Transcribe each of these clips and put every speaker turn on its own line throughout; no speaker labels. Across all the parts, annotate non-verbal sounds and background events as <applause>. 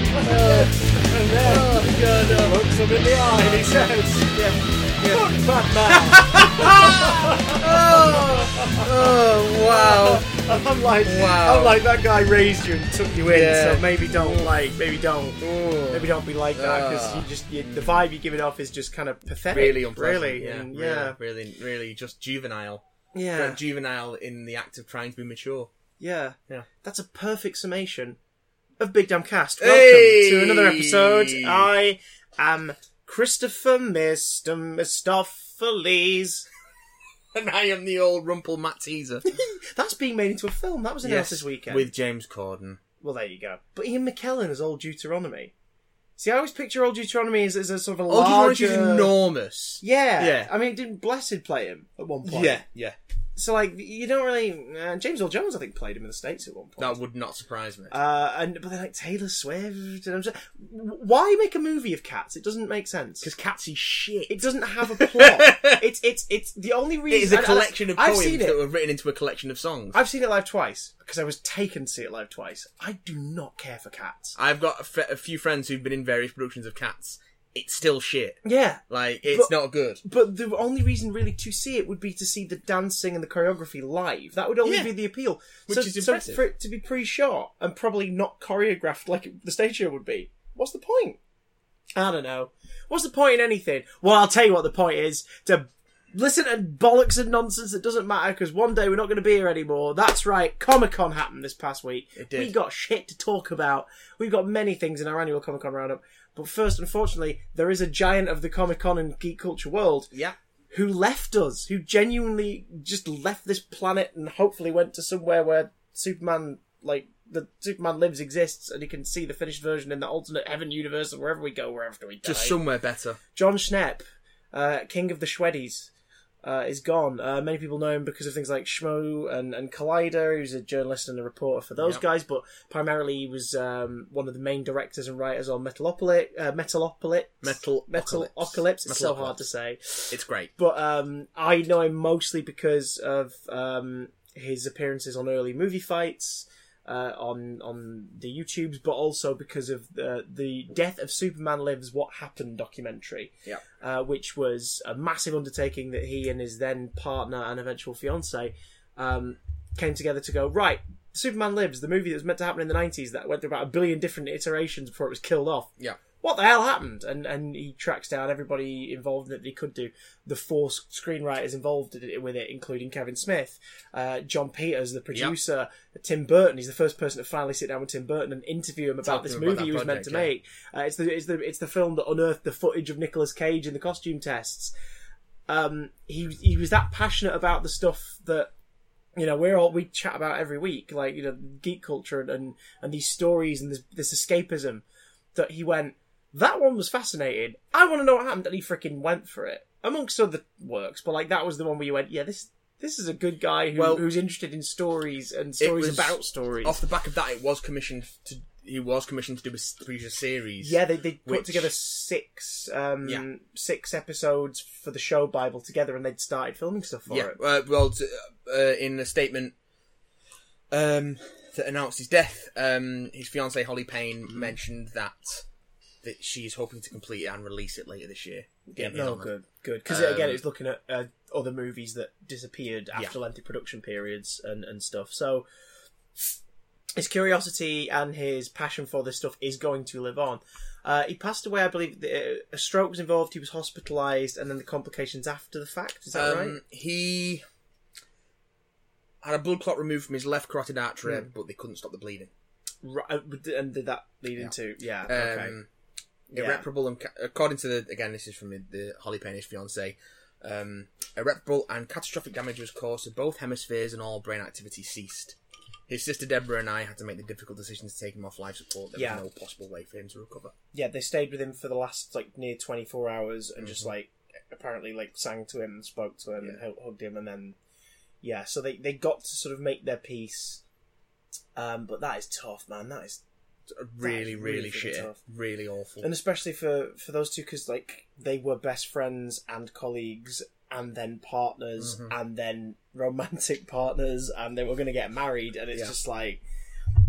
And then he uh, looks him in the eye and he says, Fuck Batman!
Oh
And <laughs> I'm like,
Wow.
I'm like, that guy raised you and took you in,
Yeah.
so maybe don't like, maybe don't,
wow! Ooh.
maybe don't be like that because you just you, the vibe you give it off is just kind of pathetic,
Ah. really unpleasant.
really,
yeah,
and yeah,
really, really, really just juvenile.
yeah,
Juvenile in the act of trying to be mature. <laughs>
yeah,
Yeah.
That's a perfect summation of Big Damn Cast. Welcome
Hey!
to another episode. I am Christopher Mister Mistopheles.
and I am the old Rumple Matt Teaser.
<laughs> That's being made into a film. That was announced this weekend.
with James Corden.
Well, there you go. But Ian McKellen is Old Deuteronomy. See, I always picture Old Deuteronomy as, as a sort of a
Old Orange
larger...
is enormous.
Yeah.
Yeah.
I mean, didn't Blessed play him at one point?
yeah.
So, like, you don't really... Uh, James Earl Jones, I think, played him in the States at one point.
That would not surprise me.
Uh, and but then like Taylor Swift, and I'm just, why make a movie of cats? It doesn't make sense.
Because Cats is shit.
It doesn't have a
<laughs>
plot. it's it's it's the only reason.
It is a
and- and
collection of
I've
poems
seen it.
that were written into a collection of songs.
I've seen it live twice because I was taken to see it live twice. I do not care for cats.
I've got a, fe- a few friends who've been in various productions of Cats. It's still shit.
Yeah,
Like it's
But-
not good.
But the only reason really to see it would be to see the dancing and the choreography live. That would only
Yeah.
be the appeal.
Which
so,
is
so
impressive.
for it to be pre-shot and probably not choreographed like the stage show would be, what's the point? I don't know. What's the point in anything? Well, I'll tell you what the point is to listen to bollocks and nonsense that doesn't matter because one day we're not going to be here anymore. That's right. Comic Con happened this past week.
It did.
We got shit to talk about. We've got many things in our annual Comic Con roundup. But first, unfortunately, there is a giant of the Comic Con and geek culture world
Yeah.
who left us, who genuinely just left this planet and hopefully went to somewhere where Superman, like, the Superman lives exists and he can see the finished version in the alternate heaven universe or wherever we go, wherever we die.
Just somewhere better.
John Schnepp, uh, King of the Shweddies, uh, is gone. Uh, many people know him because of things like Schmo and, and Collider, who's a journalist and a reporter for those
Yep.
guys, but primarily he was um, one of the main directors and writers on Metalopolis. Uh, Metalopolis.
Metal
Metal
Ocalypse.
It's so
Metalocalypse.
hard to say.
It's great.
But um, I know him mostly because of um, his appearances on early movie fights. Uh, on on the YouTubes, but also because of the the death of Superman Lives, what happened documentary,
Yeah.
uh, which was a massive undertaking that he and his then partner and eventual fiance um, came together to go right. Superman Lives, the movie that was meant to happen in the nineties, that went through about a billion different iterations before it was killed off
Yeah.
what the hell happened? And and he tracks down everybody involved in it that he could do. The four s- screenwriters involved in it- with it, including Kevin Smith, uh, John Peters, the producer, Tim Burton. He's the first person to finally sit down with Tim Burton and interview him about
Talk to
this
him
movie
about that
he was meant
project,
to
yeah.
make. Uh, it's the it's the it's the film that unearthed the footage of Nicolas Cage in the costume tests. Um, he he was that passionate about the stuff that you know we're all we chat about every week, like you know geek culture and and, and these stories and this, this escapism that he went, that one was fascinating. I want to know what happened, and he freaking went for it. Amongst other works, but like that was the one where you went, yeah, this this is a good guy who,
Well,
who's interested in stories and stories
was
about stories.
Off the back of that, it was commissioned to. He was commissioned to do a previous series.
yeah, they, they put
Which-
together six um,
Yeah.
six episodes for the show Bible together, and they'd started filming stuff for
Yeah.
it.
Uh, well, t- uh, in a statement um, that announced his death, um, his fiancee Holly Payne
Mm-hmm.
mentioned that that she is hoping to complete it and release it later this year. In his
no,
honour.
Oh, good, good. Because
Um,
again, it's looking at uh, other movies that disappeared after
Yeah.
lengthy production periods and, and stuff. So his curiosity and his passion for this stuff is going to live on. Uh, he passed away, I believe. The, uh, a stroke was involved. He was hospitalised, and then the complications after the fact. Is that
Um,
right?
He had a blood clot removed from his left carotid artery,
Mm.
but they couldn't stop the bleeding.
right? uh, And did that lead into yeah?
Um,
okay. Yeah.
Irreparable and ca- according to the again, this is from the, the Holly Payne, his fiance. Um, irreparable and catastrophic damage was caused to both hemispheres, and all brain activity ceased. His sister Deborah and I had to make the difficult decision to take him off life support. There
Yeah.
was no possible way for him to recover.
yeah, they stayed with him for the last like near twenty four hours and just like apparently like sang to him, and spoke to him, and hu- hugged him, and then yeah, so they they got to sort of make their peace. Um, but that is tough, man. That is,
Really, really,
really freaking
shit,
tough.
really awful.
and especially for for those two because like they were best friends and colleagues and then partners
Mm-hmm.
and then <laughs> romantic partners and they were going to get married and it's
Yeah.
just like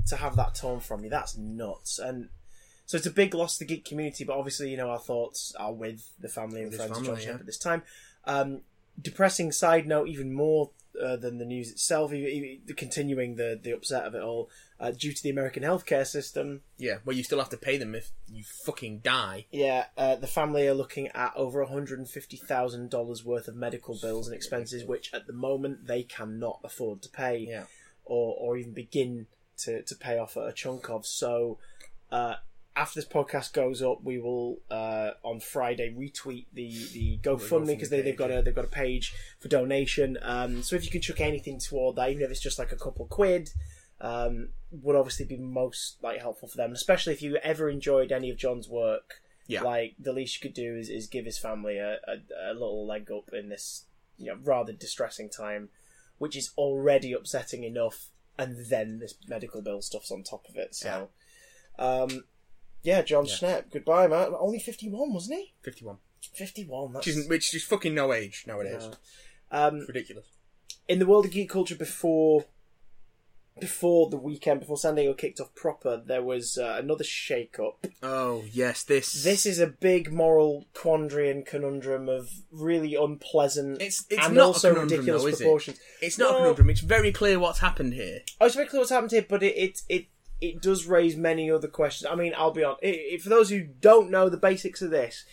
to have that torn from you that's nuts and so it's a big loss to the geek community but obviously you know our thoughts are with the family and
With his
friends of
family,
John
yeah.
Shepard this time um, depressing side note even more uh, than the news itself e- e- e- continuing the, the upset of it all uh, due to the American healthcare system
Yeah, well, you still have to pay them if you fucking die.
yeah, uh, the family are looking at over $150,000 worth of medical bills and expenses, which at the moment they cannot afford to pay
Yeah.
or, or even begin to, to pay off a chunk of. So, uh, after this podcast goes up, we will uh, on Friday retweet the the GoFundMe
GoFundMe
because they, they've
page,
got a they've got a page for donation. Um, so if you can chuck anything toward that, even if it's just like a couple quid, um, would obviously be most like helpful for them. Especially if you ever enjoyed any of John's work,
Yeah.
like the least you could do is, is give his family a, a, a little leg up in this you know rather distressing time, which is already upsetting enough, and then this medical bill stuff's on top of it. So, um, yeah, John
Yeah.
Schnepp, goodbye, man. Only fifty-one, wasn't he?
51.
Fifty-one. That's
Which is, which is fucking no age nowadays.
No. um,
It's ridiculous.
in the world of geek culture before before the weekend, before San Diego kicked off proper, there was uh, another shake-up.
Oh, yes, this.
This is a big moral quandary and conundrum of really unpleasant
It's, it's
and
not
also
a conundrum,
ridiculous
though, is it?
proportions.
It's not
No.
a conundrum. It's very clear what's happened here.
I was very clear what's happened here, but it it it, it does raise many other questions. I mean, I'll be honest. i i for those who don't know the basics of this,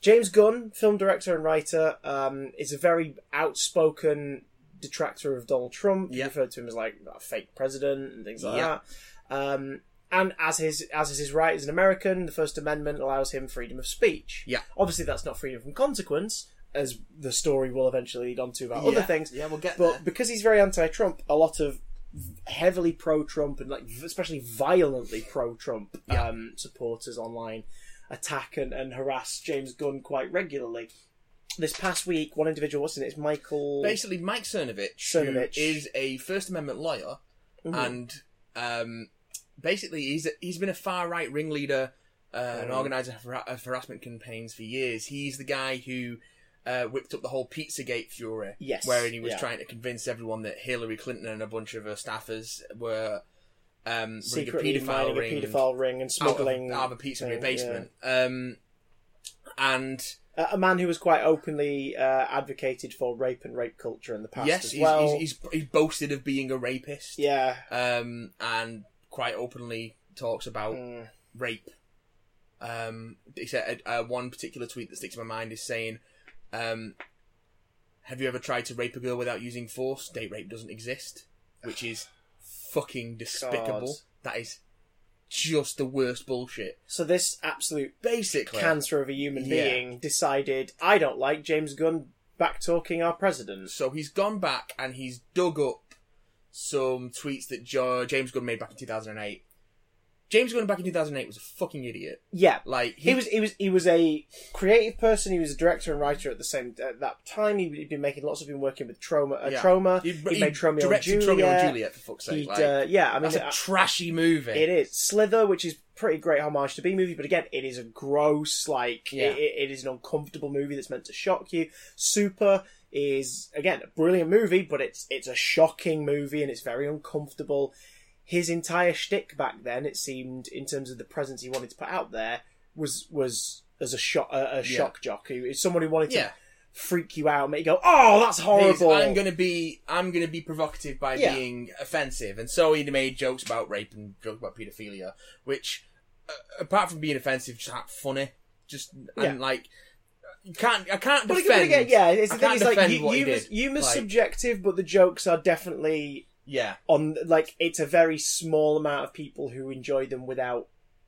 James Gunn, film director and writer, um, is a very outspoken detractor of Donald Trump. He
Yeah.
referred to him as like a fake president and things like
Yeah.
that. Um, and as his as is his right as an American, the First Amendment allows him freedom of speech.
Yeah.
Obviously, that's not freedom from consequence, as the story will eventually lead on to about other
Yeah.
things.
Yeah, we'll get
But
there.
because he's very anti-Trump, a lot of heavily pro-Trump and like v- especially violently pro-Trump um, supporters online attack and, and harass James Gunn quite regularly. This past week, one individual, what's his name? It's Michael.
Basically, Mike Cernovich,
Cernovich.
who is a First Amendment lawyer,
Mhm.
and um, basically he's he's been a far right ringleader uh,
Mm.
and organizer of, har- of harassment campaigns for years. He's the guy who uh, whipped up the whole Pizzagate fury,
Yes,
wherein he was
yeah.
trying to convince everyone that Hillary Clinton and a bunch of her staffers were um, running a
secretly
paedophile
mining a
ring
paedophile ring and
out of,
smuggling
out of a pizzeria
thing,
basement, um, and
yeah. A- a man who was quite openly uh, advocated for rape and rape culture in the past
yes,
as
he's,
well.
he's, he's, he's boasted of being a rapist.
yeah,
um, and quite openly talks about
Mm.
rape. Um, he said uh, uh, one particular tweet that sticks in my mind is saying, um, "Have you ever tried to rape a girl without using force? Date rape doesn't exist," which is
<sighs>
fucking despicable. That is just the worst bullshit.
so this absolute
Basically,
cancer of a human
Yeah.
being decided I don't like James Gunn back talking our president.
so he's gone back and he's dug up some tweets that jo- James Gunn made back in 2008. James Gunn back in 2008 was a fucking idiot.
Yeah.
Like
He was he was he was a creative person. He was a director and writer at the same at that time. He, he'd been making lots of been working with trauma. Uh,
Yeah.
Trauma. He,
He- he
made Tromeo and
directed
Juliet.
Romeo and Juliet for fuck's sake.
He'd,
Like,
uh, yeah, I mean,
that's a
uh,
trashy movie.
it is Slither, which is pretty great homage to B movie, but again, it is a gross like
Yeah.
it, it- it is an uncomfortable movie that's meant to shock you. Super is again a brilliant movie, but it's it's a shocking movie and it's very uncomfortable. His entire shtick back then, it seemed, in terms of the presence he wanted to put out there, was was as a shock a, a shock jock, who is someone who wanted
Yeah,
to freak you out, make you go, oh, that's
He's-
horrible.
I'm gonna be I'm gonna be provocative by
Yeah.
being offensive, and so he made jokes about rape and jokes about paedophilia, which uh, apart from being offensive, just aren't funny. Just
Yeah.
and like you can't I can't
But
defend.
again, yeah, it's the
I
thing.
can't
It's like
defend
hu-
what he
humor's,
did.
humor's
Like-
subjective, but the jokes are definitely
yeah,
on like it's a very small amount of people who enjoy them without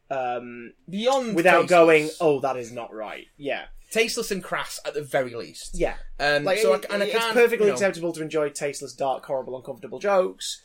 um
beyond
without
tasteless.
going oh that is not right yeah
tasteless and crass at the very least.
yeah
Um,
like
so I,
it-
and I
it's
can't,
perfectly
you know,
acceptable to enjoy tasteless dark horrible uncomfortable jokes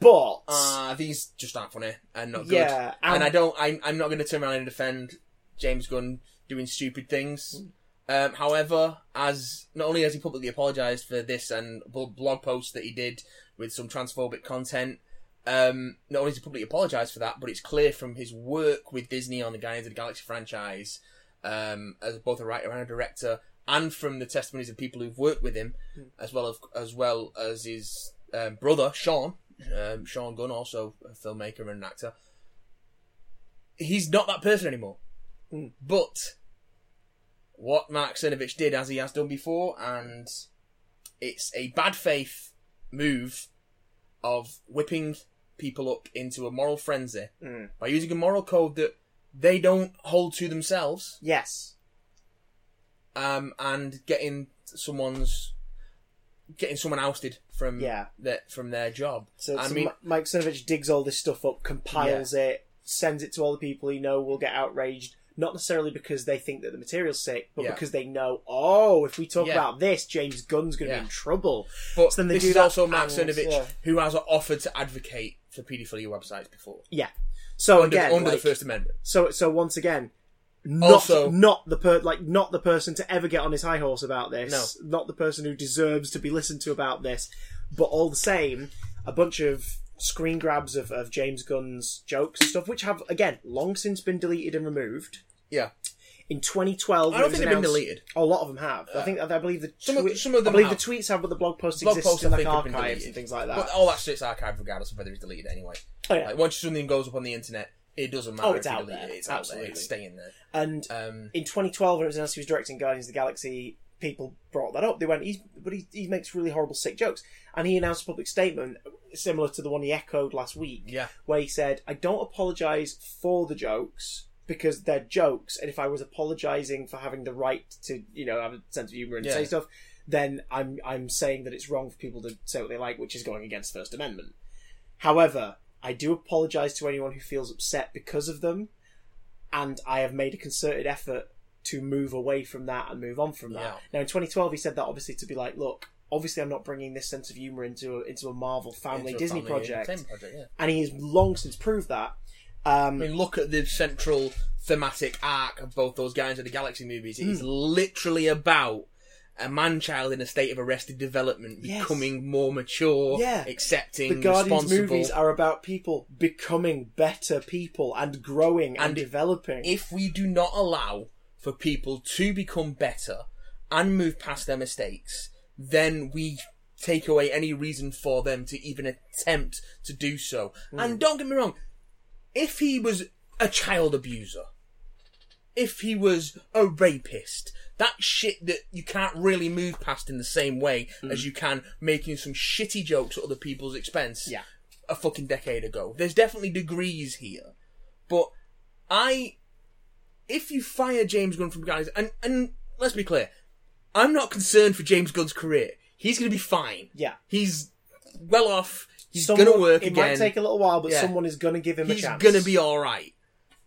but
uh, these just aren't funny and not good.
yeah
and I don't. I'm, I'm not going to turn around and defend James Gunn doing stupid things. Um, however, as not only has he publicly apologized for this and bl- blog post that he did with some transphobic content, um, not only has he publicly apologized for that, but it's clear from his work with Disney on the Guardians of the Galaxy franchise, um, as both a writer and a director, and from the testimonies of people who've worked with him, as well of, as well as his um, brother Sean, um, Sean Gunn, also a filmmaker and an actor. He's not that person anymore.
Hmm.
But what Mark Cernovich did, as he has done before, and it's a bad faith move of whipping people up into a moral frenzy
Mm.
by using a moral code that they don't hold to themselves
Yes.
um, and getting someone's getting someone ousted from
Yeah.
their, from their job.
So,
I
so
mean,
Mi- Mike Sinovich digs all this stuff up, compiles it, sends it to all the people he know will get outraged. Not necessarily because they think that the material's sick, but
Yeah.
because they know, oh, if we talk
Yeah.
about this, James Gunn's going to
Yeah.
be in trouble.
but
so then they
this
do
is
that
also Mark
and-
Cernovich
yeah.
who has offered to advocate for paedophilia websites before
Yeah. So
under,
again,
Oh, under
like,
the First Amendment.
so so once again, not
Also-
not the per- like not the person to ever get on his high horse about this. Not the person who deserves to be listened to about this. But all the same, a bunch of screen grabs of, of James Gunn's jokes and stuff, which have again long since been deleted and removed.
Yeah,
In 2012,
I don't
it was
think they've been
announced-
deleted.
A lot of them have. I think I believe the
Some of-
twe-
some of
I
them
believe
have.
the tweets have, but the blog posts
Blog
exist
posts,
in
I
like
think, have been
archives
deleted.
and things like that.
But oh, all that shit's archived regardless of whether it's deleted anyway.
oh, yeah.
Like once something goes up on the internet, it doesn't matter.
Oh, it's
if you
out
delete
there.
It. It's out
Absolutely.
there. It's staying there.
and
Um,
in 2012, when it was announced he was directing Guardians of the Galaxy, people brought that up. They went, he's, but he, he makes really horrible, sick jokes. And he announced a public statement similar to the one he echoed last week,
yeah,
where he said, I don't apologise for the jokes because they're jokes. And if I was apologising for having the right to, you know, have a sense of humour and
Yeah.
say stuff, then I'm, I'm saying that it's wrong for people to say what they like, which is going against the First Amendment. However, I do apologise to anyone who feels upset because of them and I have made a concerted effort to move away from that and move on from that.
Yeah.
Now, in 2012, he said that obviously to be like, look, obviously I'm not bringing this sense of humor into a, into a Marvel family
Into a
Disney
family
project,
entertainment project. Yeah.
and he has long since proved that.
I
Um,
mean, look at the central thematic arc of both those Guardians of the Galaxy movies. It is
Hmm.
literally about a man child in a state of arrested development
Yes.
becoming more mature,
Yeah.
accepting,
the Guardians
responsible.
movies are about people becoming better people and growing and,
And
developing.
if we do not allow for people to become better and move past their mistakes, then we take away any reason for them to even attempt to do so. And don't get me wrong, if he was a child abuser, if he was a rapist, that shit that you can't really move past in the same way as you can making some shitty jokes at other people's expense
yeah,
a fucking decade ago. There's definitely degrees here, but I, if you fire James Gunn from Guardians, and and let's be clear, I'm not concerned for James Gunn's career. He's going to be fine.
yeah.
He's well off. He's
Someone-
going to work
It
again.
might take a little while, but
Yeah.
someone is going to give him a
He's
chance.
going to be all right.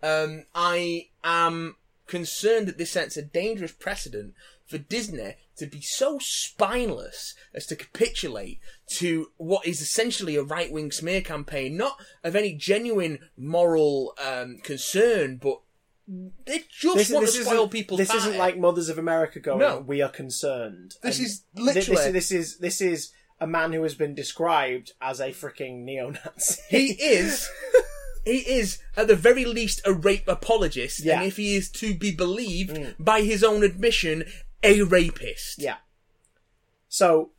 Um, I am concerned that this sets a dangerous precedent for Disney to be so spineless as to capitulate to what is essentially a right wing smear campaign, not of any genuine moral um, concern, but they just
This,
want
this
to
isn't-
spoil people's
this
party.
isn't like Mothers of America going.
No.
We are concerned.
This
And
is
thi-
literally-
This, this is this is a man who has been described as a freaking neo-Nazi. <laughs>
he is he is at the very least a rape apologist
Yeah. Mm.
and if he is to be believed by his own admission a rapist
yeah. So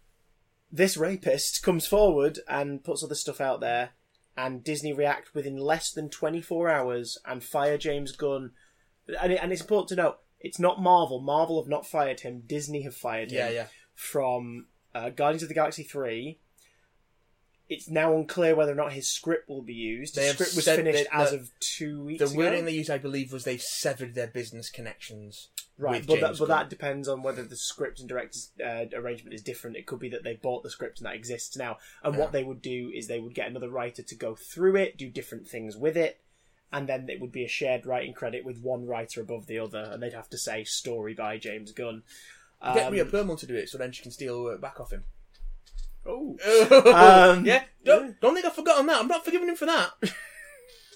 this rapist comes forward and puts all this stuff out there, and Disney react within less than 24 hours and fire James Gunn. And, it, and it's important to note it's not Marvel. Marvel have not fired him. Disney have fired him.
yeah yeah
from uh, Guardians of the Galaxy 3. It's now unclear whether or not his script will be used.
They
His
have
script was
said
finished
that-
as
that
of two weeks
the
ago.
wording they used i believe was they've severed their business connections
right,
with
but,
James
that, but
Gunn.
that depends on whether the script and director's uh, arrangement is different. It could be that they bought the script and that exists now. And
Yeah.
what they would do is they would get another writer to go through it, do different things with it, and then it would be a shared writing credit with one writer above the other, and they'd have to say story by James Gunn. Um,
Get Rhea Perlman to do it, so then she can steal her work back <laughs> off him.
oh. Um,
yeah, don't, don't think I've forgotten that. I'm not forgiving him for <laughs> that.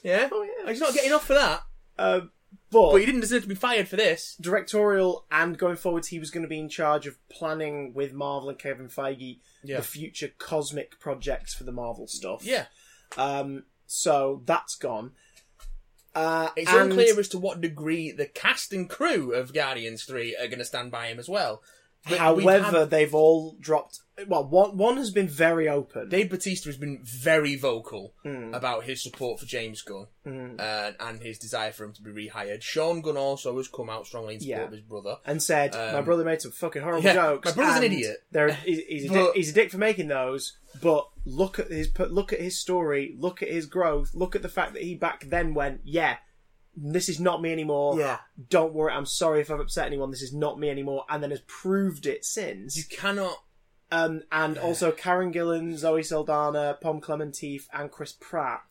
yeah?
Oh, yeah.
he's not getting off for that.
Um,
But he didn't deserve to be fired for this.
directorial and going forwards, he was going to be in charge of planning with Marvel and Kevin Feige
Yeah.
the future cosmic projects for the Marvel stuff.
Yeah,
Um, so that's gone. Uh,
It's
and-
unclear as to what degree the cast and crew of Guardians 3 are going to stand by him as well. But we've
However,
had-
they've all dropped. Well, one one has been very open.
Dave Batista has been very vocal
Hmm.
about his support for James Gunn uh, and his desire for him to be rehired. Sean Gunn also has come out strongly in support
Yeah.
of his brother.
and said, "My
Um,
brother made some fucking horrible
yeah,
jokes.
my brother's an
and
idiot."
There, he's, he's, a dick,
But-
he's a dick for making those. But look at his look at his story. Look at his growth. Look at the fact that he back then went, yeah, this is not me anymore.
Yeah.
don't worry. I'm sorry if I've upset anyone. This is not me anymore. And then has proved it
You
since.
cannot
Um, and also Karen Gillan, Zoe Saldana, Pom Clementif, and Chris Pratt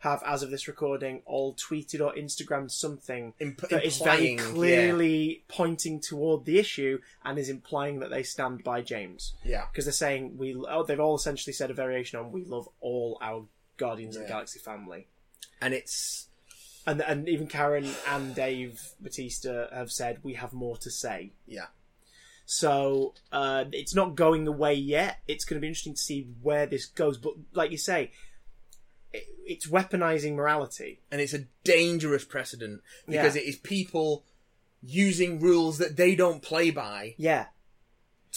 have, as of this recording, all tweeted or Instagrammed something
imp-
that is very
implying, yeah.
clearly pointing toward the issue and is implying that they stand by James
yeah.
because they're saying we oh, they've all essentially said a variation on we love all our Guardians of the
Yeah.
Galaxy family
and it's
and and even Karen and Dave Batista have said we have more to say
yeah.
so uh, it's not going away yet it's going to be interesting to see where this goes but like you say it, it's weaponizing morality
and it's a dangerous precedent because
Yeah.
it is people using rules that they don't play by
yeah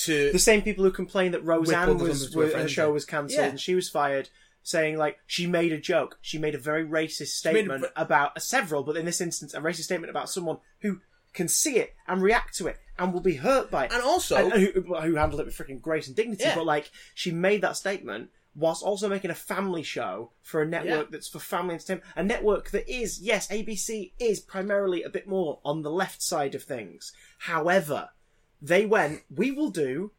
to
the same people who complained that Roseanne
others
was,
onto a
was- her
frenzy.
show was cancelled
Yeah.
and she was fired, saying like she made a joke. She made a very racist
made a
statement
ve-
about uh, several, but in this instance, a racist statement about someone who can see it and react to it and will be hurt by it,
and also
and, and who, who handled it with freaking grace and dignity.
Yeah.
But like she made that statement. Whilst also making a family show for a network that's for family entertainment, a network that is, yes, ABC is primarily a bit more on the left side of things. However, they went, we will do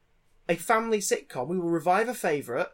a family sitcom, we will revive a favourite,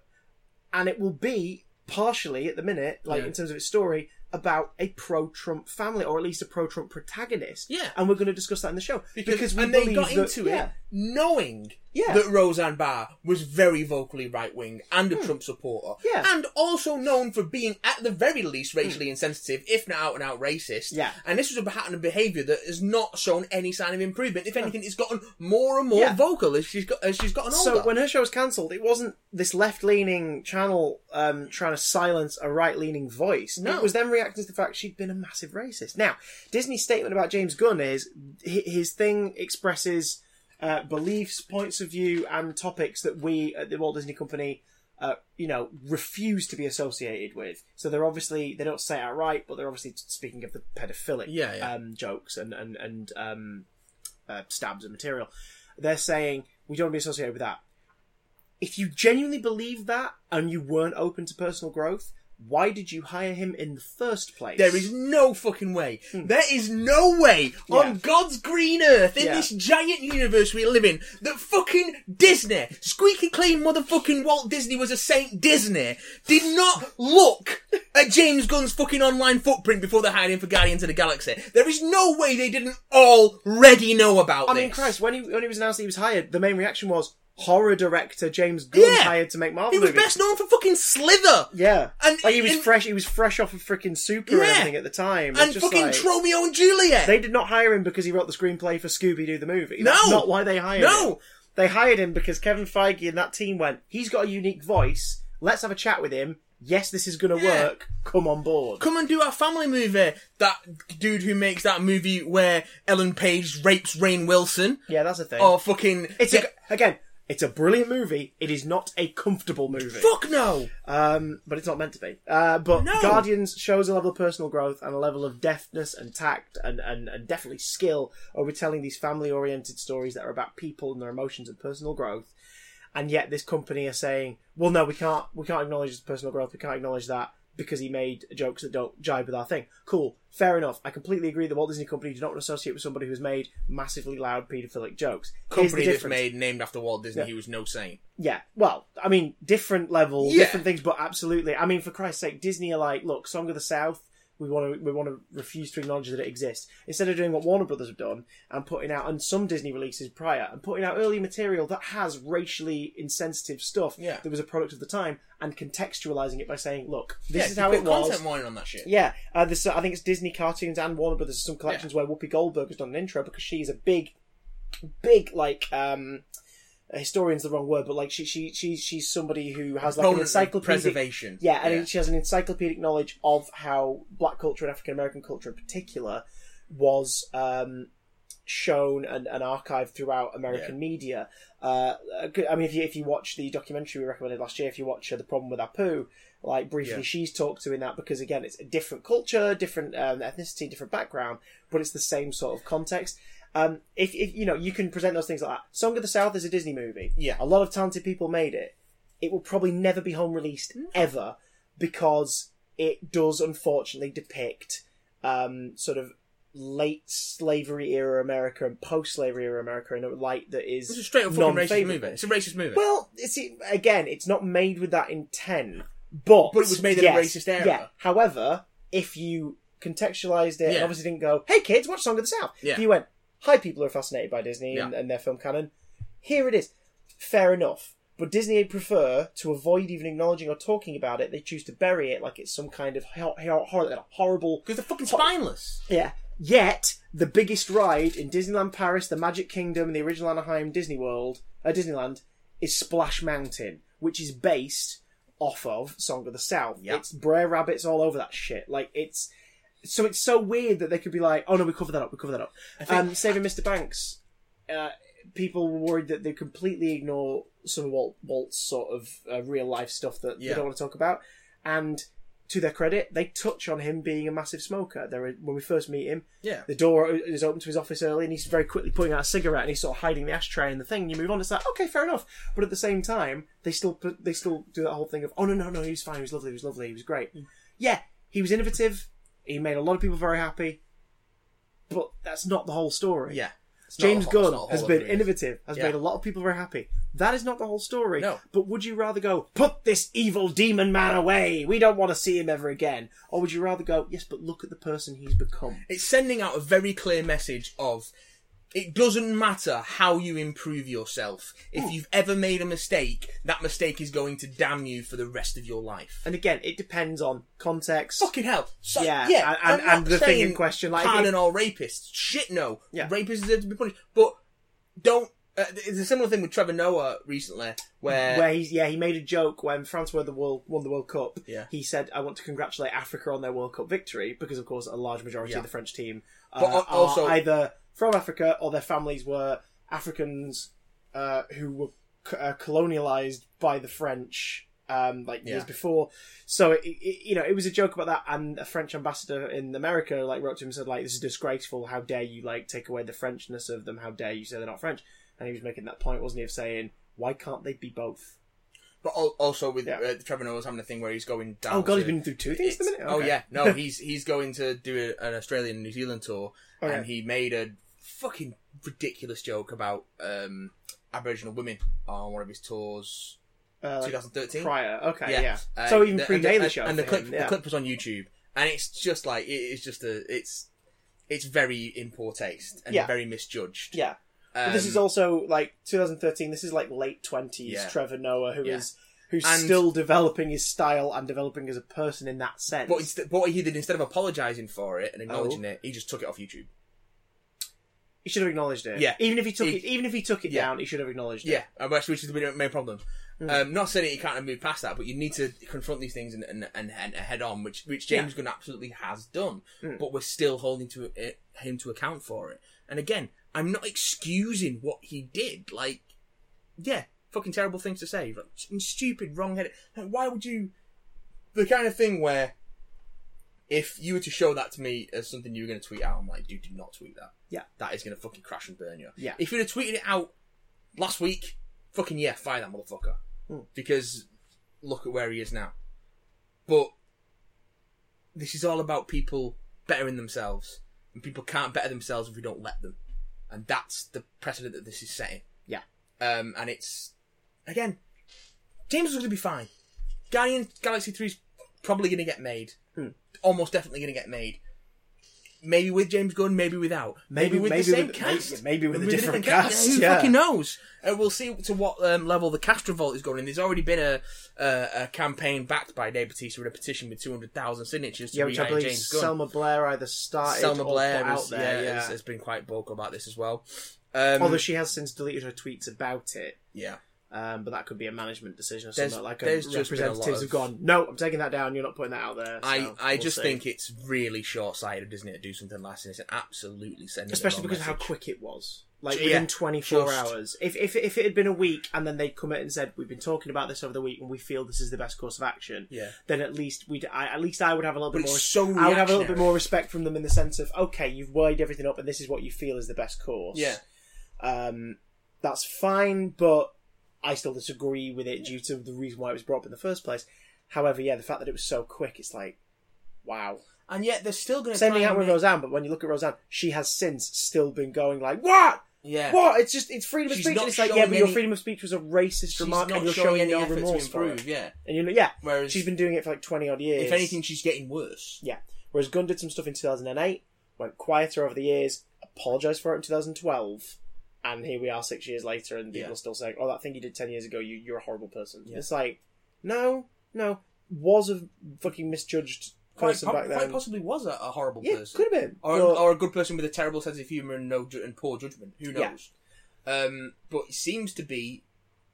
and it will be partially at the minute, like
Yeah.
in terms of its story, about a pro Trump family, or at least a pro Trump protagonist.
Yeah.
And we're going to discuss that in the show.
because,
we
and they
believe
got
that-
into it
yeah.
knowing
Yeah.
that Roseanne Barr was very vocally right wing and a Trump supporter
Hmm. Yeah. Hmm.
and also known for being at the very least racially insensitive if not out and out racist
Yeah.
and this was a pattern of behaviour that has not shown any sign of improvement if anything it's gotten more and more
Yeah.
vocal as she's got as she's gotten older
So when her show was cancelled, it wasn't this left-leaning channel um, trying to silence a right-leaning voice.
No.
It was them reacting to the fact she'd been a massive racist. Now, Disney's statement about James Gunn is hi- his thing expresses uh, beliefs, points of view, and topics that we at the Walt Disney Company, uh, you know, refuse to be associated with. So they're obviously they don't say it outright, but they're obviously speaking of the pedophilic
Yeah, yeah.
Um, jokes and and and um, uh, stabs and material. They're saying we don't want to be associated with that. If you genuinely believe that and you weren't open to personal growth, why did you hire him in the first place?
There is no fucking way. There is no way on
Hmm. Yeah.
God's green earth in
Yeah.
this giant universe we live in that fucking Disney, squeaky clean motherfucking Walt Disney was a Saint Disney, did not look at James Gunn's fucking online footprint before they hired him for Guardians of the Galaxy. There is no way they didn't already know about
I
this.
mean, Christ, when he when he was announced that he was hired, the main reaction was horror director James Gunn
Yeah.
hired to make Marvel
He was
movies.
best known for fucking Slither.
Yeah,
And-
like he was
and-
fresh. He was fresh off of freaking Super
Yeah.
and everything at the time. It's
And
just
fucking
like-
Romeo and Juliet.
They did not hire him because he wrote the screenplay for Scooby Doo the movie. That's
No.
not why they hired him.
No.
They hired him because Kevin Feige and that team went, he's got a unique voice. Let's have a chat with him. Yes, this is going to
Yeah.
work. Come on board.
come and do our family movie. That dude who makes that movie where Ellen Page rapes Rain Wilson.
Yeah, that's a thing.
Or fucking.
it's
Oh, Yeah,
a, again, it's a brilliant movie. It is not a comfortable movie.
Fuck no!
Um, but it's not meant to be. Uh, but
No.
Guardians shows a level of personal growth and a level of deftness and tact and, and, and definitely skill over telling these family oriented stories that are about people and their emotions and personal growth. And yet this company are saying, well, no, we can't, we can't acknowledge his personal growth. We can't acknowledge that because he made jokes that don't jibe with our thing. Cool. Fair enough. I completely agree that Walt Disney Company do not want to associate with somebody who's made massively loud pedophilic jokes. Here's the
Company that's
difference.
made named after Walt Disney, he was no saint.
Yeah, well, I mean, different level,
Yeah.
different things, but absolutely. I mean, for Christ's sake, Disney are like, look, Song of the South. We want to we want to refuse to acknowledge that it exists. Instead of doing what Warner Brothers have done and putting out and some Disney releases prior and putting out early material that has racially insensitive stuff
Yeah.
that was a product of the time and contextualizing it by saying, look, this
Yeah,
is
you
how
put
it was.
Content mining on that shit.
Yeah, uh, there's, I think it's Disney cartoons and Warner Brothers. Some collections where Whoopi Goldberg has done an intro because she's a big, big like um, a historian's the wrong word, but like she she she's she's somebody who has like an
Prominent
encyclopedic
preservation.
yeah, and she has an encyclopedic knowledge of how black culture and African American culture in particular was um, shown and, and archived throughout American media. Uh, a good- I mean, if you, if you watch the documentary we recommended last year, if you watch uh, The Problem with Apu, like briefly
Yeah.
she's talked to in that because, again, it's a different culture, different um, ethnicity, different background, but it's the same sort of context. Um, if, if you know, you can present those things like that. Song of the South is a Disney movie.
Yeah.
A lot of talented people made it it will probably never be home released
Mm.
ever because it does unfortunately depict um, sort of late slavery era America and post slavery era America in a light that is
It's a straight up fucking racist
non-favourable.
movie. It's a racist movie.
Well, it's again, it's not made with that intent, but
But it was made in a
yes,
racist era.
Yeah. However, if you contextualized it and
Yeah.
obviously didn't go, "Hey kids, watch Song of the South,"
Yeah.
if you went, "Hi, people who are fascinated by Disney and, and their film canon," here it is. Fair enough. But Disney prefer to avoid even acknowledging or talking about it. They choose to bury it like it's some kind of hor- hor- hor- horrible
because they're fucking spineless.
yeah. Yet the biggest ride in Disneyland Paris, the Magic Kingdom, and the original Anaheim Disney World, uh, Disneyland, is Splash Mountain, which is based off of Song of the South.
Yeah.
It's Brer Rabbits all over that shit. Like it's so it's so weird that they could be like, oh no, we cover that up, we cover that up. um, saving Mr. Banks. Uh, people were worried that they completely ignore some of Walt, Walt's sort of uh, real life stuff that they
Yeah.
don't want to talk about. And to their credit, they touch on him being a massive smoker. There, when we first meet him,
Yeah.
the door o- is open to his office early, and he's very quickly putting out a cigarette, and he's sort of hiding the ashtray in the thing. And you move on, it's like okay, fair enough. But at the same time, they still put, they still do that whole thing of oh no no no, he was fine, he was lovely, he was lovely, he was great. Yeah, he was innovative. He made a lot of people very happy. But that's not the whole story.
Yeah. It's not
James
a whole- it's
Gunn
not a whole
has
lot
been
of it.
innovative, has
Yeah.
made a lot of people very happy. That is not the whole story.
No.
But would you rather go, put this evil demon man away, we don't want to see him ever again? Or would you rather go, yes, but look at the person he's become?
It's sending out a very clear message of it doesn't matter how you improve yourself.
Hmm.
If you've ever made a mistake, that mistake is going to damn you for the rest of your life.
And again, it depends on context.
Fucking hell. So,
Yeah,
yeah,
and-
I'm not
and the thing in
saying
question, like,
pardon
if-
all rapists. Shit, no.
Yeah.
Rapists deserve to be punished. But don't. Uh, it's a similar thing with Trevor Noah recently, where,
Where he's, yeah, he made a joke when France won the World, won the World Cup.
Yeah.
He said, I want to congratulate Africa on their World Cup victory, because of course a large majority
Yeah.
of the French team uh,
But al- also-
are either from Africa or their families were Africans uh, who were c- uh, colonialized by the French um, like years
Yeah.
before. So it, it, you know, it was a joke about that, and a French ambassador in America like wrote to him and said like, "This is disgraceful. How dare you like take away the Frenchness of them? How dare you say they're not French?" And he was making that point, wasn't he, of saying, "Why can't they be both?"
but al- also with
Yeah.
uh, Trevor Noah's having a thing where he's going down.
Oh God,
to,
he's been through two things at the
It's-
minute.
Oh
Okay.
yeah,
<laughs>
no, he's he's going to do a, an Australian and New Zealand tour,
Okay.
and he made a fucking ridiculous joke about um, Aboriginal women on one of his tours,
Uh, like,
2013.
prior. Okay, yeah.
Uh,
so even
the-
pre
and the-
Daily
and-
Show,
and the
for
clip
him,
the
yeah.
clip was on YouTube, and it's just like it is just a it's it's very in poor taste and
Yeah.
very misjudged.
yeah. But
Um,
this is also like 2013. This is like late 20s.
Yeah.
Trevor Noah, who is
Yeah.
who's
And-
still developing his style and developing as a person in that sense.
but, inst- but what he did instead of apologising for
Oh.
it and acknowledging it, he just took it off YouTube.
he should have acknowledged it.
Yeah.
even if he took
He-
it, even if he took it
Yeah.
down, he should have acknowledged it.
Yeah, uh, which which is the main problem.
Mm.
Um, not saying that you can't move past that, but you need to confront these things and and, and, and head on, which which James Gunn absolutely has done.
Mm.
But we're still holding to it, him to account for it. And again, I'm not excusing what he did. Like, yeah, fucking terrible things to say, like, and stupid, wrong-headed. Like, why would you? The kind of thing where if you were to show that to me as something you were going to tweet out, I'm like, dude, do not tweet that.
Yeah.
that is going to fucking crash and burn you.
Yeah.
if you'd have tweeted it out last week, fucking yeah, fire that motherfucker.
Hmm.
Because look at where he is now. But this is all about people bettering themselves, and people can't better themselves if we don't let them. And that's the precedent that this is setting.
Yeah.
Um, and it's again, James is going to be fine. Guardian Galaxy Three is probably going to get made.
Hmm.
Almost definitely going to get made. Maybe with James Gunn, maybe without.
Maybe-
Maybe, with
maybe
the same
with-
cast.
maybe- maybe with a different cast,
Who
yeah.
fucking knows? Uh, we'll see to what um, level the cast revolt is going. There's already been a uh, a campaign backed by Dave Batista with a petition with 200,000 signatures to
yeah, which I
reunite
believe
James Gunn.
Selma Blair either started
Selma
or
Blair
put
is,
out there.
yeah,
Yeah,
Has, has been quite vocal about this as well. Um,
although she has since deleted her tweets about it.
Yeah.
Um, but that could be a management decision or
There's-
something like a
there's just been a lot
representatives have
of-
gone. No, I'm taking that down. You're not putting that out there.
I,
So
I
we'll
just
see.
think it's really short sighted, isn't it, to do something last and it's absolutely sending
especially
the wrong
because of how
message.
quick it was. Like
Yeah,
within 24
just-
hours. If, if if it had been a week and then they'd come out and said we've been talking about this over the week and we feel this is the best course of action,
Yeah.
then at least we I, at least I would have a little
But
bit more
it's so
I would have a little bit
reactionary.
more respect from them in the sense of okay, you've weighed everything up and this is what you feel is the best course.
Yeah.
Um, that's fine, but I still disagree with it due to the reason why it was brought up in the first place. However, yeah, the fact that it was so quick, it's like, wow.
And yet they're still going to
Same thing out with Roseanne, but when you look at Roseanne, she has since still been going like, what?
Yeah.
What? It's just, it's freedom of
She's
speech.
not
And it's like, yeah,
showing
but your
any-
freedom of speech was a racist
She's
remark
not
and you're
showing
showing
any
no
effort to
remorse for
improve,
it.
yeah.
And you know, yeah,
Whereas
she's been doing it for like 20 odd years.
if anything, she's getting worse.
Yeah. Whereas Gunn did some stuff in 2008, went quieter over the years, apologised for it in 2012, and here we are six years later, and people
Yeah.
are still saying, "Oh, that thing you did ten years ago, you you're a horrible person."
Yeah.
It's like, no, no, was a fucking misjudged
Quite,
person
po-
back
quite
then.
possibly was a, a horrible
yeah,
person.
could have been.
or,
But-
or a good person with a terrible sense of humor and no ju- and poor judgment. Who
Yeah.
knows? Um, but he seems to be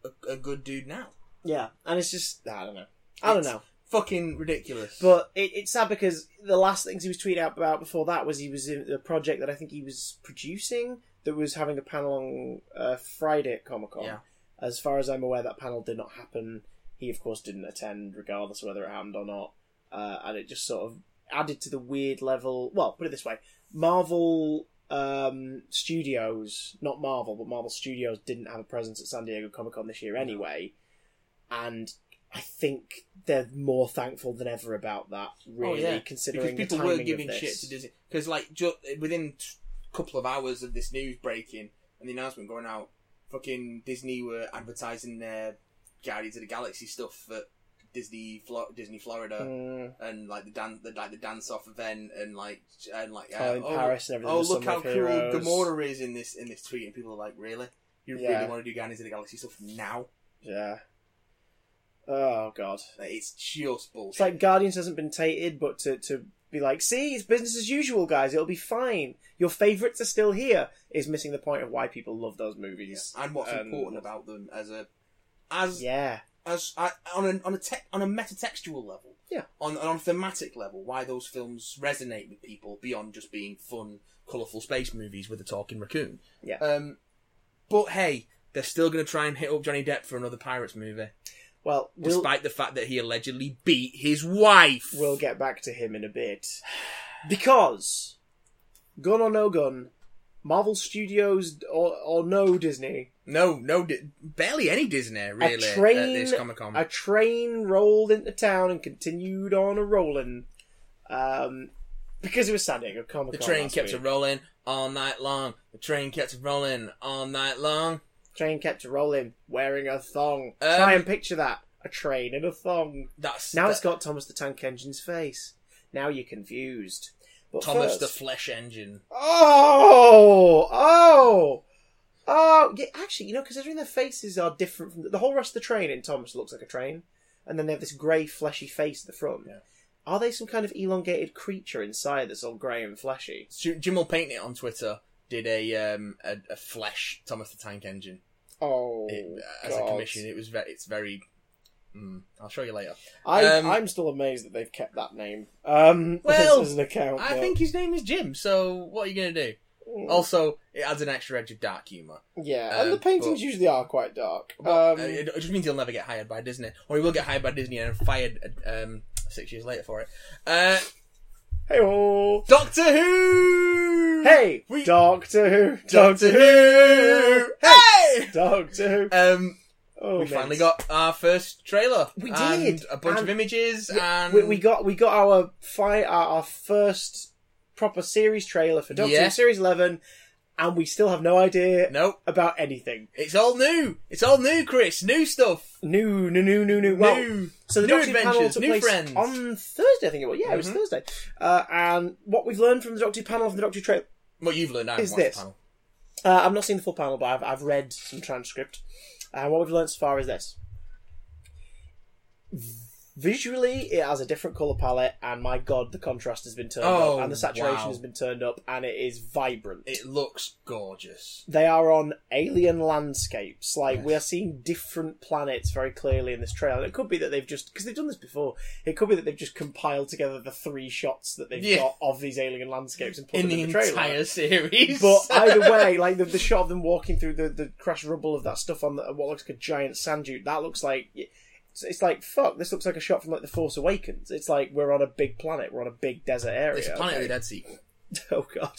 a, a good dude now.
yeah, and it's just I don't know. I don't
It's-
know.
Fucking ridiculous.
But it, it's sad because the last things he was tweeted out about before that was he was in the project that I think he was producing that was having a panel on uh, Friday at Comic Con.
Yeah.
As far as I'm aware, that panel did not happen. He, of course, didn't attend, regardless of whether it happened or not. Uh, and it just sort of added to the weird level. Well, put it this way Marvel um, Studios, not Marvel, but Marvel Studios didn't have a presence at San Diego Comic Con this year anyway. And I think they're more thankful than ever about that, really,
Oh, yeah, because
considering
people
the
were
timing
giving
of
shit
this.
to Disney. Because like ju- within a couple of hours of this news breaking and the announcement going out, fucking Disney were advertising their Guardians of the Galaxy stuff at Disney Flo- Disney Florida.
Mm,
And like the dan- the, like the dance off event, and like and like
Colin
uh, oh,
Paris and everything.
oh
the
look
Summer
how
of
cool
Heroes.
Gamora is in this in this tweet, and people are like, really, you
Yeah.
really want to do Guardians of the Galaxy stuff now?
Yeah. Oh, God.
Like, it's just bullshit.
It's like Guardians hasn't been tainted, but to, to be like, see, it's business as usual, guys. It'll be fine. Your favourites are still here. Is missing the point of why people love those movies.
and what's
um,
important about them as a as
Yeah,
as I, on a on a te- on a metatextual level,
Yeah.
on on a thematic level, why those films resonate with people beyond just being fun, colourful space movies with a talking raccoon.
Yeah.
Um, but hey, they're still going to try and hit up Johnny Depp for another Pirates movie,
Well, we'll,
despite the fact that he allegedly beat his wife.
we'll get back to him in a bit. Because, gun or no gun, Marvel Studios or, or no Disney,
No, no, di- barely any Disney really
a train,
at this Comic Con.
a train rolled into town and continued on a rolling. Um, because it was San Diego Comic
The
Con.
train
last
kept
week.
a rolling all night long. The train kept a rolling all night long.
Train kept a rolling, wearing a thong.
Um,
Try and picture that. A train in a thong.
That's
Now
that-
it's got Thomas the Tank Engine's face. Now you're confused. But
Thomas
first-
the Flesh Engine.
Oh! Oh! Oh! Yeah, actually, you know, considering their faces are different from the whole rest of the train in Thomas looks like a train, and then they have this grey, fleshy face at the front.
Yeah.
Are they some kind of elongated creature inside that's all grey and fleshy?
Jim Jim will paint it on Twitter. Did a um a, a flesh Thomas the Tank Engine
Oh,
it, uh, as a
God.
commission. It was very it's very. Mm, I'll show you later.
I,
Um,
I'm still amazed that they've kept that name. Um, <laughs>
Well,
as, as an account,
I
but-
think his name is Jim. So what are you gonna do?
Mm,
Also, it adds an extra edge of dark humor.
yeah,
um,
and the paintings
but-
usually are quite dark. um,
Uh, it, it just means he'll never get hired by Disney, or he will get hired by Disney and fired um six years later for it. Uh,
hey ho,
Doctor Who.
hey
We-
Doctor Who, <laughs> Doctor
Doctor
Who,
Who. Hey.
Doctor Who.
Um,
Oh,
we
mate.
finally got our first trailer.
We
and
did.
a bunch
And-
of images, and
we, we got we got our fi- our, our first proper series trailer for Doctor
Yeah.
Who series eleven, and we still have no idea
nope.
about anything.
It's all new. It's all new, Chris. New stuff.
New, new, new, new, new. Well,
new.
So the
new
Doctor Who panel
adventures.
took
New
place
friends.
on Thursday, I think it was. Yeah, it was
Mhm.
Thursday. Uh, and what we've learned from the Doctor Who panel from the Doctor Who trailer,
What you've learned, I haven't
Is
watched
this?
the panel.
uh, I've not seen the full panel, but I've, I've read Uh, some transcript. And what we've learned so far is this: Visually, it has a different color palette, and my god, the contrast has been turned
Oh,
up, and the saturation
wow.
has been turned up, and it is vibrant.
It looks gorgeous.
they are on alien landscapes. Like we are
Yes.
seeing different planets very clearly in this trailer. And it could be that they've just because they've done this before. It could be that they've just compiled together the three shots that they've
Yeah.
got of these alien landscapes and put
In
them
the
in the trailer.
entire <laughs> series. <laughs>
But either way, like the, the shot of them walking through the, the crushed rubble of that stuff on the, what looks like a giant sand dune, that looks like it's, it's like fuck. This looks like a shot from like the Force Awakens. It's like we're on a big planet. We're on a big desert area.
it's a Planet of
okay?
the Dead sequel.
<laughs> Oh god.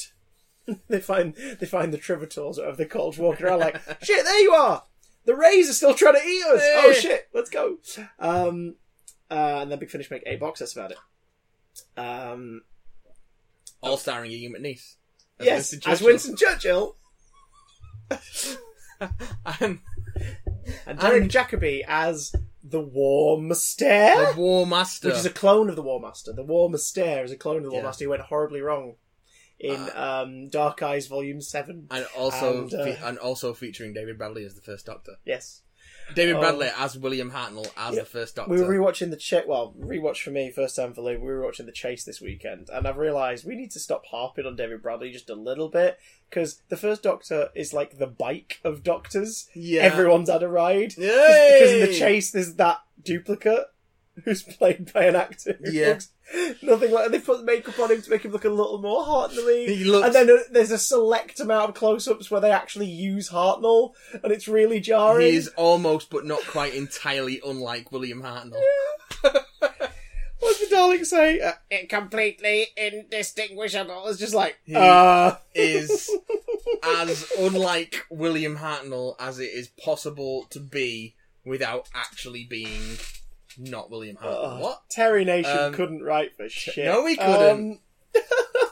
they find they find the Trivators or the Colts walking around like, <laughs> shit, there you are! The Rays are still trying to eat us! Oh
Hey!
shit, let's go. Um uh, and then Big Finish make eight box sets about it. Um
All starring Ian McNeice. As
Yes,
Winston
as
Churchill.
Winston Churchill
<laughs> and
and Derek
And-
Jacobi as the War Master.
the War Master.
Eh? Which is a clone of the War Master. The War Master is a clone of the War
Yeah. Uh.
Master who went horribly wrong in um, Dark Eyes Volume 7.
and also
and, uh,
fe- and also featuring David Bradley as the first Doctor.
yes.
David
Oh.
Bradley as William Hartnell as
Yeah.
the first Doctor.
We were rewatching the chase. Well, rewatch for me, first time for Lou. We were watching the chase this weekend, and I've realised we need to stop harping on David Bradley just a little bit because the first Doctor is like the bike of Doctors.
yeah.
Everyone's had a ride
Yay!
because in the chase there's that duplicate who's played by an actor. who
Yeah.
looks nothing like they put makeup on him to make him look a little more Hartnell.
He looks-
and then uh, there's a select amount of close-ups where they actually use Hartnell, and it's really jarring.
He is almost, but not quite entirely unlike William Hartnell.
What's the Dalek say? Uh, it completely indistinguishable. It's just like,
He-
uh, <laughs>
Is as unlike William Hartnell as it is possible to be without actually being not William Hartnell.
Ugh.
what?
Uh, Terry Nation
Um,
couldn't write for shit.
no, he couldn't.
Um, <laughs>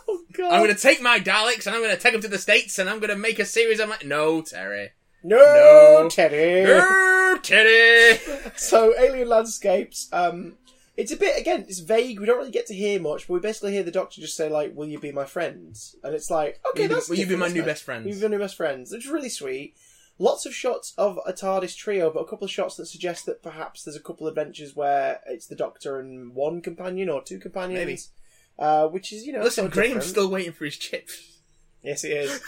oh, God.
I'm going to take my Daleks and I'm going to take them to the States and I'm going to make a series of my. No, Terry.
no,
No.
Terry.
No, Terry!
So, Alien Landscapes, um, it's a bit, again, it's vague. We don't really get to hear much, but we basically hear the doctor just say, like, will you be my friend? And it's like, okay,
Will you be-
that's
will you be
different,
my
that's
new
nice.
best friend?
You've been your best friends, which is really sweet. Lots of shots of a TARDIS trio, but a couple of shots that suggest that perhaps there's a couple of adventures where it's the Doctor and one companion or two companions.
Maybe.
Uh, which is, you know,
<laughs> Listen,
sort of
Graham's
different.
still waiting for his chips.
Yes, it
<laughs>
is.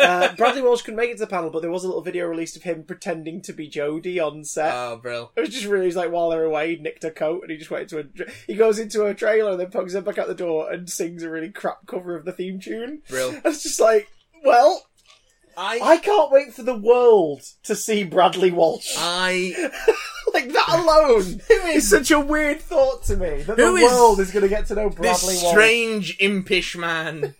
uh, Bradley Walsh couldn't make it to the panel, but there was a little video released of him pretending to be Jodie on set.
Oh, bro.
It was just really, he's like, while they're away, he nicked her coat and he just went into a. He goes into a trailer and then pokes her back out the door and sings a really crap cover of the theme tune.
Brill.
And it's just like, well, I can't wait for the world to see Bradley Walsh.
Uh, I
<laughs> like, that alone
<laughs>
is such a weird thought to me. That the
Who is
world is going to get to know Bradley
this
Walsh.
strange
<laughs>
impish man.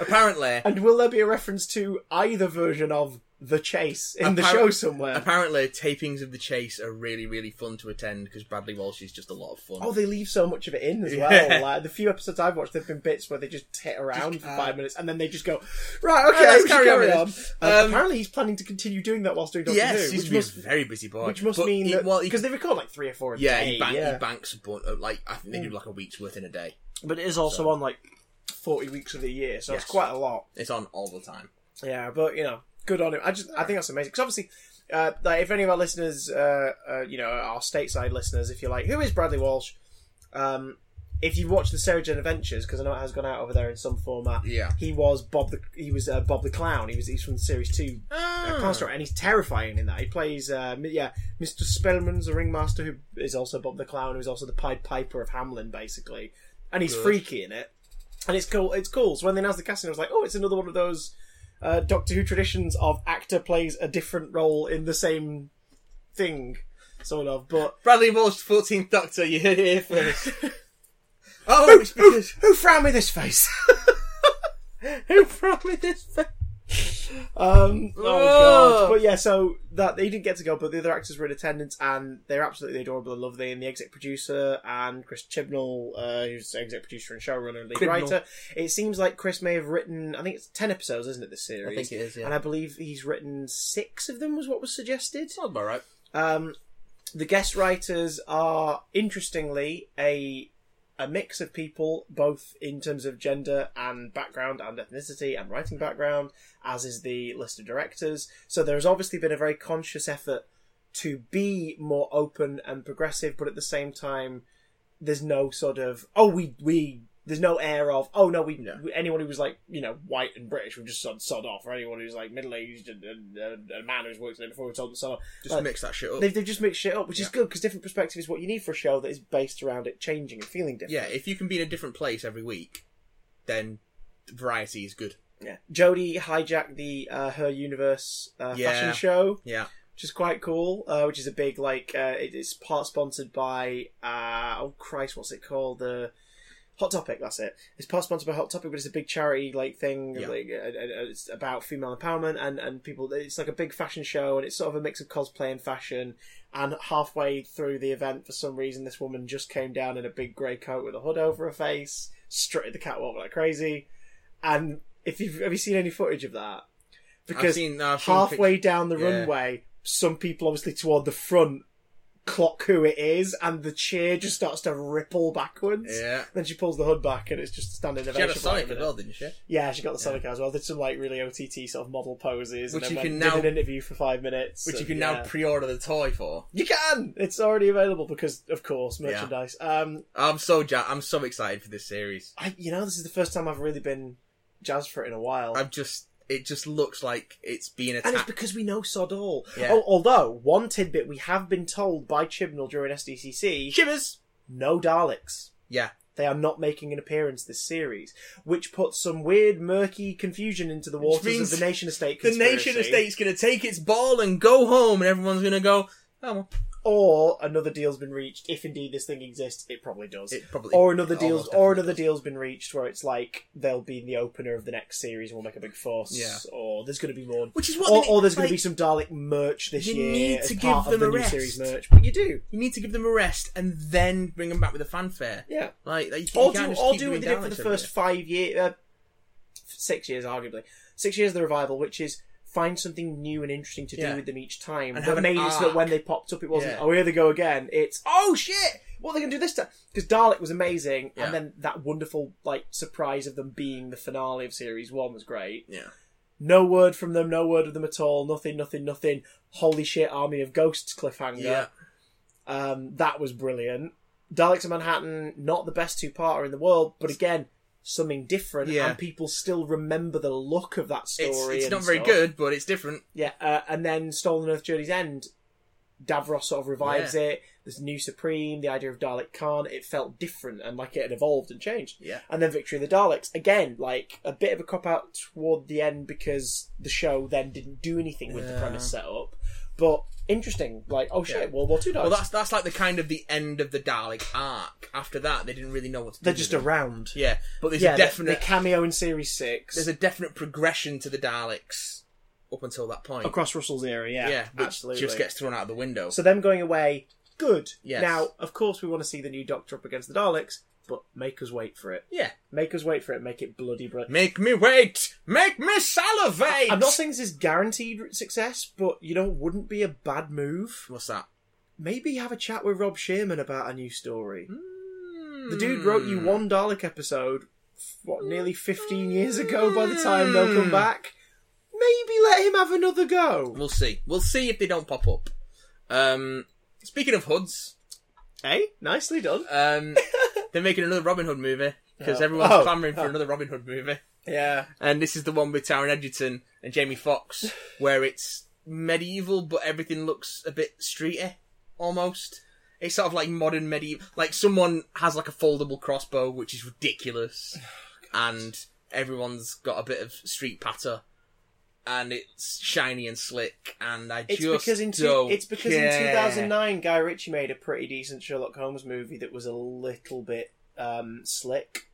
apparently,
And will there be a reference to either version of The Chase in the
Appar-
show somewhere?
apparently tapings of the chase are really really fun to attend because Bradley Walsh is just a lot of fun.
Oh, they leave so much of it in as <laughs> well.
Yeah.
Like the few episodes I've watched, there've been bits where they just tit around for
uh,
five minutes, and then they just go, "Right, okay,
let's
we should
carry on
carry
with
on."
this.
Uh,
Um,
apparently, he's planning to continue doing that whilst doing Doctor
yes,
Who,
he's
which
been
must,
a very busy boy.
which must
But
mean
he-
that
well,
because
he-
they record like three or four. A
yeah,
day,
he, bank,
yeah. Mm.
he banks a bun- uh, like I think they do like a week's worth in a day.
but it is also on like forty weeks of the year, so it's
Yes.
quite a lot.
It's on all the time.
Yeah, but you know, good on him. I just I think that's amazing because obviously, uh, like if any of our listeners, uh, uh, you know, our stateside listeners, if you're like, who is Bradley Walsh? Um, if you watch the Sarah Jane Adventures, because I know it has gone out over there in some format.
Yeah.
He was Bob the he was uh, Bob the Clown. He was he's from series two
Ah.
uh, Construct, and he's terrifying in that. He plays uh, mi- yeah Mr. Spellman's the ringmaster, who is also Bob the Clown, who is also the Pied Piper of Hamlin, basically, and he's
Good.
freaky in it. And it's cool. It's cool. So when they announced the casting, I was like, oh, it's another one of those uh, Doctor Who traditions of actor plays a different role in the same thing, sort of. But
Bradley Walsh, 14th Doctor, you heard it here <laughs> first. oh, it's because
who frowned me this face?
who promised this?
Um, oh god!
Ugh.
But yeah, so that they didn't get to go, but the other actors were in attendance, and they're absolutely adorable and lovely. And the exec producer and Chris Chibnall, uh, who's exec producer and showrunner and lead
Chibnall.
writer, it seems like Chris may have written. I think it's ten episodes, isn't it? This series,
I think it is.
and
Yeah,
I believe he's written six of them, was what was suggested.
sounds about right.
Um, the guest writers are interestingly a a mix of people, both in terms of gender and background and ethnicity and writing background, as is the list of directors. So there has obviously been a very conscious effort to be more open and progressive, but at the same time, there's no sort of oh we we there's no air of oh no we
No.
anyone who was like you know white and British would just sod, sod off, or anyone who's like middle aged and, and, and a man who's worked there before we told them to sod off.
Just
Like,
mix that shit up.
They've, they've just mixed shit up, which is
Yeah.
good because different perspective is what you need for a show that is based around it changing and feeling different.
Yeah, if you can be in a different place every week, then variety is good.
Yeah. Jodie hijacked the uh, her universe uh,
Yeah.
fashion show,
Yeah.
which is quite cool. Uh, which is a big like uh, it- it's part sponsored by uh, oh Christ, what's it called the. Hot Topic, that's it. It's part sponsored by Hot Topic, but it's a big charity like thing.
Yeah.
Like, uh, uh, uh, it's about female empowerment and and people. It's like a big fashion show, and it's sort of a mix of cosplay and fashion. And halfway through the event, for some reason, this woman just came down in a big grey coat with a hood over her face, strutted the catwalk like crazy. And if you've have you seen any footage of that?
I've
Because
seen, no, I've seen
halfway
<laughs> pictures-
down the
Yeah.
runway, some people obviously toward the front clock who it is, and the cheer just starts to ripple backwards.
Yeah.
Then she pulls the hood back, and it's just a standing
She
ovation.
had a
for
Sonic
her,
as
didn't
well,
it?
didn't she?
Yeah, she got the Sonic as well. Did some like really OTT sort of model poses,
Which
and
you
then
can
went- did
now-
an interview for five minutes,
Which you
and
can now
yeah.
pre-order the toy for.
You can. It's already available because, of course,
Yeah.
merchandise. Um,
I'm so ja- I'm so excited for this series.
I, you know, this is the first time I've really been jazzed for it in a while.
I've just it just looks like it's being
And it's
attacked.
because we know sod all.
Ah. Yeah.
Oh, although one tidbit we have been told by Chibnall during SDCC:
Shivers.
no Daleks.
Yeah.
They are not making an appearance this series, which puts some weird, murky confusion into the waters of
means
the Nation Estate
The
conspiracy.
nation estate's gonna take its ball and go home, and everyone's gonna go. Oh, well,
or another deal's been reached. If indeed this thing exists, it probably does.
it probably
or another
it
deal's
almost
or
definitely
another
does.
deal's been reached where it's like they'll be in the opener of the next series and we'll make a big force.
Yeah.
Or there's going to be more.
Which is what
or,
they-
or there's going
like,
to be some Dalek merch this
you
year.
need
as
to give
part of
them
the
a
new
rest.
series merch, but you do.
You need to give them a rest and then bring them back with a fanfare.
Yeah.
Like, like you can-
Or
you can't
do,
just
or
keep
do what
doing
they did for
Daleks
the
every
first five years, uh, six years arguably, six years of the revival, which is find something new and interesting to do
Yeah.
with them each time.
And
And
have
that
an
made it so
arc.
that when they popped up, it wasn't
Yeah.
oh here they go again. It's oh shit, what are they gonna do this time? Because Dalek was amazing,
Yeah.
and then that wonderful like surprise of them being the finale of series one was great.
year. Yeah.
No word from them, no word of them at all. Nothing, nothing, nothing. Holy shit, Army of Ghosts cliffhanger.
Yeah.
Um, that was brilliant. Daleks of Manhattan, not the best two parter in the world, but again, something different,
Yeah.
and people still remember the look of that story.
It's, it's
and
not very
stuff.
good, but it's different.
Yeah, uh, and then Stolen Earth Journey's End, Davros sort of revives
Yeah.
it. There's New Supreme, the idea of Dalek Khan, it felt different and like it had evolved and changed.
Yeah.
And then Victory of the Daleks, again, like a bit of a cop out toward the end because the show then didn't do anything with the
Yeah.
premise set up. But interesting, like, oh shit,
Yeah.
World War Two Daleks.
Well, that's that's like the kind of the end of the Dalek arc. After that, they didn't really know what to do.
They're
with
just
them.
around.
yeah, but there's a
yeah,
definite
the, the cameo in Series 6.
there's a definite progression to the Daleks up until that point.
across Russell's area, yeah.
yeah, which
absolutely.
just gets thrown out the window.
So them going away, good.
Yes.
Now, of course, we want to see the new Doctor up against the Daleks, but make us wait for it.
yeah,
Make us wait for it. Make it bloody brilliant.
make me wait, make me salivate.
I'm not saying this is guaranteed success, but you know, wouldn't be a bad move.
What's that?
Maybe have a chat with Rob Sherman about a new story. The dude
Hmm.
wrote you one Dalek episode, f- what, nearly 15 years ago by the time they'll
Hmm.
come back. Maybe let him have another go.
We'll see. We'll see if they don't pop up. Um, speaking of hoods,
Hey, nicely done. <laughs>
um, they're making another Robin Hood movie because
Oh.
everyone's
Oh.
clamoring for another Robin Hood movie.
Yeah.
and this is the one with Taron Edgerton and
<laughs>
Jamie Fox, where it's medieval but everything looks a bit streety, almost. It's sort of like modern medieval. Like someone has like a foldable crossbow, which is
<sighs> Oh,
ridiculous, and everyone's got a bit of street patter, and it's shiny and slick, and I
It's
just
because in two,
don't
it's because in
care.
2009 Guy Ritchie made a pretty decent Sherlock Holmes movie that was a little bit um, slick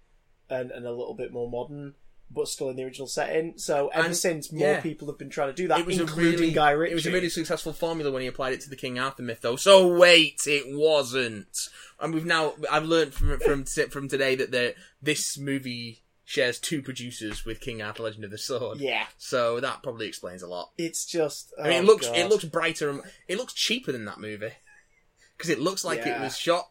and, and a little bit more modern, but still in the original setting. So ever
And-
since, more
yeah.
people have been trying to do that,
It was
including
a really,
Guy Ritchie.
It was a really successful formula when he applied it to the King Arthur myth, though. So wait, it wasn't. And we've now I've learned from from t- from today that the, this movie shares two producers with King Arthur: Legend of the Sword.
yeah.
So that probably explains a lot.
It's just.
I mean,
oh,
it looks
God.
it looks brighter. And, it looks cheaper than that movie <laughs> because it looks like it
Yeah.
was shot.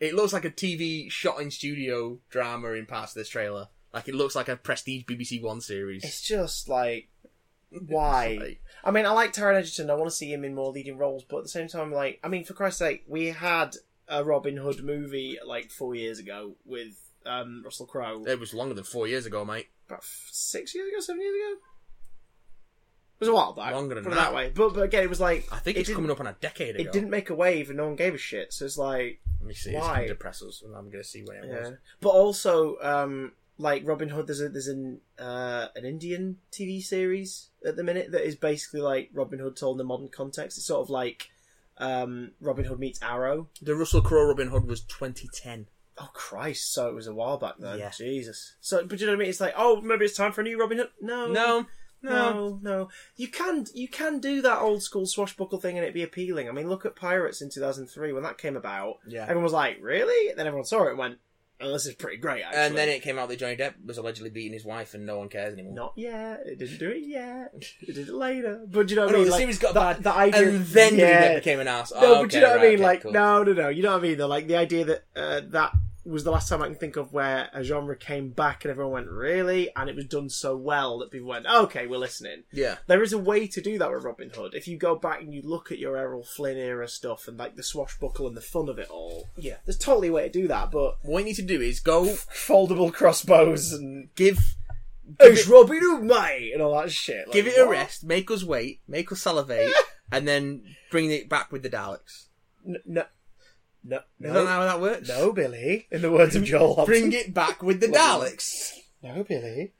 It looks like a TV shot in studio drama in parts of this trailer. Like it looks like a prestige BBC One series.
It's just like Why?
Like-
I mean, I like Taron Egerton. I want to see him in more leading roles, but at the same time, like, I mean, for Christ's sake, we had a Robin Hood movie like four years ago with um, Russell Crowe.
It was longer than four years ago, mate.
About f- six years ago, seven years ago. It was a while back.
Longer than
put it
that.
that way. But but again, it was like
I think
it
it's
didn't-
coming up on a decade ago.
It didn't make a wave, and no one gave a shit. So it's like,
Let me see. It's
Why?
gonna depress us, and I'm gonna see when it
yeah.
was.
But also, um, like Robin Hood, there's a there's an uh, an Indian TV series at the minute that is basically like Robin Hood told in the modern context. It's sort of like um, Robin Hood meets Arrow.
The Russell Crowe Robin Hood was 2010.
Oh Christ! So it was a while back then.
Yeah.
Jesus. So, but you know what I mean? It's like, oh, maybe it's time for a new Robin Hood. No,
No, no.
no, no. You can you can do that old school swashbuckle thing and it be appealing. I mean, look at Pirates in two thousand three when that came about.
Yeah.
everyone was like, really? Then everyone saw it and went, oh, this is pretty great. Actually.
And then it came out that Johnny Depp was allegedly beating his wife, and no one cares anymore.
not yet. It didn't do it yet. It did it later. But do you know
Oh,
what
no,
I mean?
the
Like,
series got
that-
bad,
The idea,
and then Johnny
yeah.
Depp became an ass.
No,
Oh,
but do
okay,
you know what
right,
I mean?
okay,
Like,
cool.
no, no, no. You know what I mean? Though, like the idea that uh, that was the last time I can think of where a genre came back and everyone went, really, and it was done so well that people went, okay, we're listening.
Yeah.
There is a way to do that with Robin Hood. If you go back and you look at your Errol Flynn era stuff and like the swashbuckle and the fun of it all,
Yeah.
there's totally a way to do that. But
What you need to do is go
foldable crossbows and
give
it's Robin Hood, mate, and all that shit. Like,
give it a
what?
rest, make us wait, make us salivate,
<laughs>
and then bring it back with the Daleks.
N- no, no,
Is that
no,
how that works?
no, Billy. In the words of Joel Hodgson.
Bring it back with the Daleks.
No, Billy.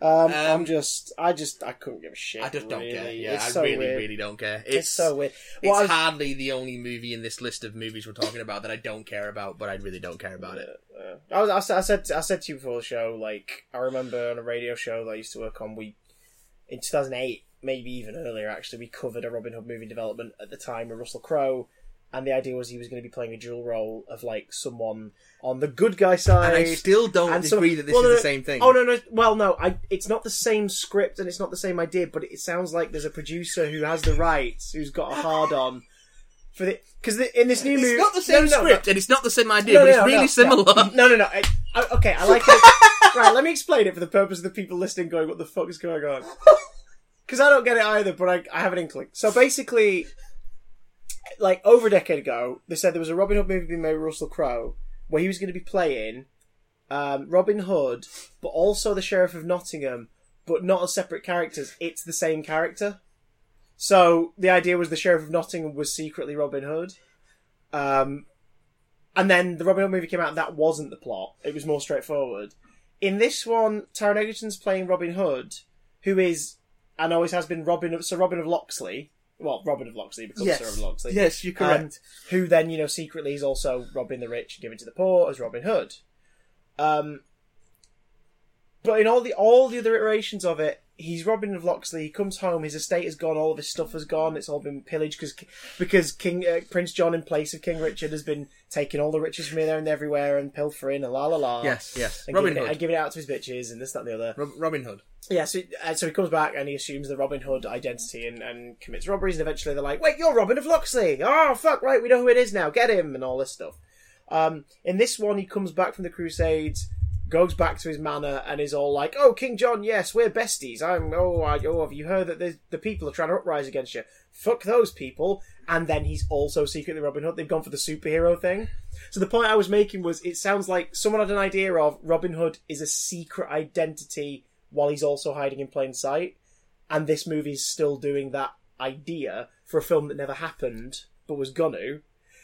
Um, I'm
Um,
just, I just, I couldn't give a shit.
I just don't
really.
care. Yeah,
it's
I
so
really,
weird.
really don't care.
it's, so weird. What I was-
it's hardly the only movie in this list of movies we're talking about that I don't care about, but I really don't care about it.
Uh, I was, I said, I said, I said to you before the show. Like, I remember on a radio show that I used to work on. We in 2008, maybe even earlier, actually, we covered a Robin Hood movie development at the time with Russell Crowe, and the idea was he was going to be playing a dual role of like someone on the good guy side.
And I still don't
and so-
agree that this
well,
is
no,
the same thing.
Oh no, no. Well, no. I, it's not the same script and it's not the same idea, but it sounds like there's a producer who has the rights, who's got a hard on for the because in this new
It's
movie,
not the same
No, no, no.
script, and it's not the same idea, but it's really <laughs> similar.
No, no, no. I, I, okay, I like
<laughs>
it. right, let me explain it for the purpose of the people listening going, what the fuck is going
<laughs>
on? Because I don't get it either, but I, I have an inkling. So basically, like over a decade ago, they said there was a Robin Hood movie being made with Russell Crowe where he was going to be playing um, Robin Hood, but also the Sheriff of Nottingham, but not as separate characters. It's the same character. So the idea was the Sheriff of Nottingham was secretly Robin Hood. Um, and then the Robin Hood movie came out, and that wasn't the plot. It was more straightforward. In this one, Taron Egerton's playing Robin Hood, who is and always has been Robin of Sir Robin of Locksley. Well, Robin of Locksley becomes Sir Robin of Locksley.
yes, you're
Um, who then, you know, secretly is also robbing the rich and giving to the poor as Robin Hood. Um, but in all the all the other iterations of it, he's Robin of Locksley. He comes home, his estate is gone, all of his stuff has gone. It's all been pillaged because because King uh, Prince John, in place of King Richard, has been taking all the riches from here, there, and everywhere, and pilfering and la la la.
yes, yes.
And
Robin
giving it, and
Hood.
giving it out to his bitches and this, that, and the other.
Rob- Robin Hood.
Yeah, so, uh, so he comes back and he assumes the Robin Hood identity and, and commits robberies, and eventually they're like, wait, you're Robin of Locksley! Oh, fuck, right, we know who it is now, get him, and all this stuff. Um, in this one, he comes back from the Crusades, goes back to his manor, and is all like, oh, King John, yes, we're besties. I'm, oh, I, oh have you heard that the, the people are trying to uprise against you? Fuck those people. And then he's also secretly Robin Hood. They've gone for the superhero thing. So the point I was making was it sounds like someone had an idea of Robin Hood is a secret identity while he's also hiding in plain sight. And this movie is still doing that idea for a film that never happened but was gonna.
<laughs>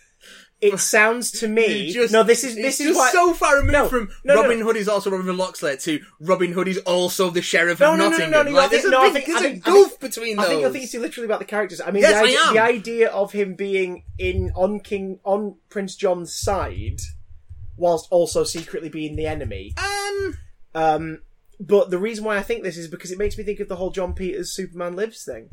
It sounds to me
You just-
no. This is
it's
this is
just
why,
so far removed
No,
from
no, no,
Robin
no.
Hood is also Robin of Locksley to Robin Hood is also the sheriff
No,
of
no, no, no,
Nottingham.
no, no, I
like, there's
think-
a
no, I
big,
think-
there's
I
a
think-
gulf between those.
I think I think it's literally about the characters. I mean,
Yes,
the, idea,
I am.
the idea of him being in on King on Prince John's side, whilst also secretly being the enemy.
um,
Um, but the reason why I think this is because it makes me think of the whole John Peters Superman Lives thing.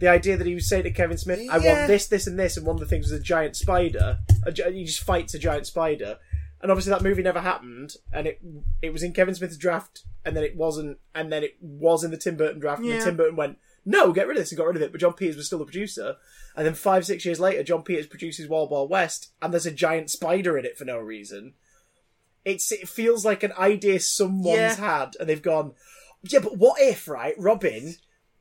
The idea that he was saying to Kevin Smith, "I
Yeah.
want this, this, and this," and one of the things was a giant spider. A, gi- he just fights a giant spider, and obviously that movie never happened. And it it was in Kevin Smith's draft, and then it wasn't, and then it was in the Tim Burton draft, and
Yeah.
then Tim Burton went, "No, get rid of this," and got rid of it. But John Peters was still the producer, and then five six years later, John Peters produces Wild Wild West, and there's a giant spider in it for no reason. It's it feels like an idea someone's
Yeah.
had, and they've gone, yeah, but what if, right? Robin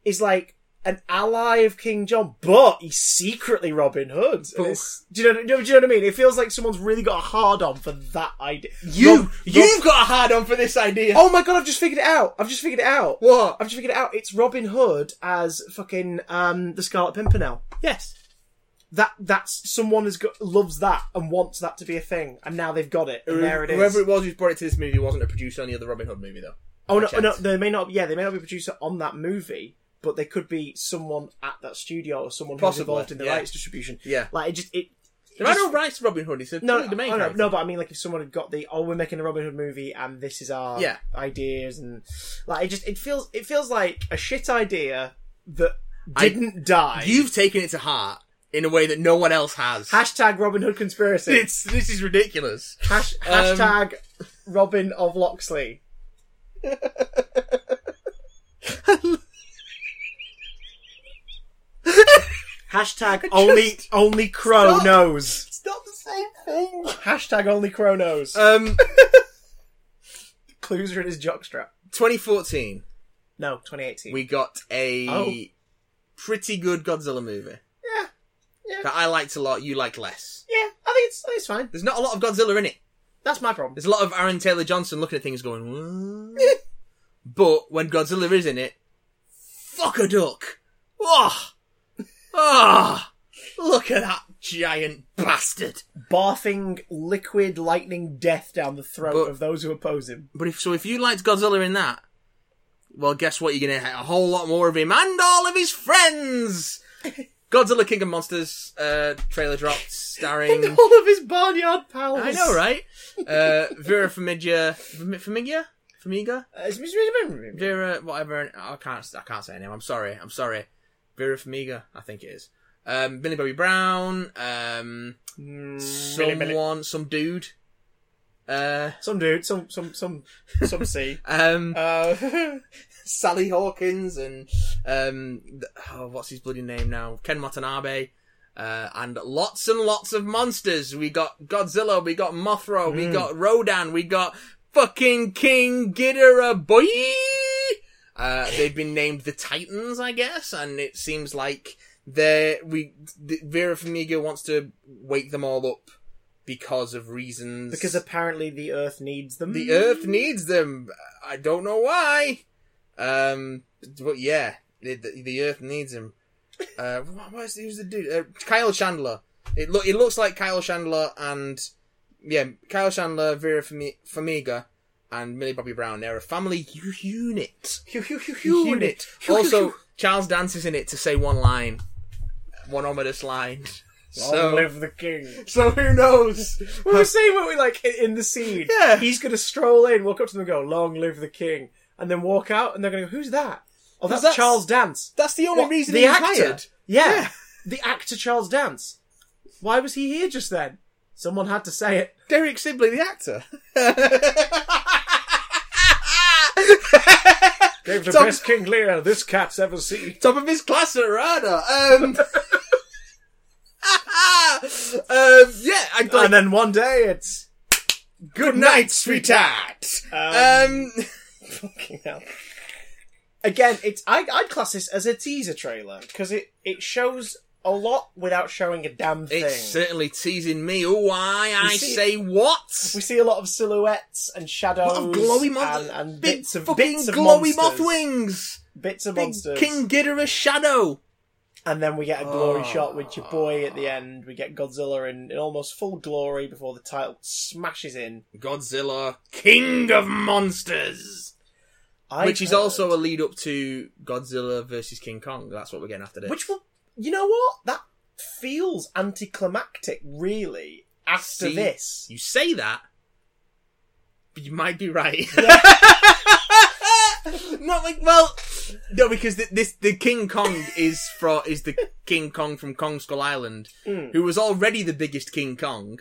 is like an ally of King John, but he's secretly Robin Hood. And
But-
it's- do you know? Do you know what I mean? It feels like someone's really got a hard on for that idea.
You,
Rob-
you've
Rob-
got a hard on for this idea.
oh my god! I've just figured it out. I've just figured it out.
what?
I've just figured it out. It's Robin Hood as fucking um the Scarlet Pimpernel.
Yes.
That that's someone has got loves that and wants that to be a thing, and now they've got it. And there it is.
Whoever it was who's brought it to this movie wasn't a producer on the other Robin Hood movie, though.
Oh
I
no,
checked.
no, they may not. Yeah, they may not be a producer on that movie, but they could be someone at that studio or someone who's
Possibly,
involved in the
yeah.
rights distribution.
Yeah.
like it just it.
There
just-
are no rights to Robin Hood. It's a
no,
no, the main
oh, no,
character.
no, but I mean, like, if someone had got the oh, we're making a Robin Hood movie, and this is our
Yeah.
ideas, and like, it just it feels it feels like a shit idea that
I-
didn't die.
You've taken it to heart in a way that no one else has.
hashtag Robin Hood conspiracy.
<laughs> it's this is ridiculous.
Hash,
Um,
hashtag Robin of Locksley. <laughs> hashtag only only Crow
Stop.
knows.
It's not the same thing.
Hashtag only Crow knows.
Um, <laughs>
Clues are in his jockstrap.
2014,
No, 2018.
we got a
Oh.
pretty good Godzilla movie
yeah, yeah,
that I liked a lot. You liked less.
yeah. I think it's I think it's fine.
There's not a lot of Godzilla in it.
That's my problem.
There's a lot of Aaron Taylor Johnson looking at things going. "What?" but when Godzilla is in it, fuck a duck. Oh, oh, look at that giant bastard.
Barfing liquid lightning death down the throat
But-
of those who oppose him.
But if so, if you liked Godzilla in that, well, guess what? You're gonna get a whole lot more of him and all of his friends. Godzilla King of Monsters uh, trailer dropped, starring
And <laughs> all of his barnyard pals.
I know, right? Uh, Vera Farmiga, Fami- Farmiga, Farmiga,
Uh, it's- it's- it's-
Vera, whatever. I can't, I can't say her name. I'm sorry. I'm sorry. Vera Farmiga, I think it is. Um, Billy Bobby Brown, um,
Mm, Billy,
someone,
Billy.
some dude. Uh,
Some dude, some some some some <laughs> C.
um,
Uh,
Sally Hawkins and um, th- oh, what's his bloody name now? Ken Watanabe. Uh, and lots and lots of monsters. We got Godzilla, we got Mothra, we got Rodan, we got fucking King Ghidorah, boy! Uh, they've been named the Titans, I guess, and it seems like they we th- Vera Farmiga wants to wake them all up because of reasons.
because apparently the Earth needs them.
The Earth needs them. I don't know why. Um, but yeah, the, the, the Earth needs him. Uh, what, what is, who's the dude? Uh, Kyle Chandler. It look it looks like Kyle Chandler and yeah, Kyle Chandler, Vera Fami- Farmiga, and Millie Bobby Brown. They're a family u- unit. Unit. Also, Charles Dance is in it to say one line, one ominous <laughs> line.
so
So,
live the king.
so who knows?
We were saying, weren't we? Like in- in the scene,
Yeah.
He's gonna stroll in, walk up to them, and go, "Long live the king," and then walk out, and they're gonna go, "Who's that?" Oh, that's,
that's-
Charles Dance.
That's the only
What,
reason
the
he's
actor.
hired.
Yeah.
Yeah.
the actor Charles Dance. Why was he here just then? Someone had to say it.
Derek Sibley, the actor.
Gave the
Tom-
best King Lear this cat's ever seen.
Top of his class at RADA. Um,
<laughs>
<laughs> um, yeah, I like,
and then one day it's
good night, sweetheart.
Um,
Um,
Fucking hell. Again, it's I, I'd class this as a teaser trailer because it it shows a lot without showing a damn thing.
it's certainly teasing me. Oh, why I
You see-
say what?
we see a lot of silhouettes and shadows,
Lot of glowy
and,
moth,
and
big
bits of
fucking
bits of monsters,
glowy moth wings,
bits of
big
monsters,
King Ghidorah shadow.
and then we get a glory
Oh.
shot with your boy at the end. We get Godzilla in, in almost full glory before the title smashes in,
Godzilla, King of Monsters,
I've
which is
heard-
also a lead up to Godzilla versus King Kong. That's what we're getting after this.
which will you know what that feels anticlimactic really after
See?
this.
You say that, but you might be right. <laughs> <laughs> Not like well, no, because th this the King Kong is from is the King Kong from Kong Skull Island,
Mm.
who was already the biggest King <laughs> Kong,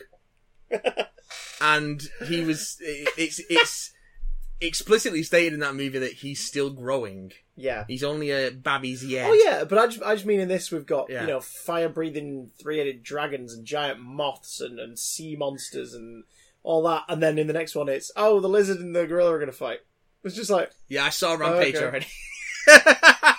and he was i- it's it's explicitly stated in that movie that he's still growing.
Yeah.
He's only a baby's yet.
Oh yeah, but I just, I just mean in this we've got
Yeah.
you know fire breathing three headed dragons and giant moths and, and sea monsters and all that, and then in the next one it's oh the lizard
Oh,
and the gorilla are gonna fight. It's just like
<laughs> Yeah, I saw Rampage
Okay.
already. <laughs>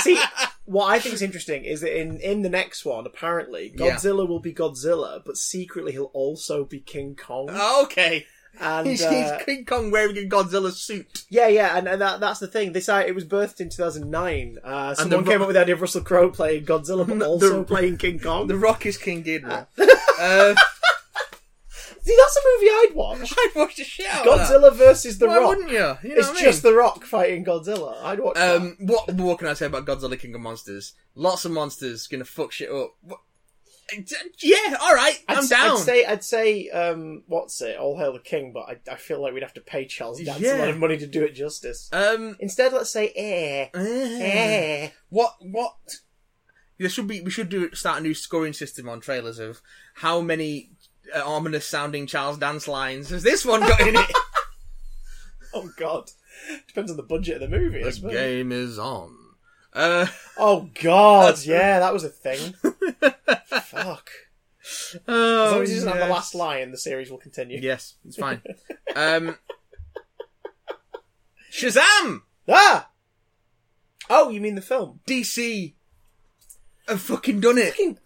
see, what I think is interesting is that in, in the next one, apparently,
Yeah.
Godzilla will be Godzilla, but secretly he'll also be King Kong.
<laughs> okay.
and
Oh, He's,
uh,
he's King Kong wearing a Godzilla suit.
yeah, yeah, and, and that, that's the thing. This uh, it was birthed in 2009. Uh, someone
the-
came up with the idea of Russell Crowe playing Godzilla,
<laughs>
but also playing King Kong.
The Rock is King Ghidorah. <laughs> uh,
See, that's a movie I'd watch.
<laughs> I'd watch the shit out of that.
Godzilla versus The
Why
Rock.
wouldn't you? You know
It's
what I mean?
just The Rock fighting Godzilla. I'd watch that.
Um, what more can I say about Godzilla King of Monsters? Lots of monsters gonna fuck shit up. What- Yeah, all right,
I'd,
I'm
s-
down.
I'd say, I'd say, um, what's it? All hail the king, but I, I feel like we'd have to pay Charles Dance a
Yeah.
lot of money to do it justice.
um,
Instead, let's say, eh,
eh,
eh.
<sighs> what? What? There should be. We should do start a new scoring system on trailers of how many uh, ominous sounding Charles Dance lines has this one got <laughs> in it?
Oh God, depends on the budget of the movie. I
the
suppose.
game is on. Uh,
Oh God,
That's-
yeah, that was a
<laughs>
thing. Fuck. As
oh,
long as he doesn't have the last line, the series will continue.
Yes,
<laughs>
it's fine. um, Shazam!
Ah. Oh, you mean the film?
DC have fucking done it.
Fucking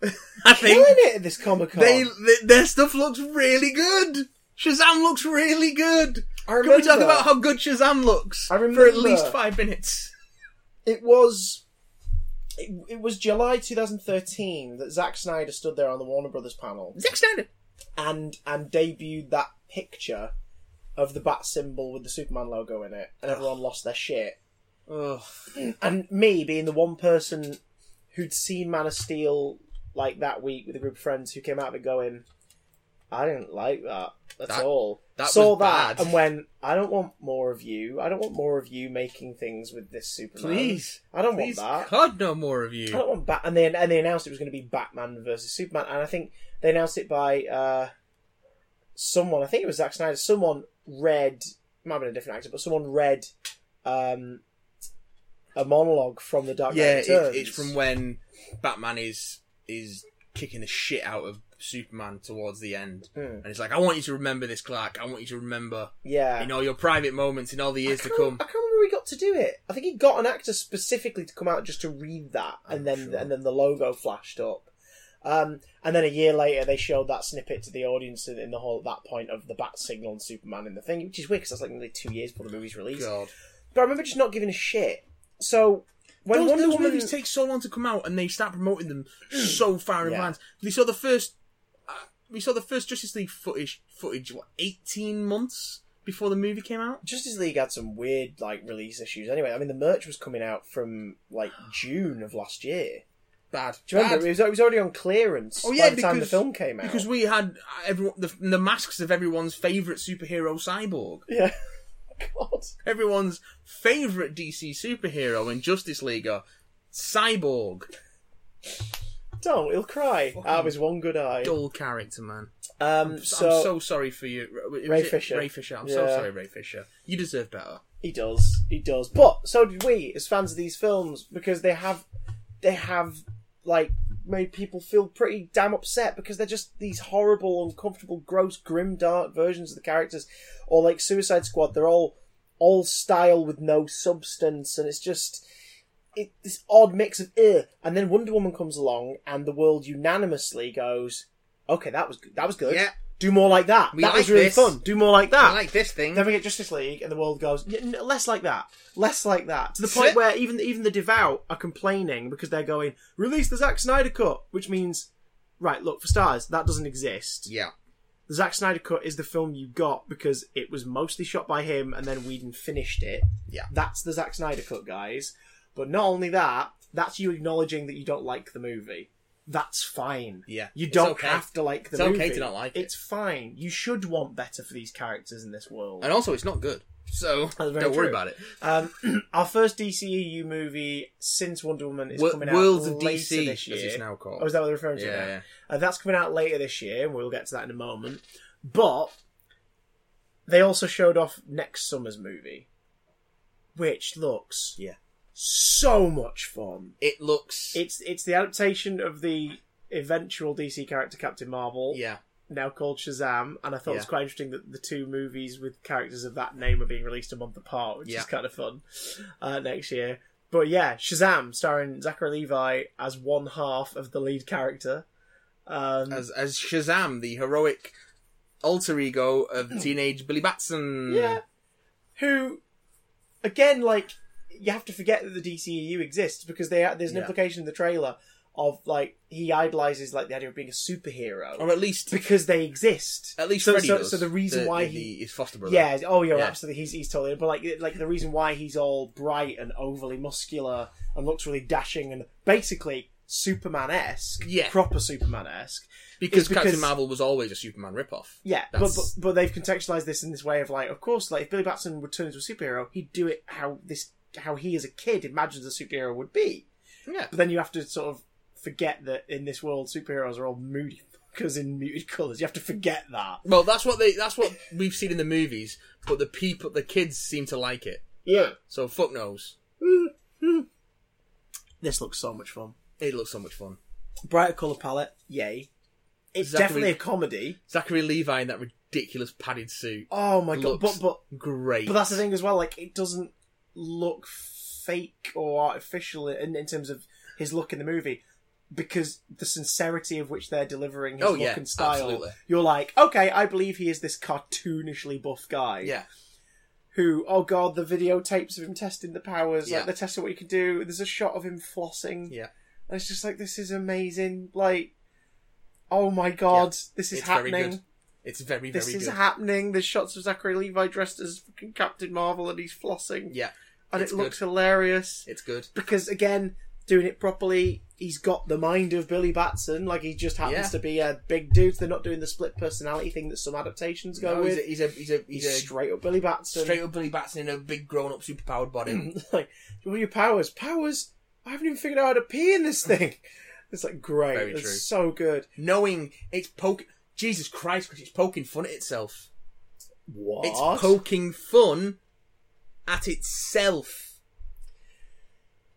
I
killing
think
it at this Comic Con.
they, th their stuff looks really good. Shazam looks really good.
I remember.
Can we talk about how good Shazam looks
I
for at
remember.
least five minutes?
it was it, it was July 2013 that Zack Snyder stood there on the Warner Brothers panel
Zack Snyder.
and and debuted that picture of the bat symbol with the Superman logo in it, and everyone lost their shit.
Ugh.
And me being the one person who'd seen Man of Steel like that week with a group of friends who came out of it going, I didn't like that at
That-
all.
that
Saw
was
that
bad.
and went, I don't want more of you. I don't want more of you making things with this Superman.
Please,
I don't
please,
want that.
God, no more of
I
you.
don't want Bat, and they and they announced it was going to be Batman versus Superman, and I think they announced it by uh, someone. I think it was Zack Snyder. Someone read, might have been a different actor, but someone read um, a monologue from the Dark Knight
Yeah, it,
Returns.
it's from when Batman is is kicking the shit out of Superman towards the end,
Hmm.
and he's like, "I want you to remember this, Clark. I want you to remember
yeah.
in all your private moments, in all the years
I
to
can't-
come."
I can't remember who he got to do it. I think he got an actor specifically to come out just to read that,
I'm
and then
sure.
and then the logo flashed up. Um, and then a year later, they showed that snippet to the audience in, in the hall at that point of the bat signal and Superman in the thing, which is weird because that's like nearly two years before the movie's release.
God.
But I remember just not giving a shit. So when
those,
Wonder
those
Woman,
movies take so long to come out, and they start promoting them so far in
Hmm. Yeah.
advance. We saw the first, uh, we saw the first Justice League footage footage what eighteen months before the movie came out.
Justice League had some weird like release issues. Anyway, I mean the merch was coming out from like June of last year.
Bad.
Do you remember? It was, it was already on clearance
Oh, yeah,
by the time the
because-
film came out.
Because we had uh, everyone the, the masks of everyone's favorite superhero cyborg,
yeah, <laughs> God.
everyone's favorite DC superhero in Justice League are cyborg.
Don't, he'll cry
Fucking
out of his one good eye.
Dull character, man.
Um,
So,
so,
I'm so sorry for you, was
Ray
it
Fisher.
Ray Fisher. I'm so
Yeah.
sorry, Ray Fisher. You deserve better.
he does, he does. But so did we as fans of these films because they have, they have like made people feel pretty damn upset because they're just these horrible, uncomfortable, gross, grim, dark versions of the characters, or like Suicide Squad. They're all all style with no substance, and it's just. It, this odd mix of Ugh. and then Wonder Woman comes along, and the world unanimously goes, "Okay, that was that was good.
Yeah.
Do more like that.
We
that was
like
really
this.
fun. Do more like that."
Ah, like this thing.
Then we get Justice League, and the world goes "Yeah, n- less like that, less like that, to the point where even even the devout are complaining because they're going release the Zack Snyder cut, which means right look for stars that doesn't exist.
Yeah.
The Zack Snyder cut is the film you got because it was mostly shot by him, and then Whedon finished it.
Yeah.
that's the Zack Snyder cut, guys. But not only that, that's you acknowledging that you don't like the movie. That's fine.
Yeah,
you
it's
don't
okay.
have to like the
It's okay
movie.
to not like it.
It's fine. You should want better for these characters in this world.
And also, it's not good. So
That's
don't
very true.
worry about it.
Um, <clears throat> our first DCEU movie since Wonder Woman is
Wo-
coming out
Worlds of
later
DC,
this year.
as it's now called.
Oh, is that what they're referring to?
Yeah,
now?
yeah.
Uh, that's coming out later this year, and we'll get to that in a moment. But they also showed off next summer's movie, which looks
Yeah.
so much fun.
It looks.
It's it's the adaptation of the eventual DC character Captain Marvel,
yeah.
now called Shazam, and I thought it was
Yeah.
quite interesting that the two movies with characters of that name are being released a month apart, which
Yeah.
is kind of fun uh, next year. But yeah, Shazam, starring Zachary Levi as one half of the lead character. Um,
as as Shazam, the heroic alter ego of
<clears throat>
teenage Billy Batson.
yeah. Who, again, like, you have to forget that the DCEU exists because they, there's an
Yeah.
implication in the trailer of, like, he idolizes, like, the idea of being a superhero.
or at least
because they exist.
Oh, at least
so,
Freddy
so,
does,
so the reason why
the,
he
his foster brother.
yeah oh yeah,
Yeah.
absolutely he's he's totally but like like the reason why he's all bright and overly muscular and looks really dashing and basically Superman esque
Yeah.
proper Superman esque
because,
It's because-
Captain Marvel was always a Superman ripoff.
yeah but,
That's-
but but they've contextualized this in this way of like of course like if Billy Batson would turn into a superhero he'd do it how this how he as a kid imagines a superhero would be
Yeah,
but then you have to sort of forget that in this world superheroes are all moody <laughs> because in muted colors you have to forget that
well, that's what they that's what we've seen in the movies, but the people, the kids seem to like it.
yeah
So fuck knows.
this looks so much fun.
It looks so much fun.
brighter color palette, yay! It's
Zachary-
definitely a comedy.
Zachary Levi in that ridiculous padded suit.
Oh my god! But
Looks
but
Great.
but that's the thing as well. Like it doesn't look fake or artificial in, in terms of his look in the movie because the sincerity of which they're delivering his
Oh,
look
yeah,
and style.
absolutely.
You're like, okay, I believe he is this cartoonishly buff guy.
yeah.
Who? Oh god, the videotapes of him testing the powers.
Yeah.
Like they're testing what you can do. There's a shot of him flossing.
Yeah.
And it's just like, this is amazing. Like, oh my god, this is
It's very
happening.
good. It's very very
This
good.
is happening. There's shots of Zachary Levi dressed as fucking Captain Marvel and he's flossing.
yeah,
and
it's
it looks hilarious.
it's good.
Because, again, doing it properly, he's got the mind of Billy Batson. Like, he just happens
Yeah.
to be a big dude. They're not doing the split personality thing that some adaptations go
No,
with.
he's a he's a he's a,
He's
he's a
straight up Billy Batson. <laughs>
straight up Billy Batson in a big grown up superpowered body.
like, what are your powers? Powers? I haven't even figured out how to pee in this thing. <laughs> It's like, great.
Very
It's
true.
so good.
Knowing it's poking Jesus Christ, because it's poking fun at itself.
What?
It's poking fun at itself.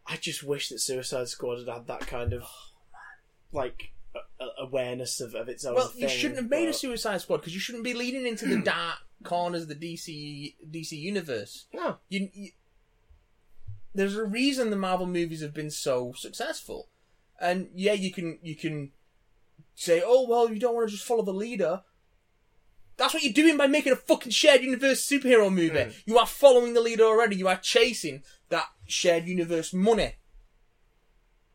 I just wish that Suicide Squad had had that kind of like a- a- awareness of, of its own.
Well, you
thing,
shouldn't have made a
but-
Suicide Squad because you shouldn't be leaning
<clears throat>
into the dark corners of the DC DC universe.
No,
You, you, there's a reason the Marvel movies have been so successful, and yeah, you can you can say, oh well, you don't want to just follow the leader. That's what you're doing by making a fucking shared universe superhero movie. You are following the leader already. You are chasing that shared universe money.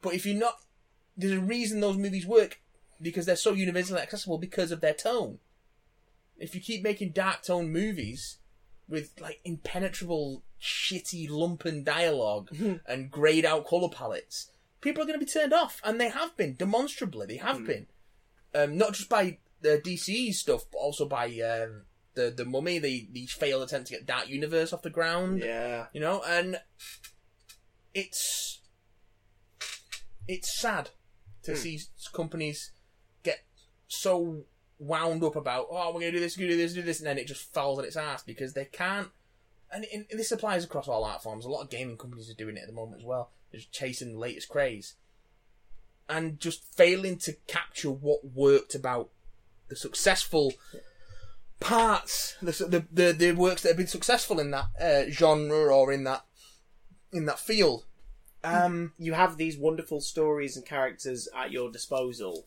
But if you're not, there's a reason those movies work because they're so universally accessible because of their tone. If you keep making dark tone movies with like impenetrable, shitty, lumpen dialogue and greyed out color palettes, people are going to be turned off, and they have been demonstrably. They have been, um, not just by the DCE stuff, but also by um, the the Mummy, the the failed attempt to get Dark Universe off the ground
yeah,
you know and it's it's sad to see s- companies get so wound up about oh we're gonna do this we're gonna do this do this and then it just falls on its ass because they can't and, and this applies across all art forms a lot of gaming companies are doing it at the moment as well they're just chasing the latest craze and just failing to capture what worked about the successful parts, the the the, the works that have been successful in that uh, genre or in that in that field. Um,
you have these wonderful stories and characters at your disposal,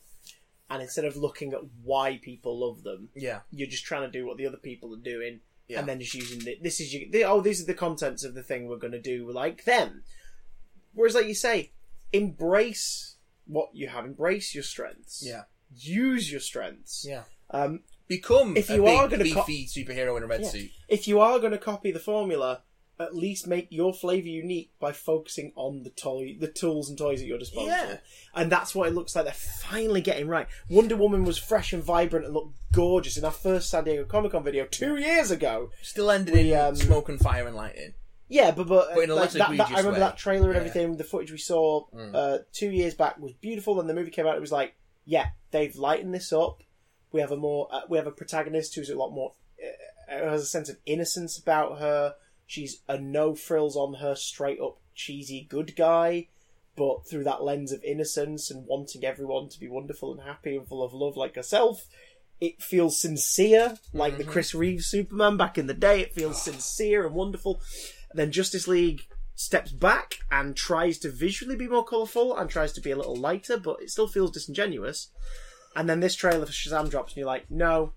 and instead of looking at why people love them,
yeah,
you're just trying to do what the other people are doing,
Yeah.
and then just using the, this is you. The, oh, these are the contents of the thing we're going to do like them. Whereas, like you say, embrace what you have, embrace your strengths,
yeah,
use your strengths.
yeah.
Um,
Become
If
a
you are
big,
gonna co-
beefy superhero in a red
Yeah.
suit.
if you are going to copy the formula, at least make your flavor unique by focusing on the toy, the tools and toys at your disposal.
Yeah.
And that's what it looks like they're finally getting right. Wonder Woman was fresh and vibrant and looked gorgeous in our first San Diego Comic Con video two years ago.
Still ended
We,
in
um,
smoke and fire and lightning.
Yeah, but but, uh,
But in a
like,
less
that, that- I
egregious
remember
way.
that trailer and
Yeah. Mm.
everything. The footage we saw uh, two years back was beautiful. Then the movie came out. It was like, yeah, they've lightened this up. We have a more uh, we have a protagonist who's a lot more uh, has a sense of innocence about her. She's a no frills on her straight up cheesy good guy, but through that lens of innocence and wanting everyone to be wonderful and happy and full of love like herself. It feels sincere, like
Mm-hmm.
the Chris Reeves Superman back in the day. It feels sincere and wonderful. And then Justice League steps back and tries to visually be more colourful and tries to be a little lighter, but it still feels disingenuous. And then this trailer for Shazam drops, and you're like, no,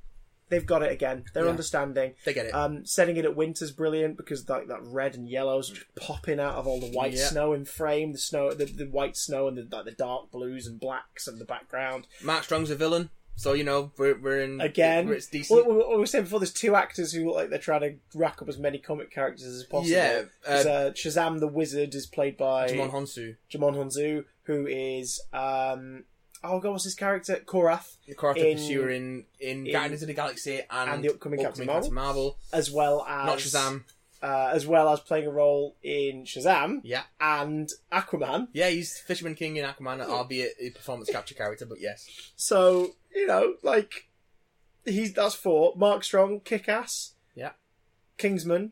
they've got it again. They're
Yeah.
understanding.
They get it.
Um, setting it at winter's brilliant because like that red and yellow's just popping out of all the white
Yeah.
snow in frame, the snow, the, the white snow, and the like the dark blues and blacks of the background.
Mark Strong's a villain, so you know we're we're in
Again,
We're, it's decent.
What, what we were saying before, there's two actors who look like they're trying to rack up as many comic characters as possible.
Yeah,
'Cause, uh, Shazam the Wizard is played by
Jamon Honsu,
Jamon Hunzu, who is um oh god, what's his character? Korath,
the character
In-
pursuer in in Guardians of the Galaxy and,
and the upcoming Captain Marvel.
Marvel.
as well as
Not Shazam.
uh, as well as playing a role in Shazam
Yeah,
and Aquaman.
yeah, he's Fisherman King in Aquaman, albeit a performance capture character, but yes,
So you know, like he's that's four. Mark Strong, Kick Ass,
Yeah.
Kingsman,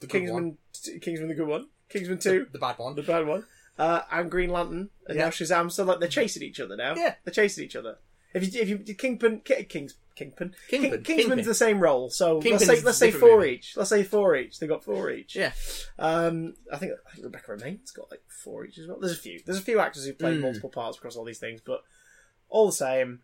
the good one,
Kingsman, t- Kingsman the good one, Kingsman
the,
two,
the bad one.
the bad one, uh, and Green Lantern, and
Yeah.
now Shazam. So like they're chasing each other now.
Yeah.
they're chasing each other. If you if you Kingpin, Ki- Kings. Kingpin.
Kingpin,
King- Kingsman's
Kingpin.
the same role, so
Kingpin's
let's
a
say let's say
different
four
movie.
each. Let's say four each. They got four each.
Yeah,
Um, I think, I think Rebecca Remain's got like four each as well. There's a few. There's a few actors who've played
Mm.
multiple parts across all these things, but all the same,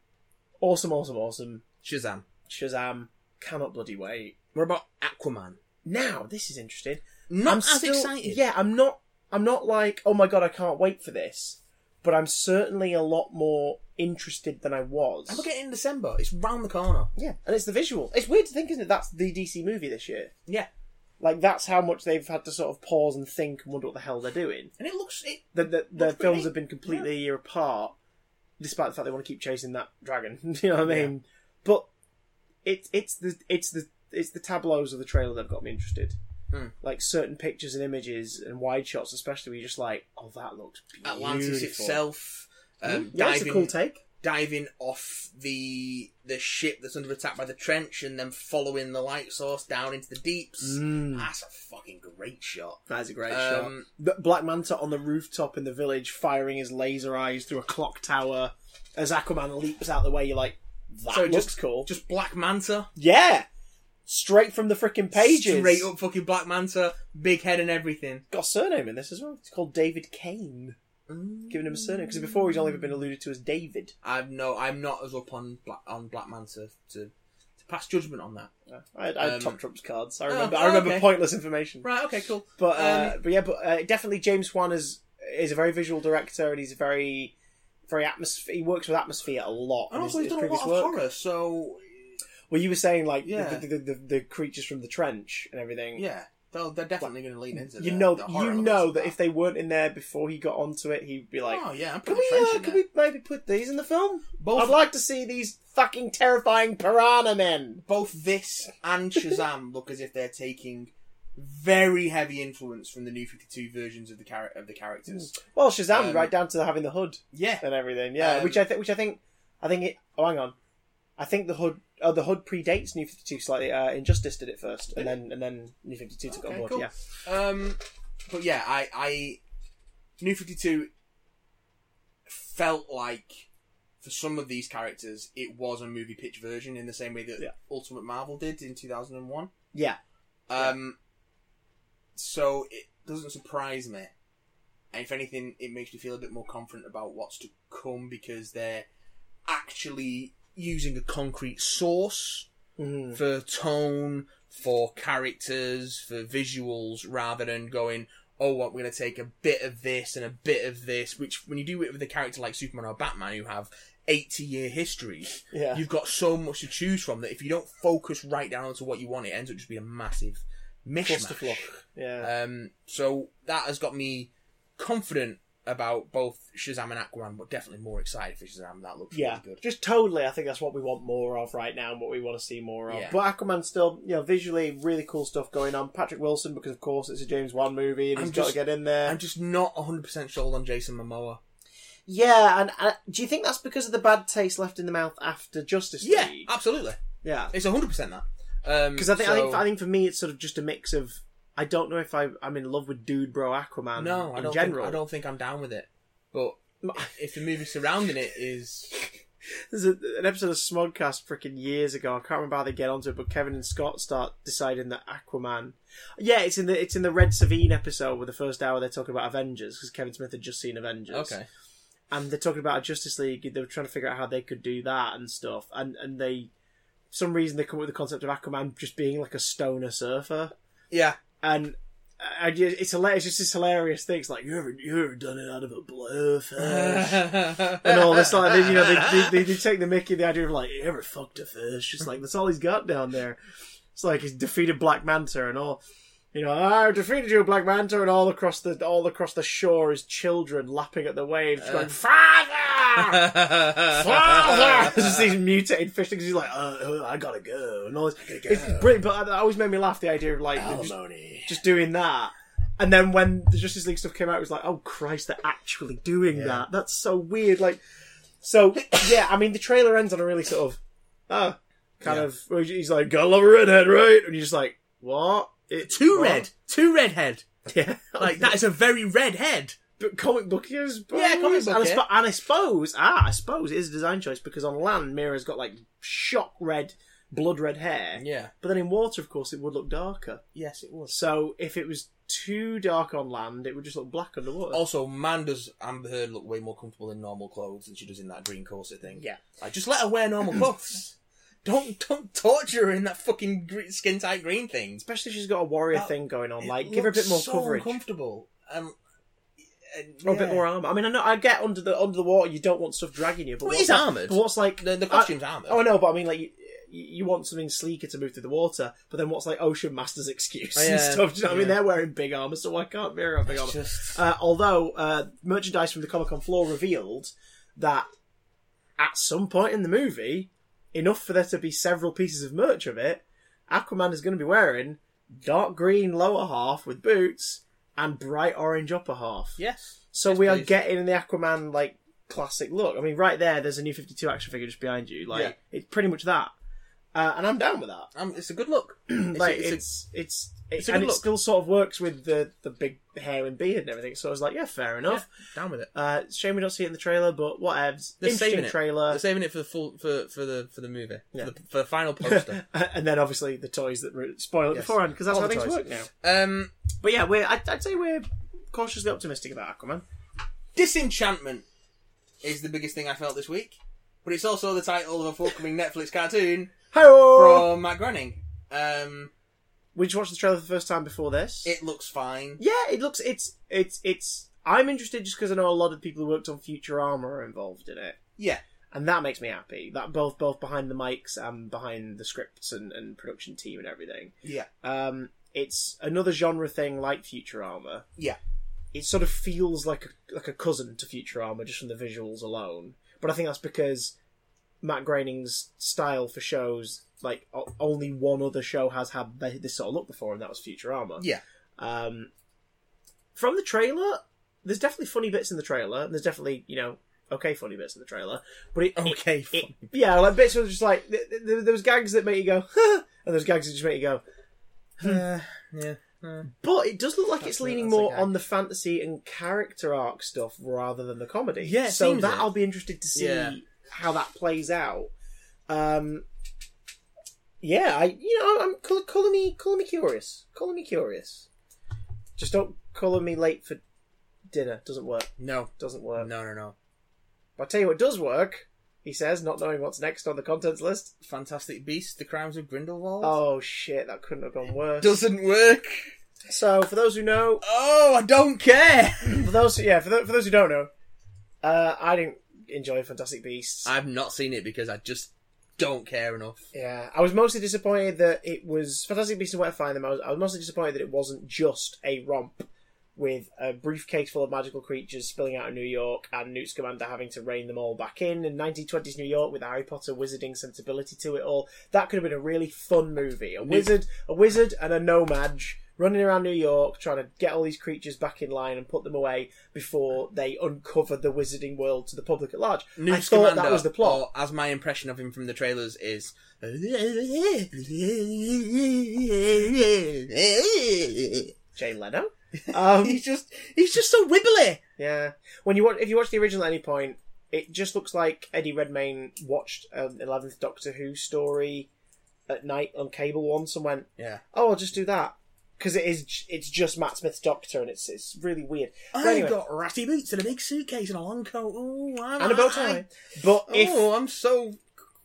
awesome, awesome, awesome.
Shazam.
Shazam cannot bloody wait.
What about Aquaman?
Now this is interesting.
Not
I'm
as
still,
excited.
Yeah, I'm not. I'm not like oh my god, I can't wait for this. But I'm certainly a lot more interested than I was.
And we're getting in December. It's round the corner.
Yeah, and it's the visual. It's weird to think, isn't it? That's the DC movie this year.
Yeah,
Like that's how much they've had to sort of pause and think and wonder what the hell they're doing.
and it looks it.
the, the, the
Looks pretty
films
neat.
have been completely a year apart, despite the fact they want to keep chasing that dragon. <laughs> you know what I mean? But it's it's the it's the it's the tableaus of the trailer that have got me interested.
Hmm.
Like certain pictures and images and wide shots, especially, where you're just like, oh, that looks beautiful. Hmm?
Atlantis itself. Um,
yeah, it's
diving,
a cool take.
diving off the the ship that's under attack by the trench, and then following the light source down into the deeps. That's a fucking great shot.
That is a great
Um,
shot. The Black Manta on the rooftop in the village, firing his laser eyes through a clock tower as Aquaman leaps out the way. You're like, that
So
looks
just-
cool.
Just Black Manta,
Yeah. Straight from the freaking pages.
straight up fucking Black Manta, big head and everything.
Got a surname in this as well. It's called David Kane.
Mm.
Giving him a surname because before he's only ever been alluded to as David.
I'm no, I'm not as up on Black, on Black Manta to to pass judgment on that.
I had, I had
Um,
Top Trump's cards. I remember.
oh,
I remember
okay.
pointless information.
Right, um, okay, cool.
But uh, but yeah, but uh, definitely James Wan is is a very visual director and he's a very very atmosphere. He works with atmosphere a lot. in
and
his-
also Oh,
his
he's done a
previous
lot of
work.
horror, so
Well, you were saying like
Yeah.
the, the, the, the, the creatures from the trench and everything.
yeah, they'll, they're definitely going to lean into.
You
the-
know
the
that
horror
you
elements
know
of
that if they weren't in there before he got onto it, he'd be like,
oh yeah, I'm
Can
putting
we,
a trench
uh,
in
can
there.
we maybe put these in the film?
Both-
I'd like to see these fucking terrifying piranha men.
both this and Shazam look as if they're taking very heavy influence from the new 52 versions of the char- of the characters.
Well, Shazam,
Um,
right down to having the hood
Yeah.
and everything. Yeah,
Um,
which I think, which I think, I think it. Oh, hang on. I think the hood, oh, the hood predates New Fifty Two slightly. Uh, Injustice did it first, and then and then New Fifty Two took it on
Okay,
board.
cool.
Yeah,
Um but yeah, I I New 52 felt like for some of these characters it was a movie pitch version in the same way that
Yeah.
Ultimate Marvel did in 2001.
yeah.
Um so it doesn't surprise me. And if anything, it makes me feel a bit more confident about what's to come because they're actually using a concrete source
Mhm.
for tone, for characters, for visuals, rather than going, oh, what, we're going to take a bit of this and a bit of this, which when you do it with a character like Superman or Batman who have 80 year histories,
Yeah.
you've got so much to choose from that if you don't focus right down onto what you want, it ends up just being a massive mishmash.
Clusterfuck. Yeah.
Um, so that has got me confident about both Shazam and Aquaman, but definitely more excited for Shazam. That looks
yeah,
really good.
just totally. I think that's what we want more of right now, and what we want to see more of.
Yeah.
But Aquaman still, you know, visually really cool stuff going on. Patrick Wilson, because of course it's a James Wan movie, and
I'm
he's got to
just-
get in there.
I'm just not 100% sold on Jason Momoa.
Yeah, and uh, do you think that's because of the bad taste left in the mouth after Justice
Yeah,
League?
absolutely.
Yeah,
It's 100% that. Um, Because
because I think I think I think for me it's sort of just a mix of I don't know if I I'm in love with dude bro Aquaman.
no,
in
I don't, think,
general.
I don't think I'm down with it. But if the movie surrounding it is
There's a, an episode of Smodcast freaking years ago. I can't remember how they get onto it, but Kevin and Scott start deciding that Aquaman. Yeah, it's in the it's in the Red Savine episode where the first hour they're talking about Avengers because Kevin Smith had just seen Avengers.
Okay.
and they're talking about a Justice League. They were trying to figure out how they could do that and stuff. And and they, for some reason, they come up with the concept of Aquaman just being like a stoner surfer.
Yeah.
And uh, I ju- it's hilarious. It's just this hilarious thing. It's like you ever you ever done it out of a blowfish <laughs> and all this like they, you know
<laughs>
they, they, they, they take the Mickey the idea of like you ever fucked a fish. It's like that's all he's got down there. It's like he's defeated Black Manta and all. You know, I've defeated you, Black Manta, and all across the all across the shore is children lapping at the waves, going, "Father,
<laughs>
Father! <laughs> It's just these mutated fish because he's like, uh, uh, I gotta go, and all this. It's brilliant, but that always made me laugh. The idea of like
Oh,
them just,
Alimony.
just doing that, and then when the Justice League stuff came out, it was like, oh Christ, they're actually doing that. That's so weird. Like, so yeah, I mean, the trailer ends on a really sort of, uh, kind
Yeah.
of. where He's like, gotta love a redhead, right? And you're just like, what? It,
Too
what?
red. Too redhead.
<laughs> Yeah,
<laughs> Like that is a very red head.
But comic book is,
Yeah, comic book,
and, I
yeah.
spo- and I suppose, ah, I suppose it is a design choice because on land, Mira's got like shock red, blood red hair.
Yeah.
But then in water, of course, it would look darker.
Yes, it was.
So if it was too dark on land, it would just look black underwater.
Also, man does Amber Heard look way more comfortable in normal clothes than she does in that green corset thing.
Yeah.
Like, just let her wear
<clears throat>
normal clothes. Don't don't torture her in that fucking gre skin tight green thing.
Especially if she's got a warrior
That-
thing going on.
It
Like, give her a bit
looks
more
so
coverage.
Uncomfortable. Um, and-
Or a bit
yeah.
more armor. I mean, I know I get under the under the water. You don't want stuff dragging you, but
Well,
what's
it's
like-
armored.
But what's like
The, the
I-
costume's armored.
Oh no, but I mean, like you, you want something sleeker to move through the water, but then what's like Ocean Master's <laughs> excuse
Yeah,
and stuff? Do you know what I mean?
yeah.
They're wearing big armor, so why can't Mira have big
It's
armor?
just
Uh, although uh, merchandise from the Comic Con floor revealed that at some point in the movie, enough for there to be several pieces of merch of it, Aquaman is going to be wearing dark green lower half with boots and bright orange upper half.
yes.
So
Yes,
we are
please.
getting the Aquaman like classic look. I mean, right there, there's a new 52 action figure just behind you. Like
Yeah.
it's pretty much that, uh, and I'm down with that.
Um, it's a
<clears throat>
good look. It's a-
like
it's a-
it's, it's it's
a
and
good
it
look.
still sort of works with the the big hair and beard and everything. So I was like, yeah, fair
yeah,
enough.
down with it.
Uh, it's a shame we don't see it in the trailer, but whatevs.
They're saving
Interesting
it.
trailer.
They're saving it for the full for for the for the movie
Yeah.
for, the, for the
<laughs>
final poster.
and then obviously the toys that were spoiled
Yes.
beforehand because that's
All
how
the
things
toys.
work now.
um,
But yeah, we're I'd, I'd say we're cautiously optimistic about Aquaman.
Disenchantment is the biggest thing I felt this week, but it's also the title of a forthcoming
<laughs>
Netflix cartoon
Hello.
from Matt Groening. Um,
We just watched the trailer for the first time before this.
it looks fine.
Yeah, it looks it's it's it's. I'm interested just because I know a lot of people who worked on Futurama are involved in it,
Yeah,
and that makes me happy. That both both behind the mics and behind the scripts and, and production team and everything.
yeah,
Um, it's another genre thing like Futurama.
yeah.
It sort of feels like a, like a cousin to Futurama just from the visuals alone. But I think that's because Matt Groening's style for shows, like o- only one other show has had th- this sort of look before, and that was Futurama.
Yeah.
Um, from the trailer, there's definitely funny bits in the trailer. And there's definitely you know okay funny bits in the trailer, but it, it-
Okay,
it-
<laughs> fine.
yeah, like bits were just like th- th- th- there was gags that make you go, <laughs> and there's gags that just make you go.
Uh, yeah. uh.
But it does look like it's
That's a-
leaning
that's a
more
gag.
on the fantasy and character arc stuff rather than the comedy.
Yeah, it
so
seems
that
it.
I'll be interested to see
Yeah.
how that plays out. Um, yeah, I you know I'm call, calling me calling me curious, calling me curious. Just don't call me late for dinner. Doesn't work.
No,
Doesn't work.
no, no, no.
But I tell you what does work. He says, not knowing what's next on the contents list.
Fantastic Beasts: The Crimes of Grindelwald
Oh shit, that couldn't have gone worse.
doesn't work.
So for those who know,
Oh, I don't care.
for those yeah for, tho- for those who don't know uh, i didn't enjoy fantastic beasts
I've not seen it because I just don't care enough.
yeah i was mostly disappointed that it was fantastic beasts and where to find them I was, I was mostly disappointed that it wasn't just a romp with a briefcase full of magical creatures spilling out of New York and Newt Scamander having to rein them all back in in 1920s New York with a Harry Potter wizarding sensibility to it all. That could have been a really fun movie. A wizard, a wizard and a nomad running around New York trying to get all these creatures back in line and put them away before they uncover the wizarding world to the public at large. I
Newt
thought that
Scamander, Oh.
was the plot.
or as my impression of him from the trailers is. he's
Jay Leno?
<laughs>
Um,
just he's just so wibbly.
Yeah. When you watch, if you watch the original at any point, It just looks like Eddie Redmayne watched an Eleventh Doctor Who story at night on cable once and went,
Yeah.
"Oh, I'll just do that." Because it is, j- it's just Matt Smith's Doctor, and it's it's really weird. But anyway,
got ratty boots and a big suitcase and a long coat. Ooh, I'm
and about
high.
time. But if
oh, I'm so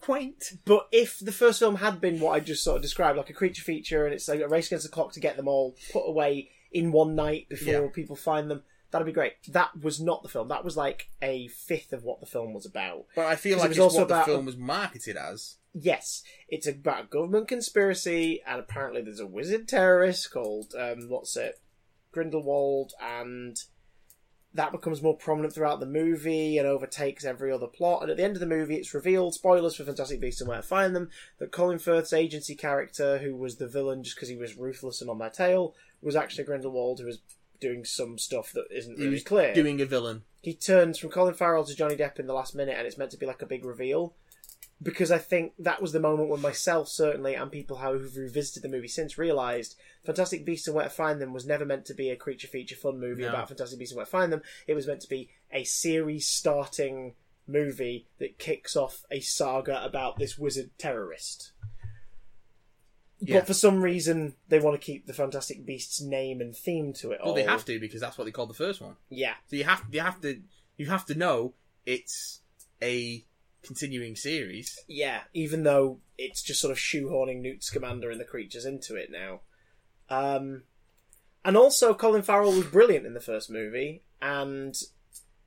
quaint.
But if the first film had been what I just sort of described, like a creature feature, and it's like a race against the clock to get them all put away in one night before
Yeah.
people find them, that'd be great. That was not the film. That was like a fifth of what the film was about.
But I feel
'Cause it
like
was
it's
also
what the
about-
film was marketed as.
Yes, it's about a government conspiracy, and apparently there's a wizard terrorist called um, what's it, Grindelwald, and that becomes more prominent throughout the movie and overtakes every other plot. And at the end of the movie, it's revealed spoilers for Fantastic Beasts and Where to Find Them that Colin Firth's agency character, who was the villain just because he was ruthless and on their tail, was actually Grindelwald, who was doing some stuff that isn't
He
really
was
clear
uh, Doing a villain.
he turns from Colin Farrell to Johnny Depp in the last minute, and it's meant to be like a big reveal. Because I think that was the moment when myself, certainly, and people who've revisited the movie since realised Fantastic Beasts and Where to Find Them was never meant to be a creature feature fun movie
No.
about Fantastic Beasts and Where to Find Them. It was meant to be a series starting movie that kicks off a saga about this wizard terrorist.
Yeah.
But for some reason, they want to keep the Fantastic Beasts name and theme to it
Well,
all.
they have to because that's what they called the first one.
Yeah.
So you have you have to you have to know it's a continuing series.
Yeah, even though it's just sort of shoehorning Newt Scamander and the creatures into it now. Um, and also, Colin Farrell was brilliant in the first movie, and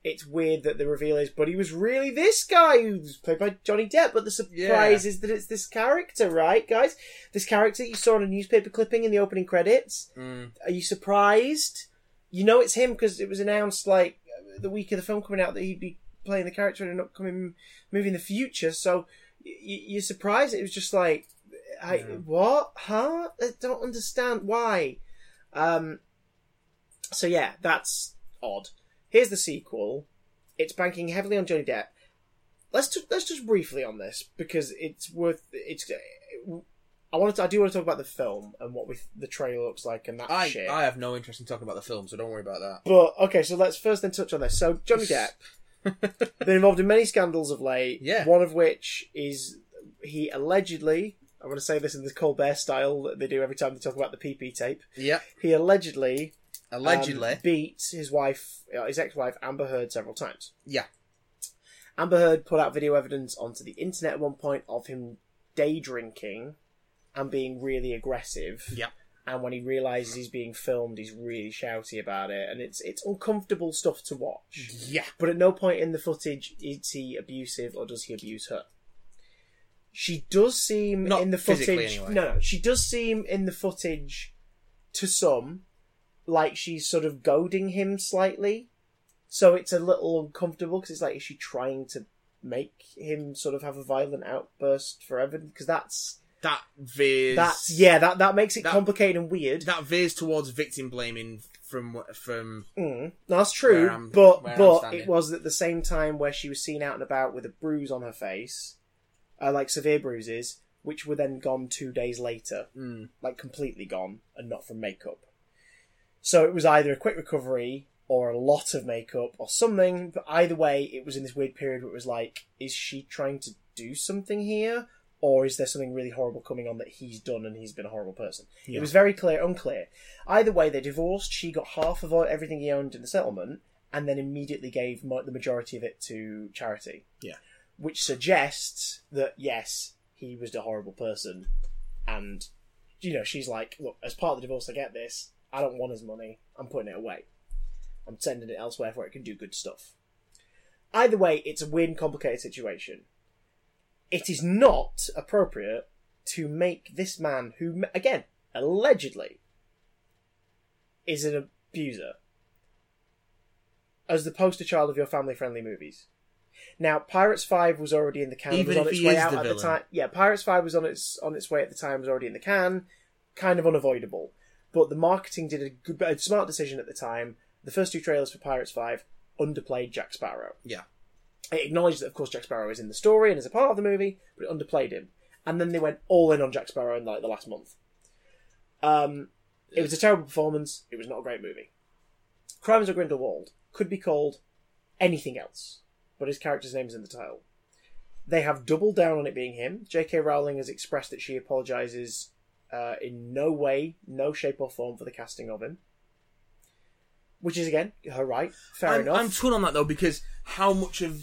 it's weird that the reveal is, but he was really this guy who's played by Johnny Depp. But the surprise is that it's this character, right, guys? This character you saw in a newspaper clipping in the opening credits.
Mm.
Are you surprised? You know it's him because it was announced like the week of the film coming out that he'd be playing the character in an upcoming movie in the future. So y- y- you're surprised? It was just like, I
Yeah.
what? Huh? I don't understand why. Um. So yeah, that's odd. Here's the sequel. It's banking heavily on Johnny Depp. Let's ju- let's just briefly on this because it's worth it's. I wanted to, I do want to talk about the film and what we, the trailer looks like and that
I
shit.
I have no interest in talking about the film, so don't worry about that.
But okay, so let's first then touch on this. So Johnny Depp
<laughs>
been involved in many scandals of late.
Yeah.
One of which is he allegedly. I want to say this in the Colbert style that they do every time they talk about the PP tape.
Yeah,
He allegedly um,
allegedly.
beat his wife, uh, his ex-wife Amber Heard several times.
yeah,
Amber Heard put out video evidence onto the internet at one point of him day drinking and being really aggressive.
yeah.
And when he realizes he's being filmed, he's really shouty about it, and it's it's uncomfortable stuff to watch.
Yeah.
But at no point in the footage is he abusive or does he abuse her. She does seem
Not
in the footage.
physically, anyway.
No, no, she does seem in the footage to some like she's sort of goading him slightly. So it's a little uncomfortable because it's like is she trying to make him sort of have a violent outburst forever? Because that's
That veers.
that's yeah that that makes it
that-
complicated and weird.
That veers towards victim blaming from from
Mm, that's true,
Where I'm-
but
where I'm
but
standing.
it was at the same time where she was seen out and about with a bruise on her face, uh, like severe bruises, which were then gone two days later,
mm,
like completely gone and not from makeup. So it was either a quick recovery or a lot of makeup or something. But either way, it was in this weird period where it was like, is she trying to do something here, or is there something really horrible coming on that he's done and he's been a horrible person?
Yeah.
It was very clear, unclear. Either way, they divorced. She got half of all- everything he owned in the settlement, and then immediately gave mo- the majority of it to charity.
Yeah.
which suggests that yes, he was a horrible person, and you know she's like, look, as part of the divorce, I get this. I don't want his money. I'm putting it away. I'm sending it elsewhere where it can do good stuff. Either way, it's a weird and complicated situation. It is not appropriate to make this man, who, again, allegedly is an abuser, as the poster child of your family friendly movies. Now, Pirates 5 was already in the can,
Even
was on
if
its
he
way
is
out
the
at the
villain.
time. Yeah, Pirates 5 was on its on its way at the time, was already in the can, kind of unavoidable. But the marketing did a, good, a smart decision at the time. The first two trailers for Pirates 5 underplayed Jack Sparrow
yeah.
it acknowledged that of course Jack Sparrow is in the story and is a part of the movie, but it underplayed him. And then they went all in on Jack Sparrow in like the last month. Um, it was a terrible performance. It was not a great movie. Crimes of Grindelwald could be called anything else. but his character's name's in the title. They have doubled down on it being him. J.K. Rowling has expressed that she apologizes uh, in no way, no shape or form for the casting of him, which is again her right. Fair
I'm,
enough.
I'm torn on that though because how much of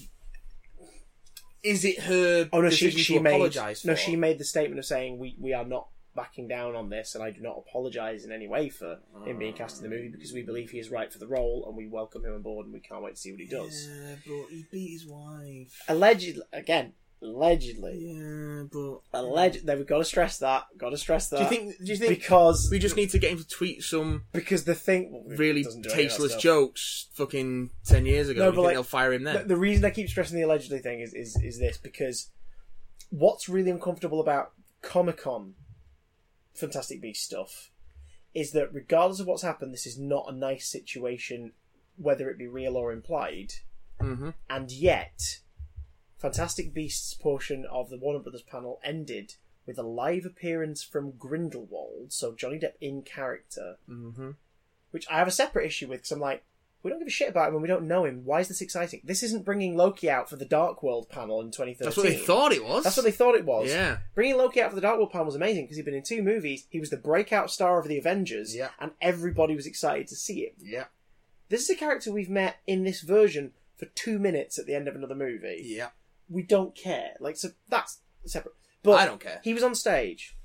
is it her?
oh no, she,
decision
she
to
made
apologize.
no,
for?
she made the statement of saying we we are not backing down on this, and I do not apologize in any way for him being cast in the movie because we believe he is right for the role, and we welcome him on board, and we can't wait to see what he does.
Yeah, but he beat his wife.
Allegedly, again, allegedly,
Yeah, but
alleged. Then we've got to stress that. Got to stress that.
Do you think? Do you think
because
we just need to get him to tweet some
because the thing
really
doesn't do any of that
tasteless
stuff.
jokes? Fucking ten years ago,
No,
no,
but
think
like-
they'll fire him then.
The, the reason I keep stressing the allegedly thing is is is this because what's really uncomfortable about Comic Con, Fantastic Beast stuff, is that regardless of what's happened, this is not a nice situation, whether it be real or implied,
hmm
and yet. Fantastic Beasts portion of the Warner Brothers panel ended with a live appearance from Grindelwald, so Johnny Depp in character,
hmm
which I have a separate issue with because I'm like, we don't give a shit about him and we don't know him. Why is this exciting? This isn't bringing Loki out for the Dark World panel in 2013.
That's what they thought it was.
That's what they thought it was.
Yeah.
Bringing Loki out for the Dark World panel was amazing because he'd been in two movies. He was the breakout star of the Avengers,
Yeah.
and everybody was excited to see him.
Yeah.
This is a character we've met in this version for two minutes at the end of another movie.
Yeah.
We don't care. Like, so that's separate. But
I don't care.
he was on stage.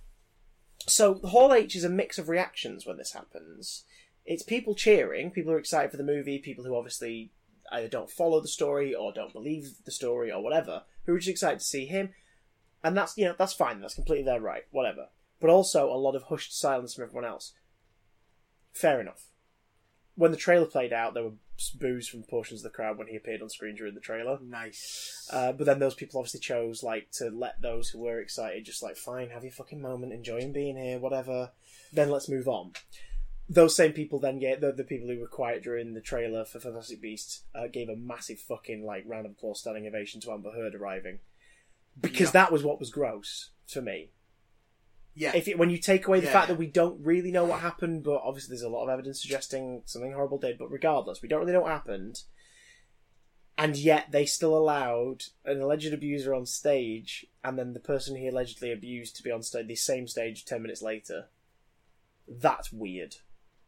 So Hall H is a mix of reactions when this happens. It's people cheering, people who are excited for the movie, people who obviously either don't follow the story or don't believe the story or whatever, who are just excited to see him. And that's you know, that's fine, that's completely their right, whatever. But also a lot of hushed silence from everyone else. Fair enough. When the trailer played out, there were boos from portions of the crowd when he appeared on screen during the trailer.
Nice.
Uh, but then those people obviously chose like to let those who were excited just like fine, have your fucking moment, enjoy him being here, whatever. Then let's move on. Those same people then get the, the people who were quiet during the trailer for Fantastic Beasts uh, gave a massive fucking like round of applause, standing ovation to Amber Heard arriving because
Yeah.
that was what was gross for me.
yeah.
If it, when you take away the
Yeah,
fact
yeah.
that we don't really know what happened, but obviously there's a lot of evidence suggesting something horrible did, but regardless, we don't really know what happened. And yet they still allowed an alleged abuser on stage, and then the person he allegedly abused to be on stage the same stage ten minutes later. That's weird.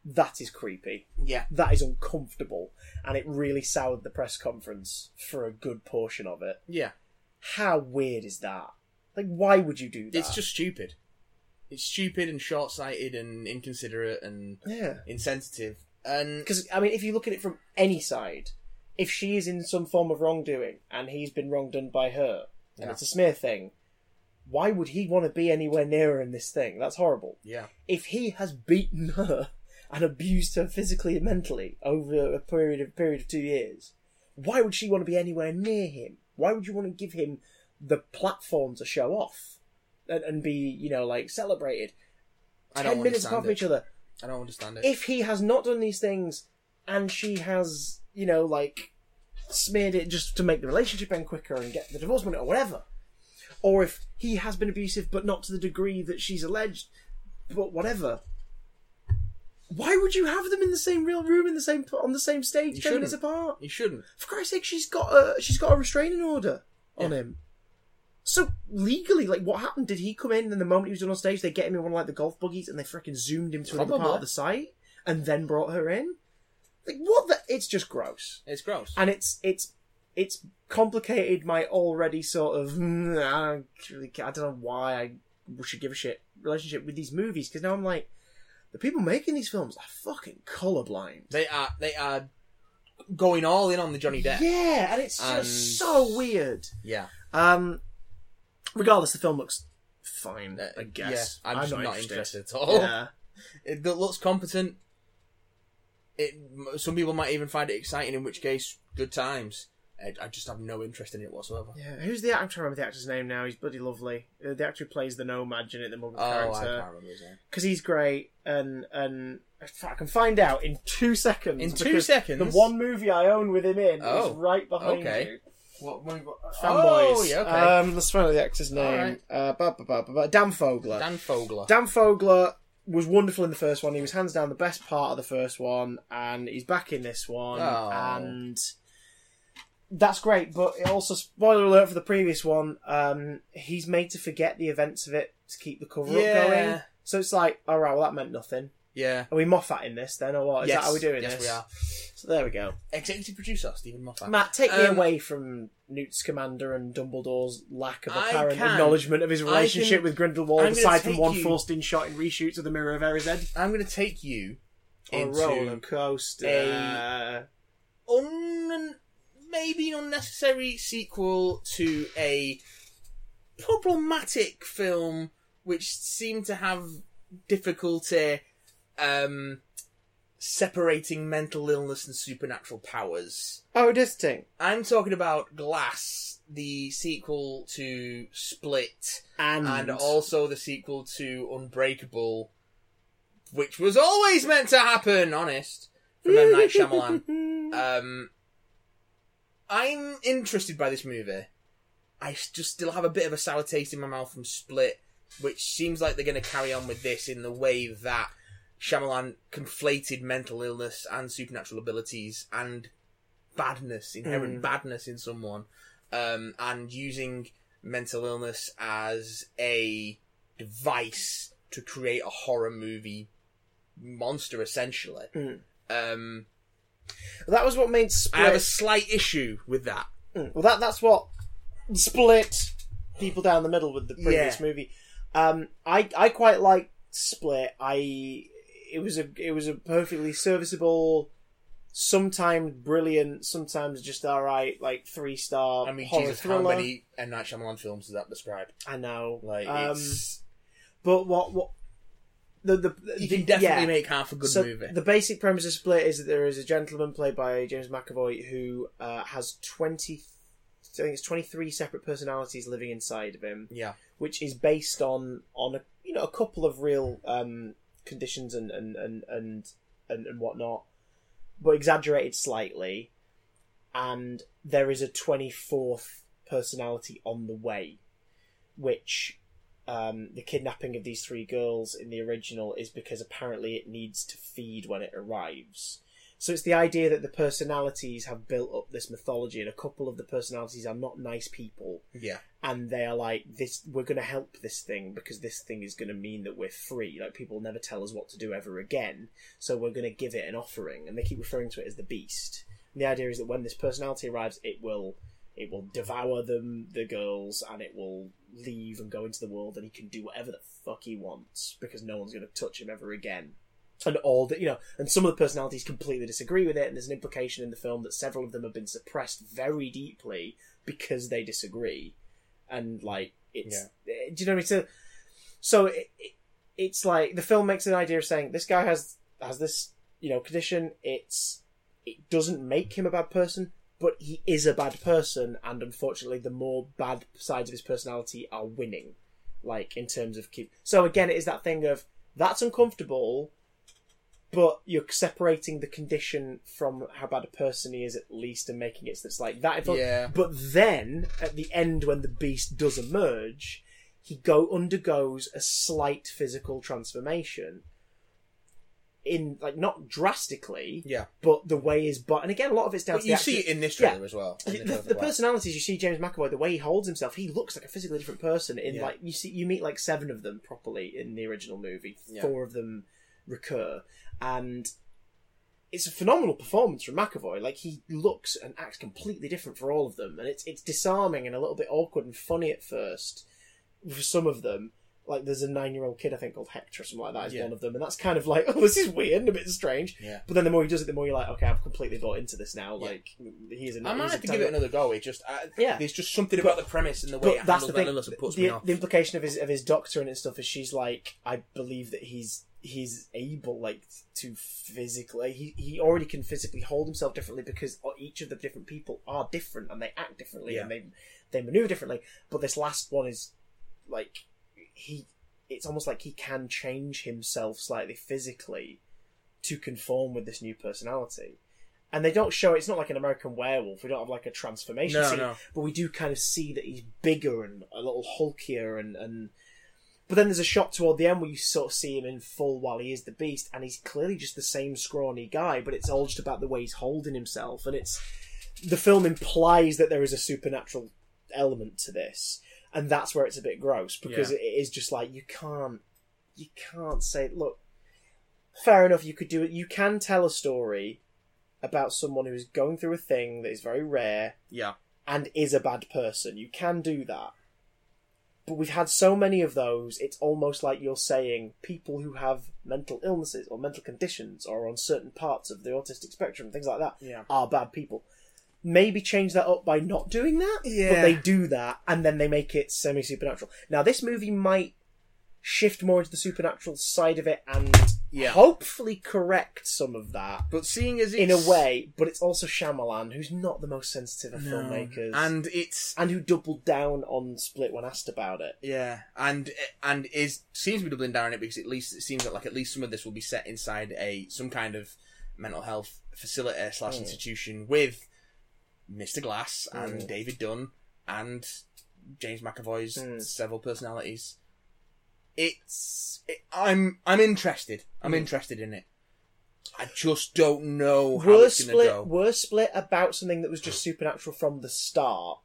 That is creepy.
yeah.
That is uncomfortable, and it really soured the press conference for a good portion of it.
Yeah.
How weird is that? Like, why would you do that?
It's just stupid. It's stupid and short-sighted and inconsiderate and
yeah.
insensitive. And
because I mean, if you look at it from any side, if she is in some form of wrongdoing and he's been wrongdone by her, and
Yeah.
it's a smear thing, why would he want to be anywhere near her in this thing? That's horrible.
yeah,
If he has beaten her <laughs> and abused her physically and mentally over a period of period of two years, why would she want to be anywhere near him? Why would you want to give him the platform to show off and, and be, you know, like celebrated?
I
Ten
don't
minutes
understand
apart
it.
from each other
I don't understand it.
if he has not done these things and she has, you know, like smeared it just to make the relationship end quicker and get the divorce money or whatever, or if he has been abusive but not to the degree that she's alleged, but whatever. Why would you have them in the same real room in the same on the same stage
You
ten minutes
shouldn't.
apart?
you shouldn't.
For Christ's sake, she's got a she's got a restraining order on
Yeah.
him. So legally, like, what happened? Did he come in, and the moment he was done on stage, they get him in one of like the golf buggies, and they freaking zoomed him to another part
Probably.
of the site, and then brought her in? Like, what? The- it's just gross,
It's gross.
and it's it's it's complicated my already sort of "Hmm, I don't really care. I don't know why I should give a shit relationship with these movies because now I'm like, the people making these films are fucking colorblind.
They are they are going all in on the Johnny Depp.
Yeah, and it's
And-
just so weird.
Yeah,
Um, regardless, the film looks fine.
Uh,
I guess
yeah, I'm, just not, interested. Oh. at all.
Yeah,
<laughs> It, it looks competent. It. m- Some people might even find it exciting. In which case, good times. I, I just have no interest in it whatsoever.
yeah. Who's the actor? I'm trying to remember the actor's name now. He's bloody lovely. Uh, the actor who plays the nomad in it, the muggle
Oh, I can't
character,
remember his name.
because he's great. And and in fact, I can find out in two seconds.
In two
because
seconds?
the one movie I own with him in
Oh,
is right behind
okay.
you.
What? what,
Fanboys.
Oh, yeah. Okay.
Um, let's find out the actor's name.
Alright.
Uh, ba, ba, ba, ba, ba. Dan Fogler.
Dan Fogler.
Dan Fogler was wonderful in the first one. He was hands down the best part of the first one, and he's back in this one.
Oh.
And that's great, but it also spoiler alert for the previous one. Um, he's made to forget the events of it to keep the cover up going.
Yeah.
So it's like, all right, well that meant nothing.
Yeah.
Are we Moffat in this then, or what? Is that how we're doing
yes,
this?
we are.
So there we go.
Executive producer Stephen Moffat.
Matt, take me
Um,
away from Newt's commander and Dumbledore's lack of
I
apparent
can.
acknowledgement of his
I
relationship
can-
with
I'm
Grindelwald,
gonna
aside from
take
one
you-
forced-in shot in reshoots of the Mirror of Erised.
I'm going to take you
On
into
roller coaster.
a- un- maybe an unnecessary sequel to a problematic film which seemed to have difficulty um, separating mental illness and supernatural powers.
oh, distinct.
I'm talking about Glass, the sequel to Split,
And,
and also the sequel to Unbreakable, which was always meant to happen, honest, from
<laughs>
M. Night Shyamalan.
Uh,
Um, I'm interested by this movie. I s- just still have a bit of a sour taste in my mouth from Split, which seems like they're going to carry on with this in the way that Shyamalan conflated mental illness and supernatural abilities and badness, inherent
Mm.
badness in someone, um, and using mental illness as a device to create a horror movie monster, essentially.
Mm.
Um,
That was what made
I have a
Split.
slight issue with that.
Mm, Well, that that's what split people down the middle with the previous
Yeah.
movie. Um, I I quite like Split. I it was a it was a perfectly serviceable, sometimes brilliant, sometimes just all right, like three star
I mean,
horror
Jesus,
thriller.
how many M Night Shyamalan films does that describe?
I know,
Like,
um,
it's,
but what what the the,
you
the
can definitely
yeah.
make half a good
so
movie.
The basic premise of Split is that there is a gentleman played by James McAvoy who uh, has twenty, I think it's twenty three separate personalities living inside of him,
yeah,
which is based on on a you know a couple of real um, conditions and and and and and, and whatnot, but exaggerated slightly, and there is a twenty fourth personality on the way, which um, the kidnapping of these three girls in the original is because apparently it needs to feed when it arrives. So it's the idea that the personalities have built up this mythology, and a couple of the personalities are not nice people,
yeah,
and they are like this we're going to help this thing because this thing is going to mean that we're free like people will never tell us what to do ever again so we're going to give it an offering and they keep referring to it as the beast and the idea is that when this personality arrives it will it will devour them the girls and it will leave and go into the world and he can do whatever the fuck he wants because no one's going to touch him ever again and all that you know and some of the personalities completely disagree with it and there's an implication in the film that several of them have been suppressed very deeply because they disagree and like it's eh, do you know what I mean? So, so it, it, it's like the film makes an idea of saying this guy has has this you know condition. It's it doesn't make him a bad person, but he is a bad person, and unfortunately, the more bad sides of his personality are winning. Like in terms of keep. So again, it is that thing of that's uncomfortable. But you're separating the condition from how bad a person he is, at least, and making it so it's like that. If-
yeah.
but then, at the end, when the beast does emerge, he go undergoes a slight physical transformation. In like not drastically,
Yeah.
but the way his but and again, a lot of it's down
But
to
you
the
see
actual-
it in this
Yeah.
trailer as well. in
the,
the
the,
trailer as well.
personalities you see James McAvoy, the way he holds himself, he looks like a physically different person. In
Yeah.
like you see, you meet like seven of them properly in the original movie.
Yeah.
Four of them recur, and it's a phenomenal performance from McAvoy. Like he looks and acts completely different for all of them, and it's it's disarming and a little bit awkward and funny at first for some of them. Like there's a nine year old kid I think called Hector or something like that is
Yeah.
one of them, and that's kind of like <laughs> oh this is weird and a bit strange.
Yeah.
But then the more he does it, the more you're like okay I've completely bought into this now.
Yeah.
Like he is a
I might
he's a
have to give it
terrible-
another go. It just I,
Yeah.
there's just something about the premise and the way it
but that's the
handles mental
thing.
illness that puts me
The,
off.
the implication of his of his doctorate and stuff is she's like, I believe that he's he's able like to physically he, he already can physically hold himself differently because each of the different people are different and they act differently
Yeah.
and they they maneuver differently but this last one is like he it's almost like he can change himself slightly physically to conform with this new personality and they don't show it's not like an american werewolf we don't have like a transformation
No,
scene
no.
but we do kind of see that he's bigger and a little hulkier and and but then there's a shot toward the end where you sort of see him in full while he is the beast and he's clearly just the same scrawny guy but it's all just about the way he's holding himself and it's the film implies that there is a supernatural element to this, and that's where it's a bit gross because
Yeah.
it is just like you can't, you can't say, look, fair enough, you could do it. You can tell a story about someone who is going through a thing that is very rare
Yeah.
and is a bad person. You can do that. But we've had so many of those, it's almost like you're saying people who have mental illnesses or mental conditions or on certain parts of the autistic spectrum, things like that,
Yeah.
are bad people. Maybe change that up by not doing that. But
Yeah.
they do that and then they make it semi supernatural. Now, this movie might shift more into the supernatural side of it and
Yeah.
hopefully correct some of that
But seeing as it's
in a way, but it's also Shyamalan, who's not the most sensitive of filmmakers,
and it's
and who doubled down on Split when asked about it.
yeah, and and is seems to be doubling down on it because at least it seems that like at least some of this will be set inside a some kind of mental health facility slash institution with Mr. Glass and
Mm.
David Dunn and James McAvoy's
Mm.
several personalities. It's it, I'm I'm interested. I'm
Mm.
interested in it. I just don't know how
Were
it's gonna
Split
go.
were Split about something that was just supernatural from the start,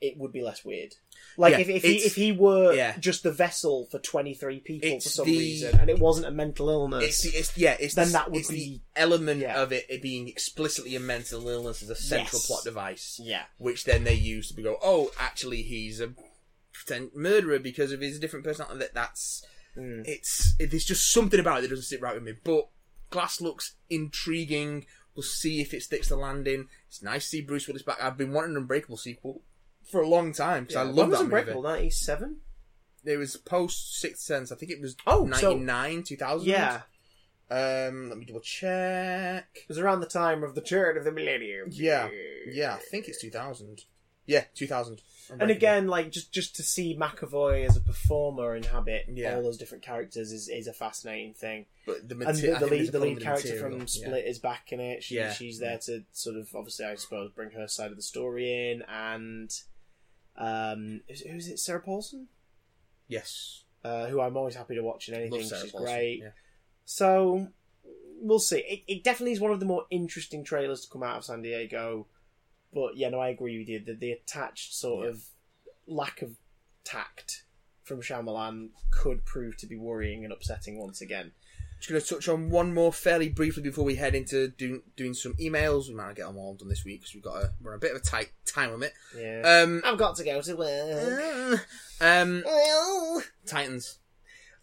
it would be less weird. Like
Yeah,
if, if he
it's-
if he were
yeah.
just the vessel for twenty three people for
It's
some
the-
reason, and it wasn't a mental illness,
It's, the- it's yeah. It's
Then
the,
that would
it's the
be-
element
yeah.
of it, it being explicitly a mental illness as a central
Yes.
plot device,
yeah,
which then they use to be go, oh, actually he's a pretend murderer because of his different personality. That that's
Mm.
it's it, there's just something about it that doesn't sit right with me. But Glass looks intriguing. We'll see if it sticks the landing. It's nice to see Bruce Willis back. I've been wanting an Unbreakable sequel for a long time because I love
was
that
Unbreakable
movie.
ninety seven.
It was post Sixth Sense. I think it was
Oh, so-
99, 2000.
Yeah,
Um, let me double check.
it was around the time of the turn of the millennium.
Yeah, yeah, I think it's 2000. Yeah, 2000.
And again, like just just to see McAvoy as a performer inhabit
Yeah.
all those different characters is, is a fascinating thing.
but the,
And
mate-
the,
I
the
think there's
lead
a
the
problem
lead
with
character
material,
from
yeah.
Split is back in it. She,
Yeah.
she's there to sort of obviously I suppose bring her side of the story in and um is- who's it Sarah Paulson
Yes,
uh, who I'm always happy to watch in
Love
anything.
Sarah
She's
Paulson,
great.
yeah.
So we'll see. It, it definitely is one of the more interesting trailers to come out of San Diego. But yeah, no, I agree with you. The, the attached sort
Yeah.
of lack of tact from Shyamalan could prove to be worrying and upsetting once again.
Just going to touch on one more fairly briefly before we head into doing doing some emails. We might not get them all done this week because we've got a we're on a bit of a tight time limit.
Yeah,
Um,
I've got to go to work.
um, Titans.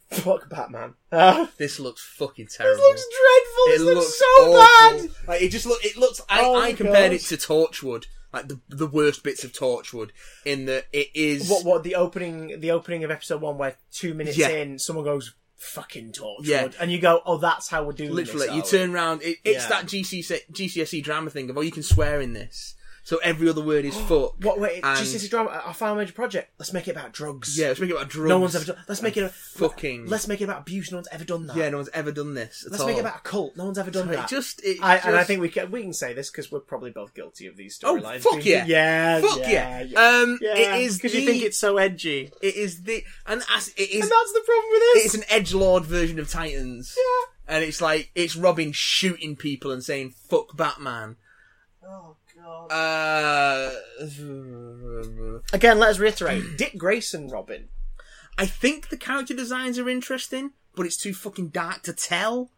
Fuck Batman. Uh,
This looks fucking
this
terrible.
looks dreadful. This looks, so
awful.
bad.
Like it just look. It looks. I,
Oh
I
my
compared
gosh.
it to Torchwood, like the the worst bits of Torchwood. In that it is
What? What? The opening? The opening of episode one, where two minutes
Yeah.
in, someone goes fucking torchwood,
Yeah.
and you go, "Oh, that's how we're doing."
literally
this, Oh.
you
are
turn round. It, it's
Yeah.
that GCSE, GCSE drama thing of oh, you can swear in this, so every other word is fuck.
we?" <gasps> What? Wait,
and-
GCSE drama. Our final major project. Let's make it about drugs.
Yeah, speaking about drugs.
No one's ever done. Let's make it. A,
fucking.
Let's make it about abuse. No one's ever done that.
yeah, no one's ever done this. At
Let's
all.
make it about a cult. No one's ever done
It
that.
just. It
I,
just
and I think we can we can say this because we're probably both guilty of these
Oh,
storylines.
fuck
We-
yeah.
yeah,
Fuck
yeah,
yeah!
yeah.
Um,
Yeah,
it is
'cause
the,
you think it's so edgy,
it is the and as it is
and that's the problem with this.
it's an <laughs> edge lord version of Titans.
Yeah.
And it's like it's Robin shooting people and saying "fuck Batman."
Oh god.
Uh,
Again, let us <clears throat> reiterate: Dick Grayson, Robin.
I think the character designs are interesting, but it's too fucking dark to tell.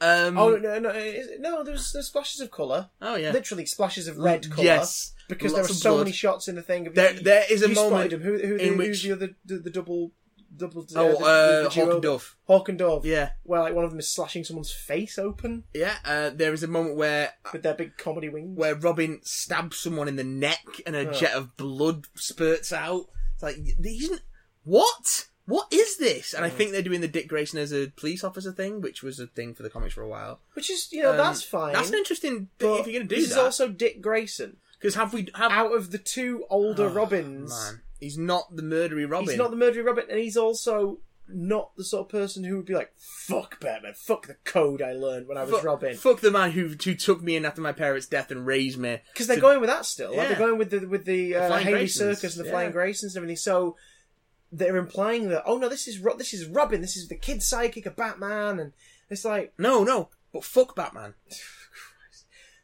Um,
Oh no, no, no, no there's, there's splashes of color.
oh yeah,
Literally splashes of red color.
Yes,
because there
lots
are
of
so
blood.
many shots in the thing.
There,
You-
there is a
you spotted
moment.
him. Who, who,
in
who's
which-
the other the, the double double? uh,
Oh,
the-
uh,
the- the
Hawk
duo?
and Dove.
Hawk and Dove.
Yeah,
Where like one of them is slashing someone's face open
yeah. Uh, there is a moment where
with their big comedy wings.
where Robin stabs someone in the neck and a
Oh.
jet of blood spurts out. It's like these what? What is this? And I think they're doing the Dick Grayson as a police officer thing, which was a thing for the comics for a while.
Which is you know
Um,
that's fine.
That's an interesting.
but
if you're going to do
this is
that,
also Dick Grayson.
because have we have
Out of the two older
Oh,
Robins,
Man, he's not the murdery Robin.
He's not the murderer Robin, and he's also not the sort of person who would be like, "Fuck Batman, fuck the code I learned when I was
fuck,
Robin."
Fuck the man who who took me in after my parents' death and raised me.
Because they're
to-
going with that still. Like, they're
Yeah.
going with the with the, uh,
Flying
Haley
Graysons,
Circus and the
yeah.
Flying Graysons and everything. So they're implying that, oh no, this is Ro- this is Robin. This is the kid sidekick of Batman, and it's like
No, no, but fuck Batman.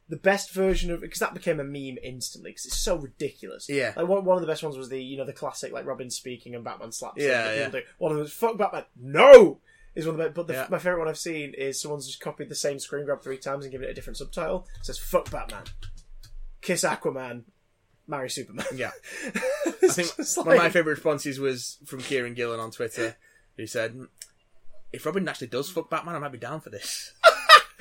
the best version of because that became a meme instantly because it's so ridiculous.
Yeah.
like one, one of the best ones was the you know the classic like Robin speaking and Batman slaps. him
Yeah,
that people
yeah.
do. One of them was fuck Batman. No. Is one of the best, but the,
Yeah.
my favorite one I've seen is someone's just copied the same screen grab three times and given it a different subtitle. It says "fuck Batman," "kiss Aquaman," "marry Superman."
Yeah.
<laughs> It's
I think
just
one of my
like-
favourite responses was from Kieran Gillen on Twitter, who said, "If Robin actually does fuck Batman, I might be down for this." <laughs>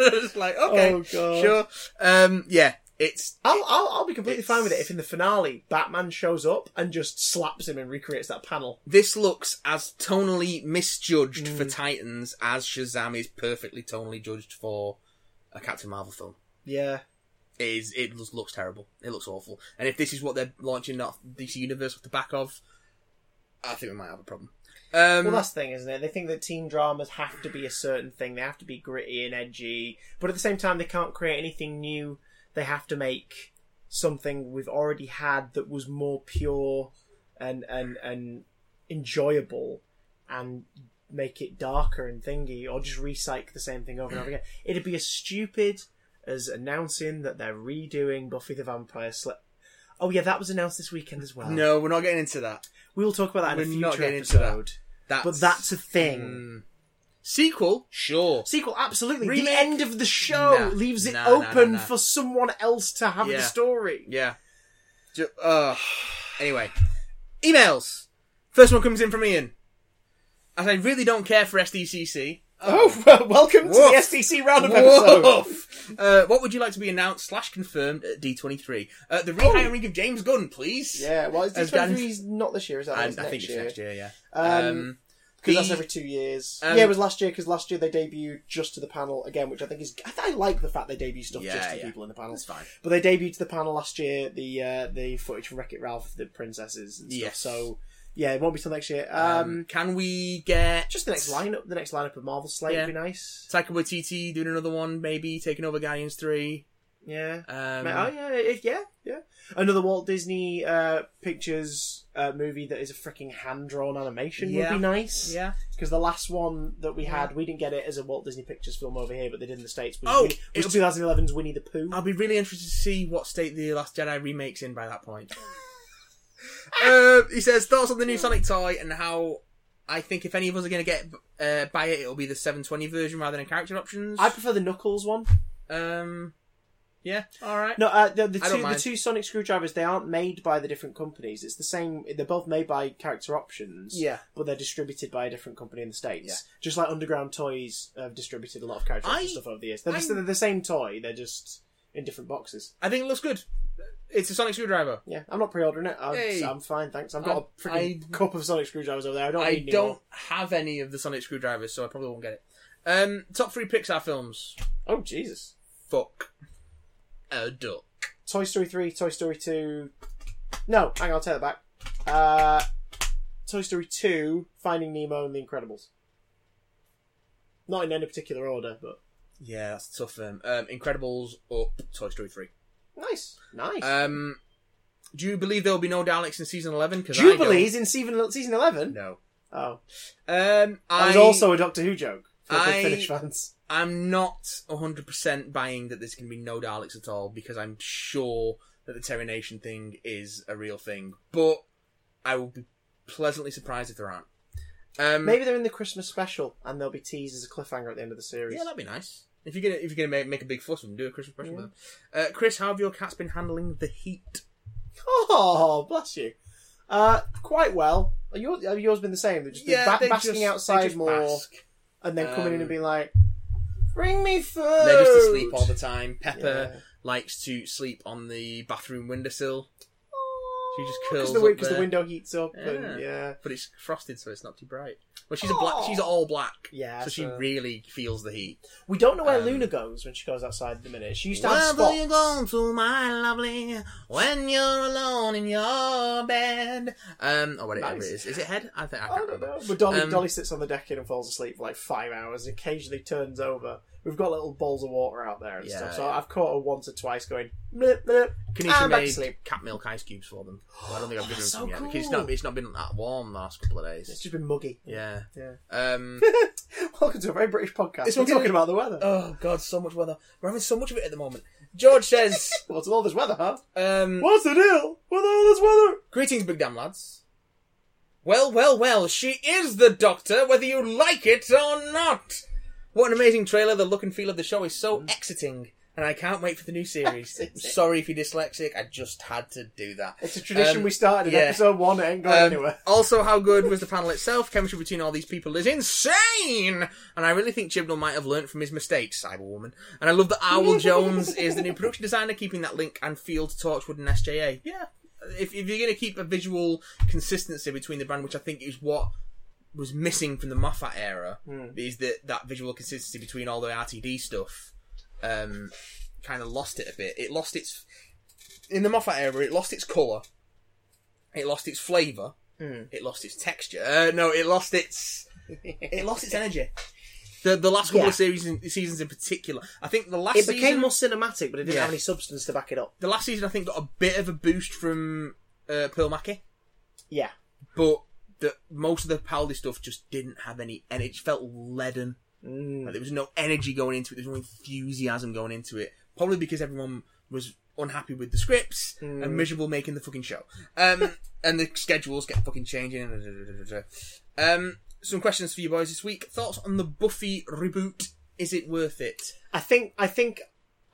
I was like, okay,
Oh, God.
sure, um, yeah, it's
I'll, I'll, I'll be completely
It's-
fine with it if in the finale Batman shows up and just slaps him and recreates that panel.
this looks as tonally misjudged for
Hmm.
Titans as Shazam is perfectly tonally judged for a Captain Marvel film.
Yeah.
It is it just looks terrible. It looks awful. And if this is what they're launching off DC Universe off the back of, I think we might have a problem. Um,
Well, that's the thing, isn't it? They think that teen dramas have to be a certain thing. They have to be gritty and edgy, but at the same time, they can't create anything new. They have to make something we've already had that was more pure and and and enjoyable, and make it darker and thingy, or just recycle the same thing over and over again. It'd be as stupid as announcing that they're redoing Buffy the Vampire Slayer. Oh yeah, that was announced this weekend as well.
no, we're not getting into that.
we will talk about that in a
We're
future
not getting into
episode.
that. That's,
But that's a thing.
Mm. Sequel, sure.
Sequel, absolutely.
Remake?
The end of the show
Nah.
leaves it
Nah, nah, nah,
open
nah.
for someone else to have the
Yeah.
story.
Yeah. Ju- uh, anyway, emails. First one comes in from Ian. As I really don't care for SDCC.
<laughs> Oh, well, welcome
Woof.
to the SDC roundup episode.
Woof. Uh, what would you like to be announced slash confirmed at D23? Uh, the rehiring of James Gunn, please.
Oh. Yeah, well, it's
As Dan-
D23's not this year, is that?
I, I
It's
think it's next year, yeah.
Um, Because that's
the-
every two years.
Um,
yeah, it was last year because last year they debuted just to the panel again, which I think is. I, th- I like the fact they debut stuff
Yeah,
just to the
yeah.
people in the panel.
That's fine.
But they debuted to the panel last year the uh, the footage from Wreck It Ralph, the princesses and stuff.
Yes.
So yeah, it won't be till next year. Um,
Um, can we get
just the next lineup, the next lineup of Marvel slate
Yeah.
would be nice.
Taika Waititi doing another one, maybe taking over Guardians Three.
Yeah.
Um,
Ma- oh yeah, if, yeah, yeah. Another Walt Disney uh, Pictures uh, movie that is a freaking hand-drawn animation
Yeah.
would be nice.
yeah.
Because the last one that we had, we didn't get it as a Walt Disney Pictures film over here, but they did in the states. Was
Oh,
Winnie, was
it'll-
2011's Winnie the Pooh.
I'll be really interested to see what state the Last Jedi remakes in by
<laughs>
that point. uh, he says thoughts on the new Sonic toy and how I think if any of us are going to get uh, buy it, it'll be the 720 version rather than character options.
I prefer the Knuckles one.
um, yeah, all right.
No, uh, the, the
I
two
don't
the
mind.
two Sonic screwdrivers they aren't made by the different companies. It's the same. They're both made by Character Options.
Yeah.
but they're distributed by a different company in the states.
Yeah.
Just like Underground Toys have distributed a lot of Character
I-
Options stuff over the years. They're, just,
I-
they're the same toy. They're just in different boxes.
I think it looks good. It's a Sonic screwdriver.
Yeah, I'm not pre-ordering it. I'm,
Hey.
I'm fine, thanks. I've got a
I-
freaking
I-
cup of Sonic screwdrivers over there. I don't.
I
need any
don't
more.
have any of the Sonic screwdrivers, so I probably won't get it. Um, top three Pixar films.
Oh Jesus!
Fuck. A duck.
Toy Story three, Toy Story two. No, hang on, I'll take that back. Uh, Toy Story two, Finding Nemo, and The Incredibles. Not in any particular order, but
Yeah, that's a tough. Film. Um, Incredibles up. Toy Story three.
nice, nice.
Um, do you believe there will be no Daleks in season eleven? Because
Jubilee is in season season eleven.
No.
Oh,
Um,
that
I
was also a Doctor Who joke for the
I-
Finnish fans.
I'm not hundred percent buying that there's going to be no Daleks at all because I'm sure that the Terry Nation thing is a real thing, but I will be pleasantly surprised if there aren't. Um,
Maybe they're in the Christmas special and they'll be teased as a cliffhanger at the end of the series.
Yeah, that'd be nice. If you're gonna if you're gonna make, make a big fuss of them, do a Christmas special with them. Uh, Chris, how have your cats been handling the heat?
Oh, bless you. Uh, quite well. Are yours, have yours been the same? They've just been ba-
they
basking
just- they
outside
just
more
bask.
and then coming in
Um,
and being like, bring me food.
They're just asleep all the time. Pepper
Yeah.
likes to sleep on the bathroom windowsill. She just curls
Because the, win- <laughs>
up
'cause the
there.
window heats up and
Yeah.
yeah.
but it's frosted, so it's not too bright. Well, she's a black. She's all black.
Yeah,
so she
so-
really feels the heat.
We don't know where
Um,
Luna goes when she goes outside at the minute. She used to have spots.
to, my lovely? When you're alone in your bed. Um, oh, whatever
Nice.
it is. Is it head? I think I
I
can't
don't
remember.
know. But Dolly,
Um,
Dolly sits on the deck and falls asleep for like five hours and occasionally turns over, we've got little balls of water out there and
Yeah,
stuff. So
yeah.
I've caught her once or twice going, blip, blip.
Kanisha
I'm back
made
asleep.
cat milk ice cubes for them. Well, I don't think I've given them
that's
some
so
yet because it's
cool.
not it's not been that warm the last couple of
It's
days.
just been muggy.
Yeah.
Yeah.
Um,
<laughs> Welcome to a very British podcast.
This
We're
one's
talking
gonna-
about the weather.
<laughs> oh God, so much weather. We're having so much of it at the moment. George says, <laughs>
What's with all this weather, huh?
um,
What's the deal with all this weather?
"Greetings, big damn lads." Well, well, well. She is the Doctor, whether you like it or not. What an amazing trailer! The look and feel of the show is so
Mm.
exiting, and I can't wait for the
<laughs>
new series. I'm sorry if you're dyslexic. I just had to do that.
It's a tradition
Um,
we started in
yeah.
episode one. It ain't going <laughs>
Um,
anywhere.
also, how good was the panel itself? Chemistry between all these people is insane, and I really think Chibnall might have learnt from his mistakes, Cyberwoman. And I love that Owl Jones is the new production designer, keeping that link and feel to Torchwood and SJA. Yeah, if, if you're going to keep a visual consistency between the brand, which I think is what was missing from the Moffat era, is that that visual consistency between all the RTD stuff. Um, kind of lost it a bit. It lost its in the Moffat era. It lost its color. It lost its flavor. It lost its texture. Uh, no, it lost its <laughs> it lost its energy. The the last couple
Yeah.
of series seasons in particular. I think the last
It
season,
became more cinematic, but it didn't
Yeah.
have any substance to back it up.
the last season I think got a bit of a boost from uh, Pearl Mackie,
Yeah.
but the most of the Paldi stuff just didn't have any and it felt leaden.
Mm.
Like, there was no energy going into it. There was no enthusiasm going into it. Probably because everyone was unhappy with the scripts
Mm.
and miserable making the fucking show. Um, <laughs> and the schedules get fucking changing. and da- da- da- da- da. Um, some questions for you boys this week. Thoughts on the Buffy reboot? Is it worth it?
I think I think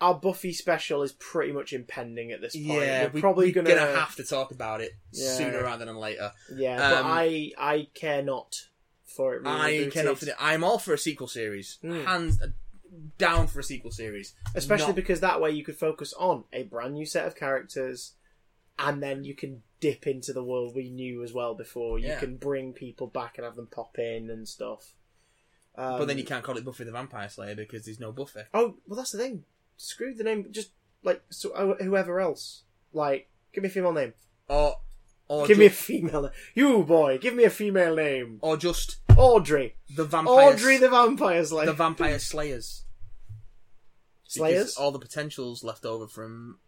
our Buffy special is pretty much impending at this point.
Yeah,
we're probably
we're
gonna,
have to talk about it
Yeah.
sooner rather than later.
Yeah,
Um,
but I I care not for it. Really
I cannot. I'm all for a sequel series. Hands down for a sequel series.
Hmm. especially
Not-
because that way you could focus on a brand new set of characters, and then you can dip into the world we knew as well before. You
Yeah.
can bring people back and have them pop in and stuff. Um,
but then you can't call it Buffy the Vampire Slayer because there's no Buffy.
Oh well, that's the thing. Screw the name. Just like so, oh, whoever else. Like, give me a female name.
Or, or
Give
ju-
me a female. name. You boy, give me a female name.
or just
Audrey.
the vampire,
Audrey the Vampire Slayer.
the vampire slayers.
Slayers.
Because all the potentials left over from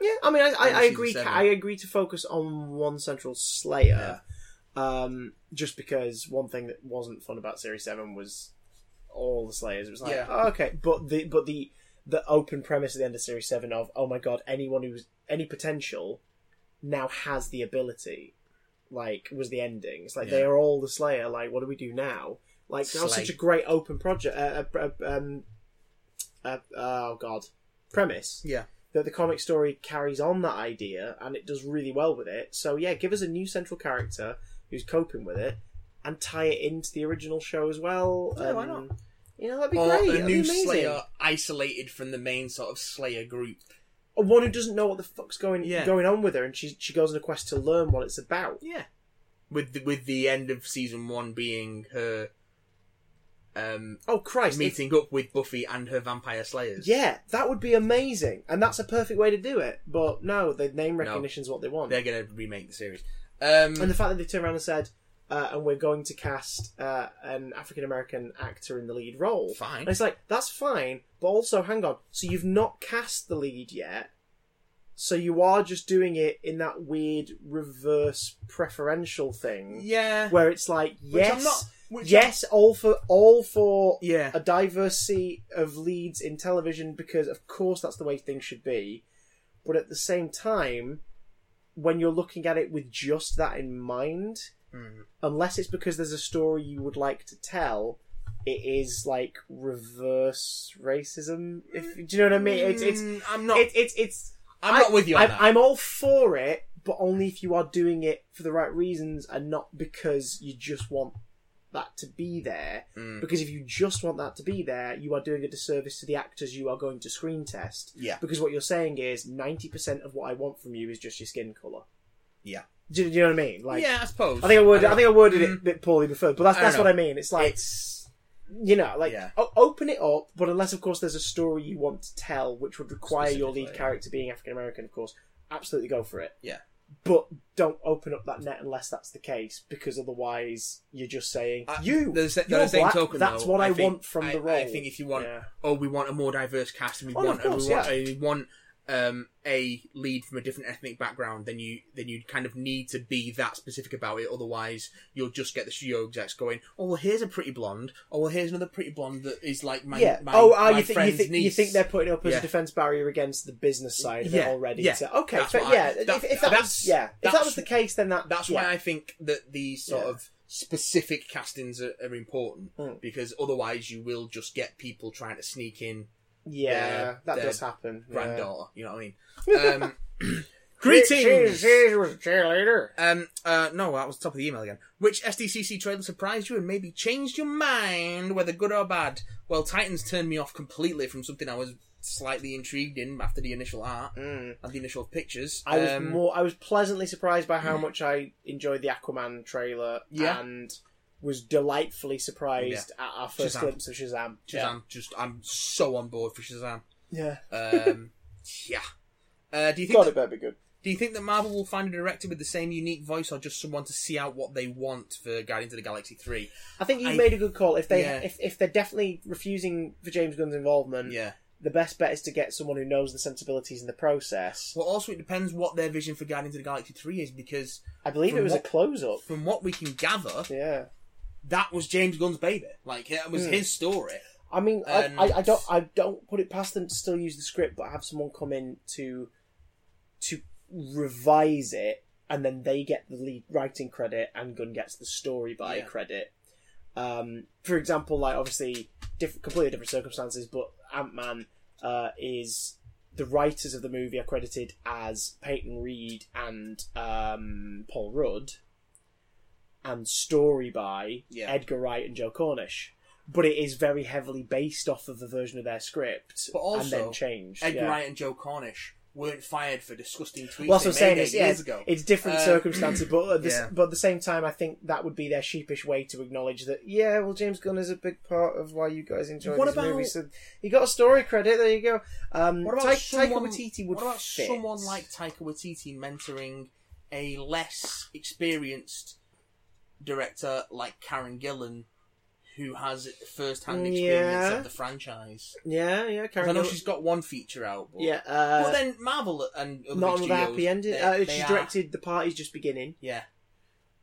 Yeah, I mean, I, I, I
season
agree.
seven.
I agree to focus on one central
uh,
Slayer, um, just because one thing that wasn't fun about Series Seven was all the Slayers. It was like,
Yeah.
oh, okay, but the but the the open premise at the end of Series Seven of oh my god, anyone who's any potential now has the ability, like was the ending. It's like they
Yeah.
are all the Slayer. Like, what do we do now? Like that was
Slay.
such a great open project. Uh, uh, uh, um, uh, oh god, premise
yeah.
that the comic story carries on that idea and it does really well with it. So yeah, give us a new central character who's coping with it and tie it into the original show as well. Um,
Yeah, why
and, You know, that'd be
Or
great.
a
that'd be
new
amazing.
Slayer isolated from the main sort of Slayer group.
Or one who doesn't know what the fuck's going
Yeah.
going on with her and she she goes on a quest to learn what it's about.
Yeah. With the, with the end of season one being her um,
Oh Christ. if-
meeting up with Buffy and her vampire slayers.
yeah, that would be amazing. And that's a perfect way to do it. But no, the name recognition's what they want.
They're gonna remake the series. Um,
And the fact that they turned around and said, uh, and we're going to cast uh, an African American actor in the lead role.
Fine.
And it's like, that's fine, but also, hang on. So you've not cast the lead yet. So you are just doing it in that weird reverse preferential thing.
yeah.
Where it's like,
Which
yes.
I'm not- which
yes, all for all for
Yeah.
a diversity of leads in television because of course that's the way things should be. But at the same time, when you're looking at it with just that in mind,
Hmm.
unless it's because there's a story you would like to tell, it is like reverse racism. If do you know what I mean? It's it's
Mm, I'm not.
it, it's it's
I'm
I-
not with you on
I'm,
that.
I'm all for it, but only if you are doing it for the right reasons and not because you just want that to be there.
Mm.
Because if you just want that to be there, you are doing a disservice to the actors you are going to screen test.
Yeah.
Because what you're saying is 90% of what I want from you is just your skin colour.
yeah.
Do, do you know what I mean? Like,
yeah, I suppose.
I think I worded, I,
don't
think I
know.
worded it a
Mm,
bit poorly before, but that's,
I
that's
don't
what I
know.
mean. It's like,
it's
you know, like
Yeah.
o- open it up, but unless of course there's a story you want to tell, which would require your lead
Specifically.
character being African American, of course, absolutely go for it.
yeah.
but don't open up that net unless that's the case, because otherwise you're just saying
I-
you.
there's the-
you're
there's the same
black,
token,
That's
though,
what I,
I think-
want from
I-
the role.
I think if you want-
Yeah.
oh, we want a more diverse cast, and we
Oh, no,
want,
of course,
and we want,
yeah.
and we want um, a lead from a different ethnic background, then you then you kind of need to be that specific about it. Otherwise, you'll just get the studio execs going, "Oh, well, here's a pretty blonde. Oh, well, here's another pretty blonde that is like my
yeah.
my,
oh, ah,
my
you think you
friend's
think, you
niece."
think they're putting up as a
Yeah.
defense barrier against the business side of
Yeah,
it already?
yeah.
So, okay,
That's
fair-
what I-
yeah. if,
that-
if that was,
that's-
yeah, if that
that's-
was the case, then that
That's
yeah.
why I think that these sort
Yeah.
of specific castings are, are important
Mm.
because otherwise you will just get people trying to sneak in
yeah,
their-
that
their
does happen. yeah.
granddaughter. You know what
<laughs>
I mean? Um, <clears throat>
She-
greetings.
She, she was a cheerleader.
Um, uh, no, that was top of the email again. Which SDCC trailer surprised you and maybe changed your mind, whether good or bad? Well, Titans turned me off completely from something I was slightly intrigued in after the initial art
Mm.
and the initial pictures.
I was
Um,
more. I was pleasantly surprised by how much I enjoyed the Aquaman trailer,
Yeah.
and was delightfully surprised at our first
Shazam.
glimpse of Shazam. Yeah.
Shazam, just I'm so on board for Shazam.
yeah.
Um, <laughs> yeah. Uh, do you think
God,
that,
it better be good.
do you think that Marvel will find a director with the same unique voice, or just someone to see out what they want for Guardians of the Galaxy Three?
I think you
I-
have made a good call. If they
Yeah.
if, if they're definitely refusing for James Gunn's involvement,
Yeah.
the best bet is to get someone who knows the sensibilities in the process.
Well, also it depends what their vision for Guardians of the Galaxy Three is, because
I believe it
From
was
what-
a close up.
from what we can gather,
Yeah.
that was James Gunn's baby. Like that was
Hmm.
his story.
I mean,
And-
I, I, I don't, I don't put it past them to still use the script, but have someone come in to, to revise it, and then they get the lead writing credit, and Gunn gets the story by
Yeah.
credit. Um, for example, like obviously, different, completely different circumstances, but Ant Man uh, is the writers of the movie are credited as Peyton Reed and um, Paul Rudd, and story by
Yeah.
Edgar Wright and Joe Cornish. But it is very heavily based off of the version of their script,
But also,
and then changed.
Edgar
yeah.
Wright and Joe Cornish weren't fired for disgusting tweets
Well, that's
they
what I'm
made
saying
eight
is, yeah,
years ago.
it's different
Uh,
circumstances, but at, the, s-
yeah.
but at the same time, I think that would be their sheepish way to acknowledge that. Yeah, well, James Gunn is a big part of why you guys enjoy
What
this
about-
movie, so you got a story credit. There you go. Um,
What about
Ta-
someone,
Taika Waititi would
what about
fit.
someone like Taika Waititi mentoring a less experienced director like Karen Gillan, who has first-hand experience
Yeah.
of the franchise?
yeah, yeah,
'Cause I
Karen.
know
Gillan.
she's got one feature out. But,
Yeah, uh,
well, then Marvel and other
not
big
with a happy
studios,
ending.
they-
uh,
they
she's
are-
directed The Party's Just Beginning.
Yeah.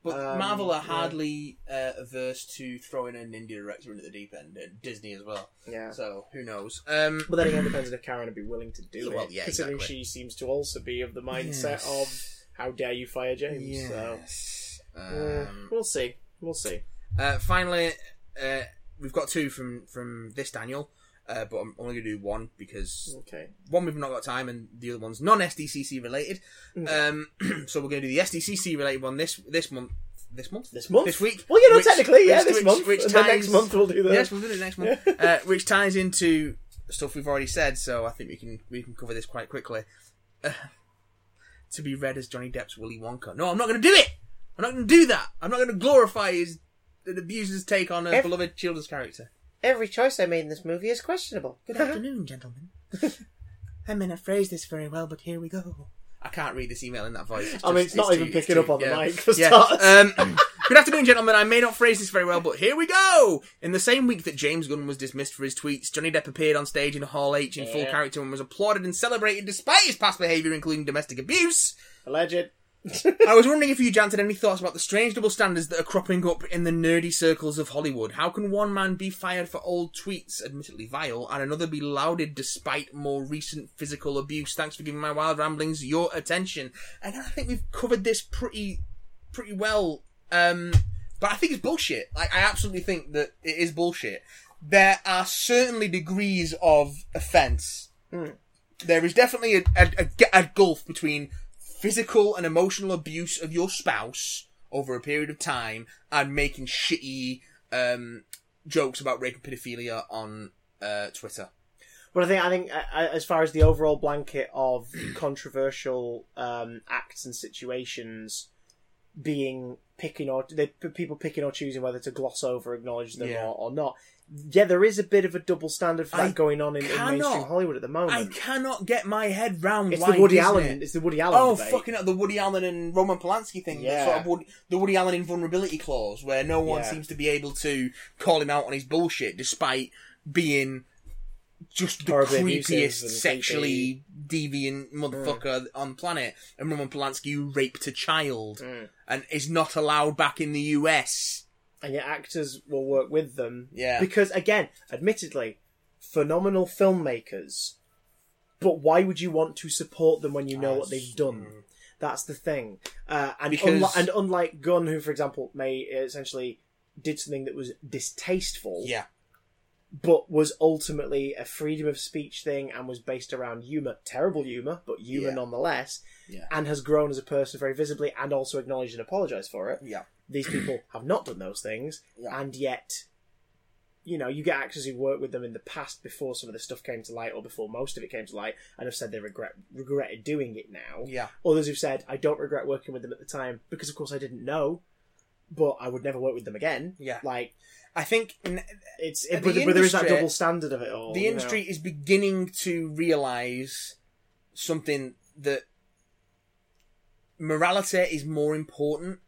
But
Um,
Marvel are
yeah.
hardly uh, averse to throwing an indie director into the deep end, and Disney as well.
Yeah.
So who knows? Um,
But then again, it depends on if Karen would be willing to do
Yeah, well,
it.
yeah,
considering
exactly.
she seems to also be of the mindset
Yes.
of how dare you fire James. So
yes.
uh,
Um,
we'll see. We'll see.
uh, finally, uh, we've got two from from this Daniel, uh, but I'm only going to do one because
Okay.
one we've not got time, and the other one's non-SDCC related.
Mm.
Um, <clears throat> so we're going to do the SDCC related one this this month. This month.
This month.
This week.
Well, you know,
Which-
technically, yeah,
which-
this
which-
month.
which
And then
ties-
next month we'll do that.
Yes, we'll do it next month, uh, which ties into stuff we've already said. So I think we can we can cover this quite quickly. Uh, to be read as Johnny Depp's Willy Wonka. No, I'm not going to do it. I'm not going to do that. I'm not going to glorify his an abuser's take on a
Ev-
beloved children's character.
Every choice I made in this movie is questionable. <laughs>
Good afternoon, <laughs> gentlemen. I may not phrase this very well, but here we go. I can't read this email in that voice.
I mean,
just-
it's not even
it's
picking up on the mic for
Yeah.
starters.
Um, <coughs> good afternoon, gentlemen. I may not phrase this very well, but here we go. In the same week that James Gunn was dismissed for his tweets, Johnny Depp appeared on stage in Hall H in full
Yeah.
character and was applauded and celebrated despite his past behaviour, including domestic abuse.
Alleged.
I was wondering if you, Jant, had any thoughts about the strange double standards that are cropping up in the nerdy circles of Hollywood. How can one man be fired for old tweets, admittedly vile, and another be lauded despite more recent physical abuse? Thanks for giving my wild ramblings your attention. And I think we've covered this pretty, pretty well. Um, but I think it's bullshit. Like, I absolutely think that it is bullshit. There are certainly degrees of offence there is definitely a, a, a g- a gulf between physical and emotional abuse of your spouse over a period of time and making shitty um, jokes about rape and pedophilia on uh, Twitter.
But I think I think uh, as far as the overall blanket <clears throat> of controversial um, acts and situations being picking or they, people picking or choosing whether to gloss over, acknowledge them
Yeah.
or, or not. Yeah, there is a bit of a double standard for that
I
going on in, in mainstream
cannot-
Hollywood at the
I
moment.
cannot get my head round.
it's
why
the Woody
Disney-
Allen. It's the Woody Allen.
Oh,
debate.
fucking hell, the Woody Allen and Roman Polanski thing. the
Yeah.
Sort of Woody, the Woody Allen invulnerability clause, where no one
Yeah.
seems to be able to call him out on his bullshit despite being just the
Horribly abusive
creepiest,
and
sexually deviant motherfucker on planet. And Roman Polanski who raped a child
Mm.
and is not allowed back in the US.
and yet actors will work with them.
Yeah.
Because again, admittedly, phenomenal filmmakers, but why would you want to support them when you know what they've done? That's the thing. Uh, and
Because-
unli- and unlike Gunn, who for example may essentially did something that was distasteful,
Yeah.
but was ultimately a freedom of speech thing and was based around humour, terrible humour, but humour
Yeah.
nonetheless,
Yeah.
and has grown as a person very visibly and also acknowledged and apologised for it
Yeah.
these
<clears throat>
people have not done those things,
Yeah.
and yet, you know, you get actors who worked with them in the past before some of the stuff came to light, or before most of it came to light, and have said they regret regretted doing it now.
Yeah.
Others who've said, "I don't regret working with them at the time because, of course, I didn't know, but I would never work with them again."
Yeah.
Like
I think n-
it's,
And
but,
the
but there is that
industry-
double standard of it all.
the
you know?
industry is beginning to realize something that morality is more important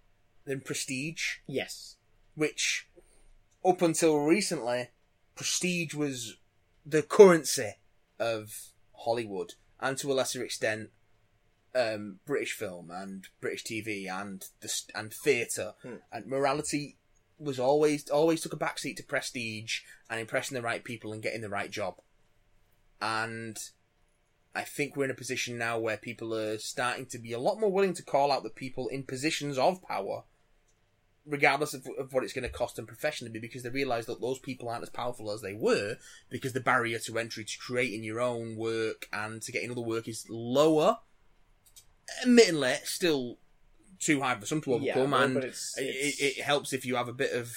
than prestige
yes,
which up until recently prestige was the currency of hollywood and to a lesser extent um, british film and british tv and the, st- and theatre
Hmm.
and morality was always always took a backseat to prestige and impressing the right people and getting the right job and I think we're in a position now where people are starting to be a lot more willing to call out the people in positions of power, regardless of, of what it's going to cost them professionally, because they realise that those people aren't as powerful as they were, because the barrier to entry to creating your own work and to getting other work is lower. Admittedly, still too high for some to
yeah,
overcome,
well,
and
but
it,
it's, it's
it, it helps if you have a bit of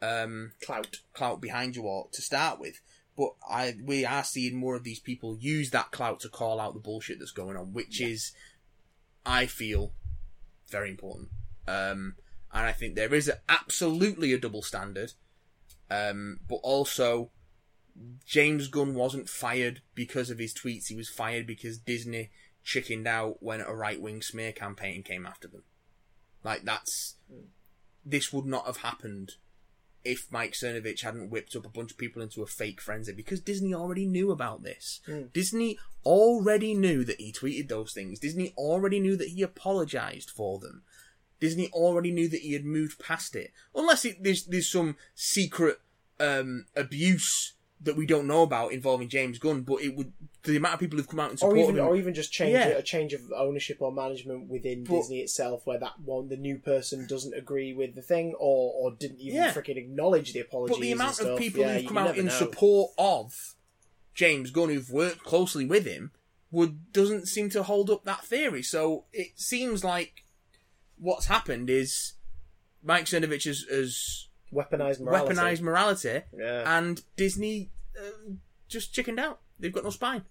um,
clout.
clout behind you all to start with. But I we are seeing more of these people use that clout to call out the bullshit that's going on, which is, I feel, very important. Um, and I think there is a, absolutely a double standard. Um, but also, James Gunn wasn't fired because of his tweets. He was fired because Disney chickened out when a right wing smear campaign came after them. Like that's
Mm.
this would not have happened if Mike Cernovich hadn't whipped up a bunch of people into a fake frenzy because Disney already knew about this.
Mm.
Disney already knew that he tweeted those things. Disney already knew that he apologized for them. Disney already knew that he had moved past it. Unless it, there's there's some secret um, abuse that we don't know about involving James Gunn, but it would the amount of people who've come out and
Or
supported
even,
him
or even just change
Yeah.
it, a change of ownership or management within
But-
Disney itself, where that one the new person doesn't agree with the thing or or didn't even
Yeah.
freaking acknowledge the apologies.
But the amount
and
of
stuff,
people
yeah,
who've
you
come out
never
in
know.
support of James Gunn, who've worked closely with him, would doesn't seem to hold up that theory. So it seems like what's happened is Mike Cernovich has, has
weaponized morality.
weaponized morality,
Yeah.
and Disney uh, just chickened out. They've got no spine,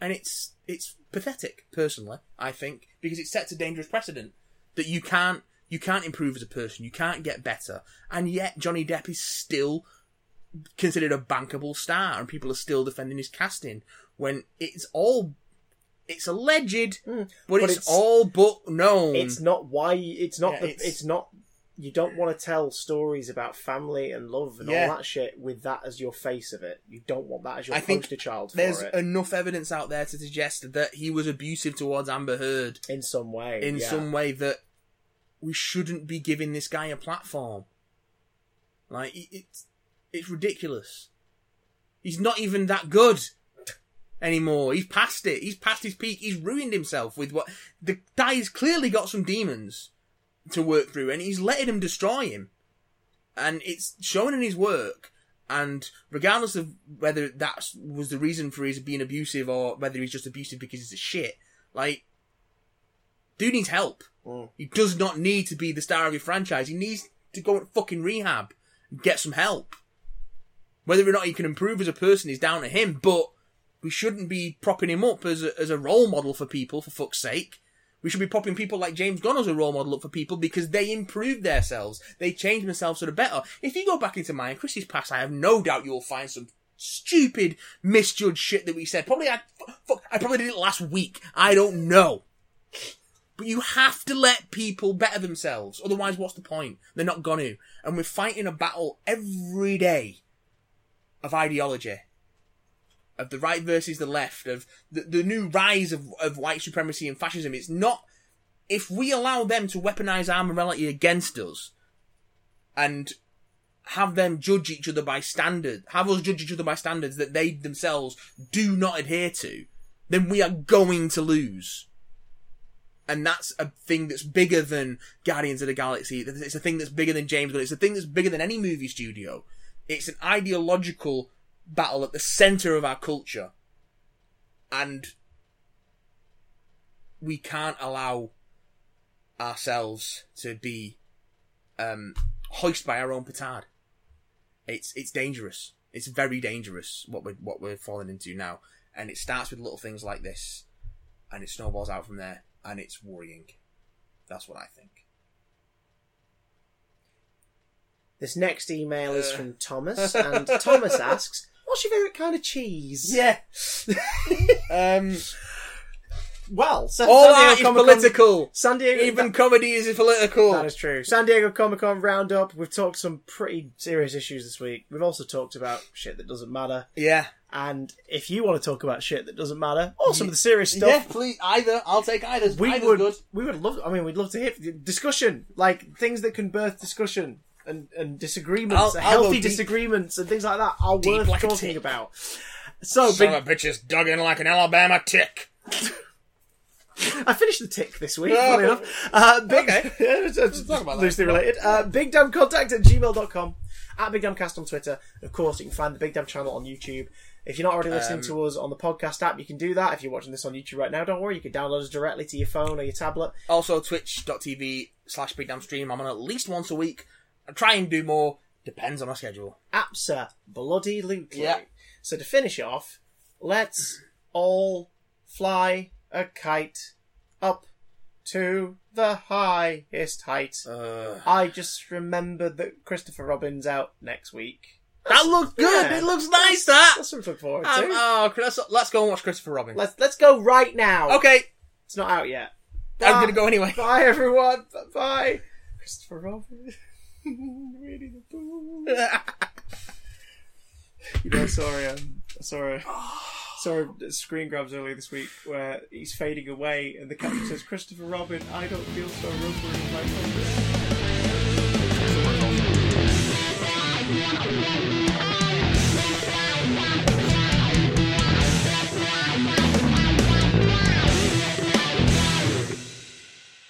and it's it's pathetic. Personally, I think because it sets a dangerous precedent that you can't you can't improve as a person, you can't get better, and yet Johnny Depp is still considered a bankable star, and people are still defending his casting when it's all it's alleged,
Mm,
but,
but
it's,
it's-
all but known.
It's not why. It's not
Yeah,
the. It's,
it's-
not. You don't want to tell stories about family and love and
Yeah.
all that shit with that as your face of it. You don't want that as your
I think
poster child for
There's
it
enough evidence out there to suggest that he was abusive towards Amber Heard.
in some way.
in
yeah.
some way that we shouldn't be giving this guy a platform. Like it- it's it's ridiculous. He's not even that good anymore. He's past it. He's past his peak. He's ruined himself with what the guy's clearly got some demons to work through, and he's letting him destroy him. And it's shown in his work. And regardless of whether that was the reason for his being abusive or whether he's just abusive because he's a shit, like, dude needs help.
Mm.
He does not need to be the star of your franchise. He needs to go and fucking rehab, and get some help. Whether or not he can improve as a person is down to him, but we shouldn't be propping him up as a, as a role model for people, for fuck's sake. We should be popping people like James Gunn as a role model up for people because they improved themselves. They changed themselves for the better. If you go back into mine, Chris's past, I have no doubt you'll find some stupid, misjudged shit that we said. Probably I, fuck, I probably did it last week. I don't know. But you have to let people better themselves. Otherwise, what's the point? They're not going to. And we're fighting a battle every day of ideology. Of the right versus the left, of the, the new rise of, of white supremacy and fascism. It's not, if we allow them to weaponize our morality against us and have them judge each other by standard, have us judge each other by standards that they themselves do not adhere to, then we are going to lose. And that's a thing that's bigger than Guardians of the Galaxy. It's a thing that's bigger than James Gunn. It's a thing that's bigger than any movie studio. It's an ideological battle at the center of our culture. And we can't allow ourselves to be um, hoisted by our own petard. It's it's dangerous. It's very dangerous what we're what we're falling into now, and it starts with little things like this, and it snowballs out from there, and it's worrying. That's what I think.
This next email is
Uh.
from Thomas, and
<laughs>
Thomas asks, "What's your favourite kind of cheese?"
Yeah. <laughs> um,
Well, Sa- San
all art is
Diego Comic Con.
political.
San Diego.
Even comedy is political.
That is true. San Diego Comic Con roundup. We've talked some pretty serious issues this week. We've also talked about shit that doesn't matter.
yeah.
And if you want to talk about shit that doesn't matter, or some of the serious stuff,
Yeah, please. Either I'll take either.
we
Either's
would
good.
we would love. I mean, we'd love to hear discussion, like things that can birth discussion and and disagreements,
I'll- I'll go
healthy
deep.
disagreements and things like that are
Deep
worth
like a
talking
tick.
about. So,
Son
big,
of a bitch is dug in like an Alabama tick.
I finished the tick this week.
Oh.
funnily enough. Uh, big,
Okay.
<laughs> It's
talk about that.
loosely related. Uh, BigDamnContact at gmail.com, at BigDamnCast on Twitter. Of course, you can find the Big Damn channel on YouTube. If you're not already listening
Um,
to us on the podcast app, you can do that. If you're watching this on YouTube right now, don't worry, you can download us directly to your phone or your tablet.
Also, twitch.tv slash big damn stream. I'm on at least once a week. I try and do more. Depends on my schedule.
Apsa, bloody lootly.
Yeah.
So to finish off, let's all fly a kite up to the highest height.
Uh,
I just remembered that Christopher Robin's out next week.
that looks good.
yeah.
It looks nice, that.
That's something to look forward
Um,
to.
oh, let's, let's go and watch Christopher Robin.
Let's let's go right now.
Okay, Ah.
It's not out yet. Ah.
I'm going to go anyway.
Bye everyone. Bye. Christopher Robin. <laughs> really the boo. You know, I saw a, um, I saw a, saw a screen grabs earlier this week where he's fading away and the caption says, Christopher Robin, I don't feel so rubbery in my fingers."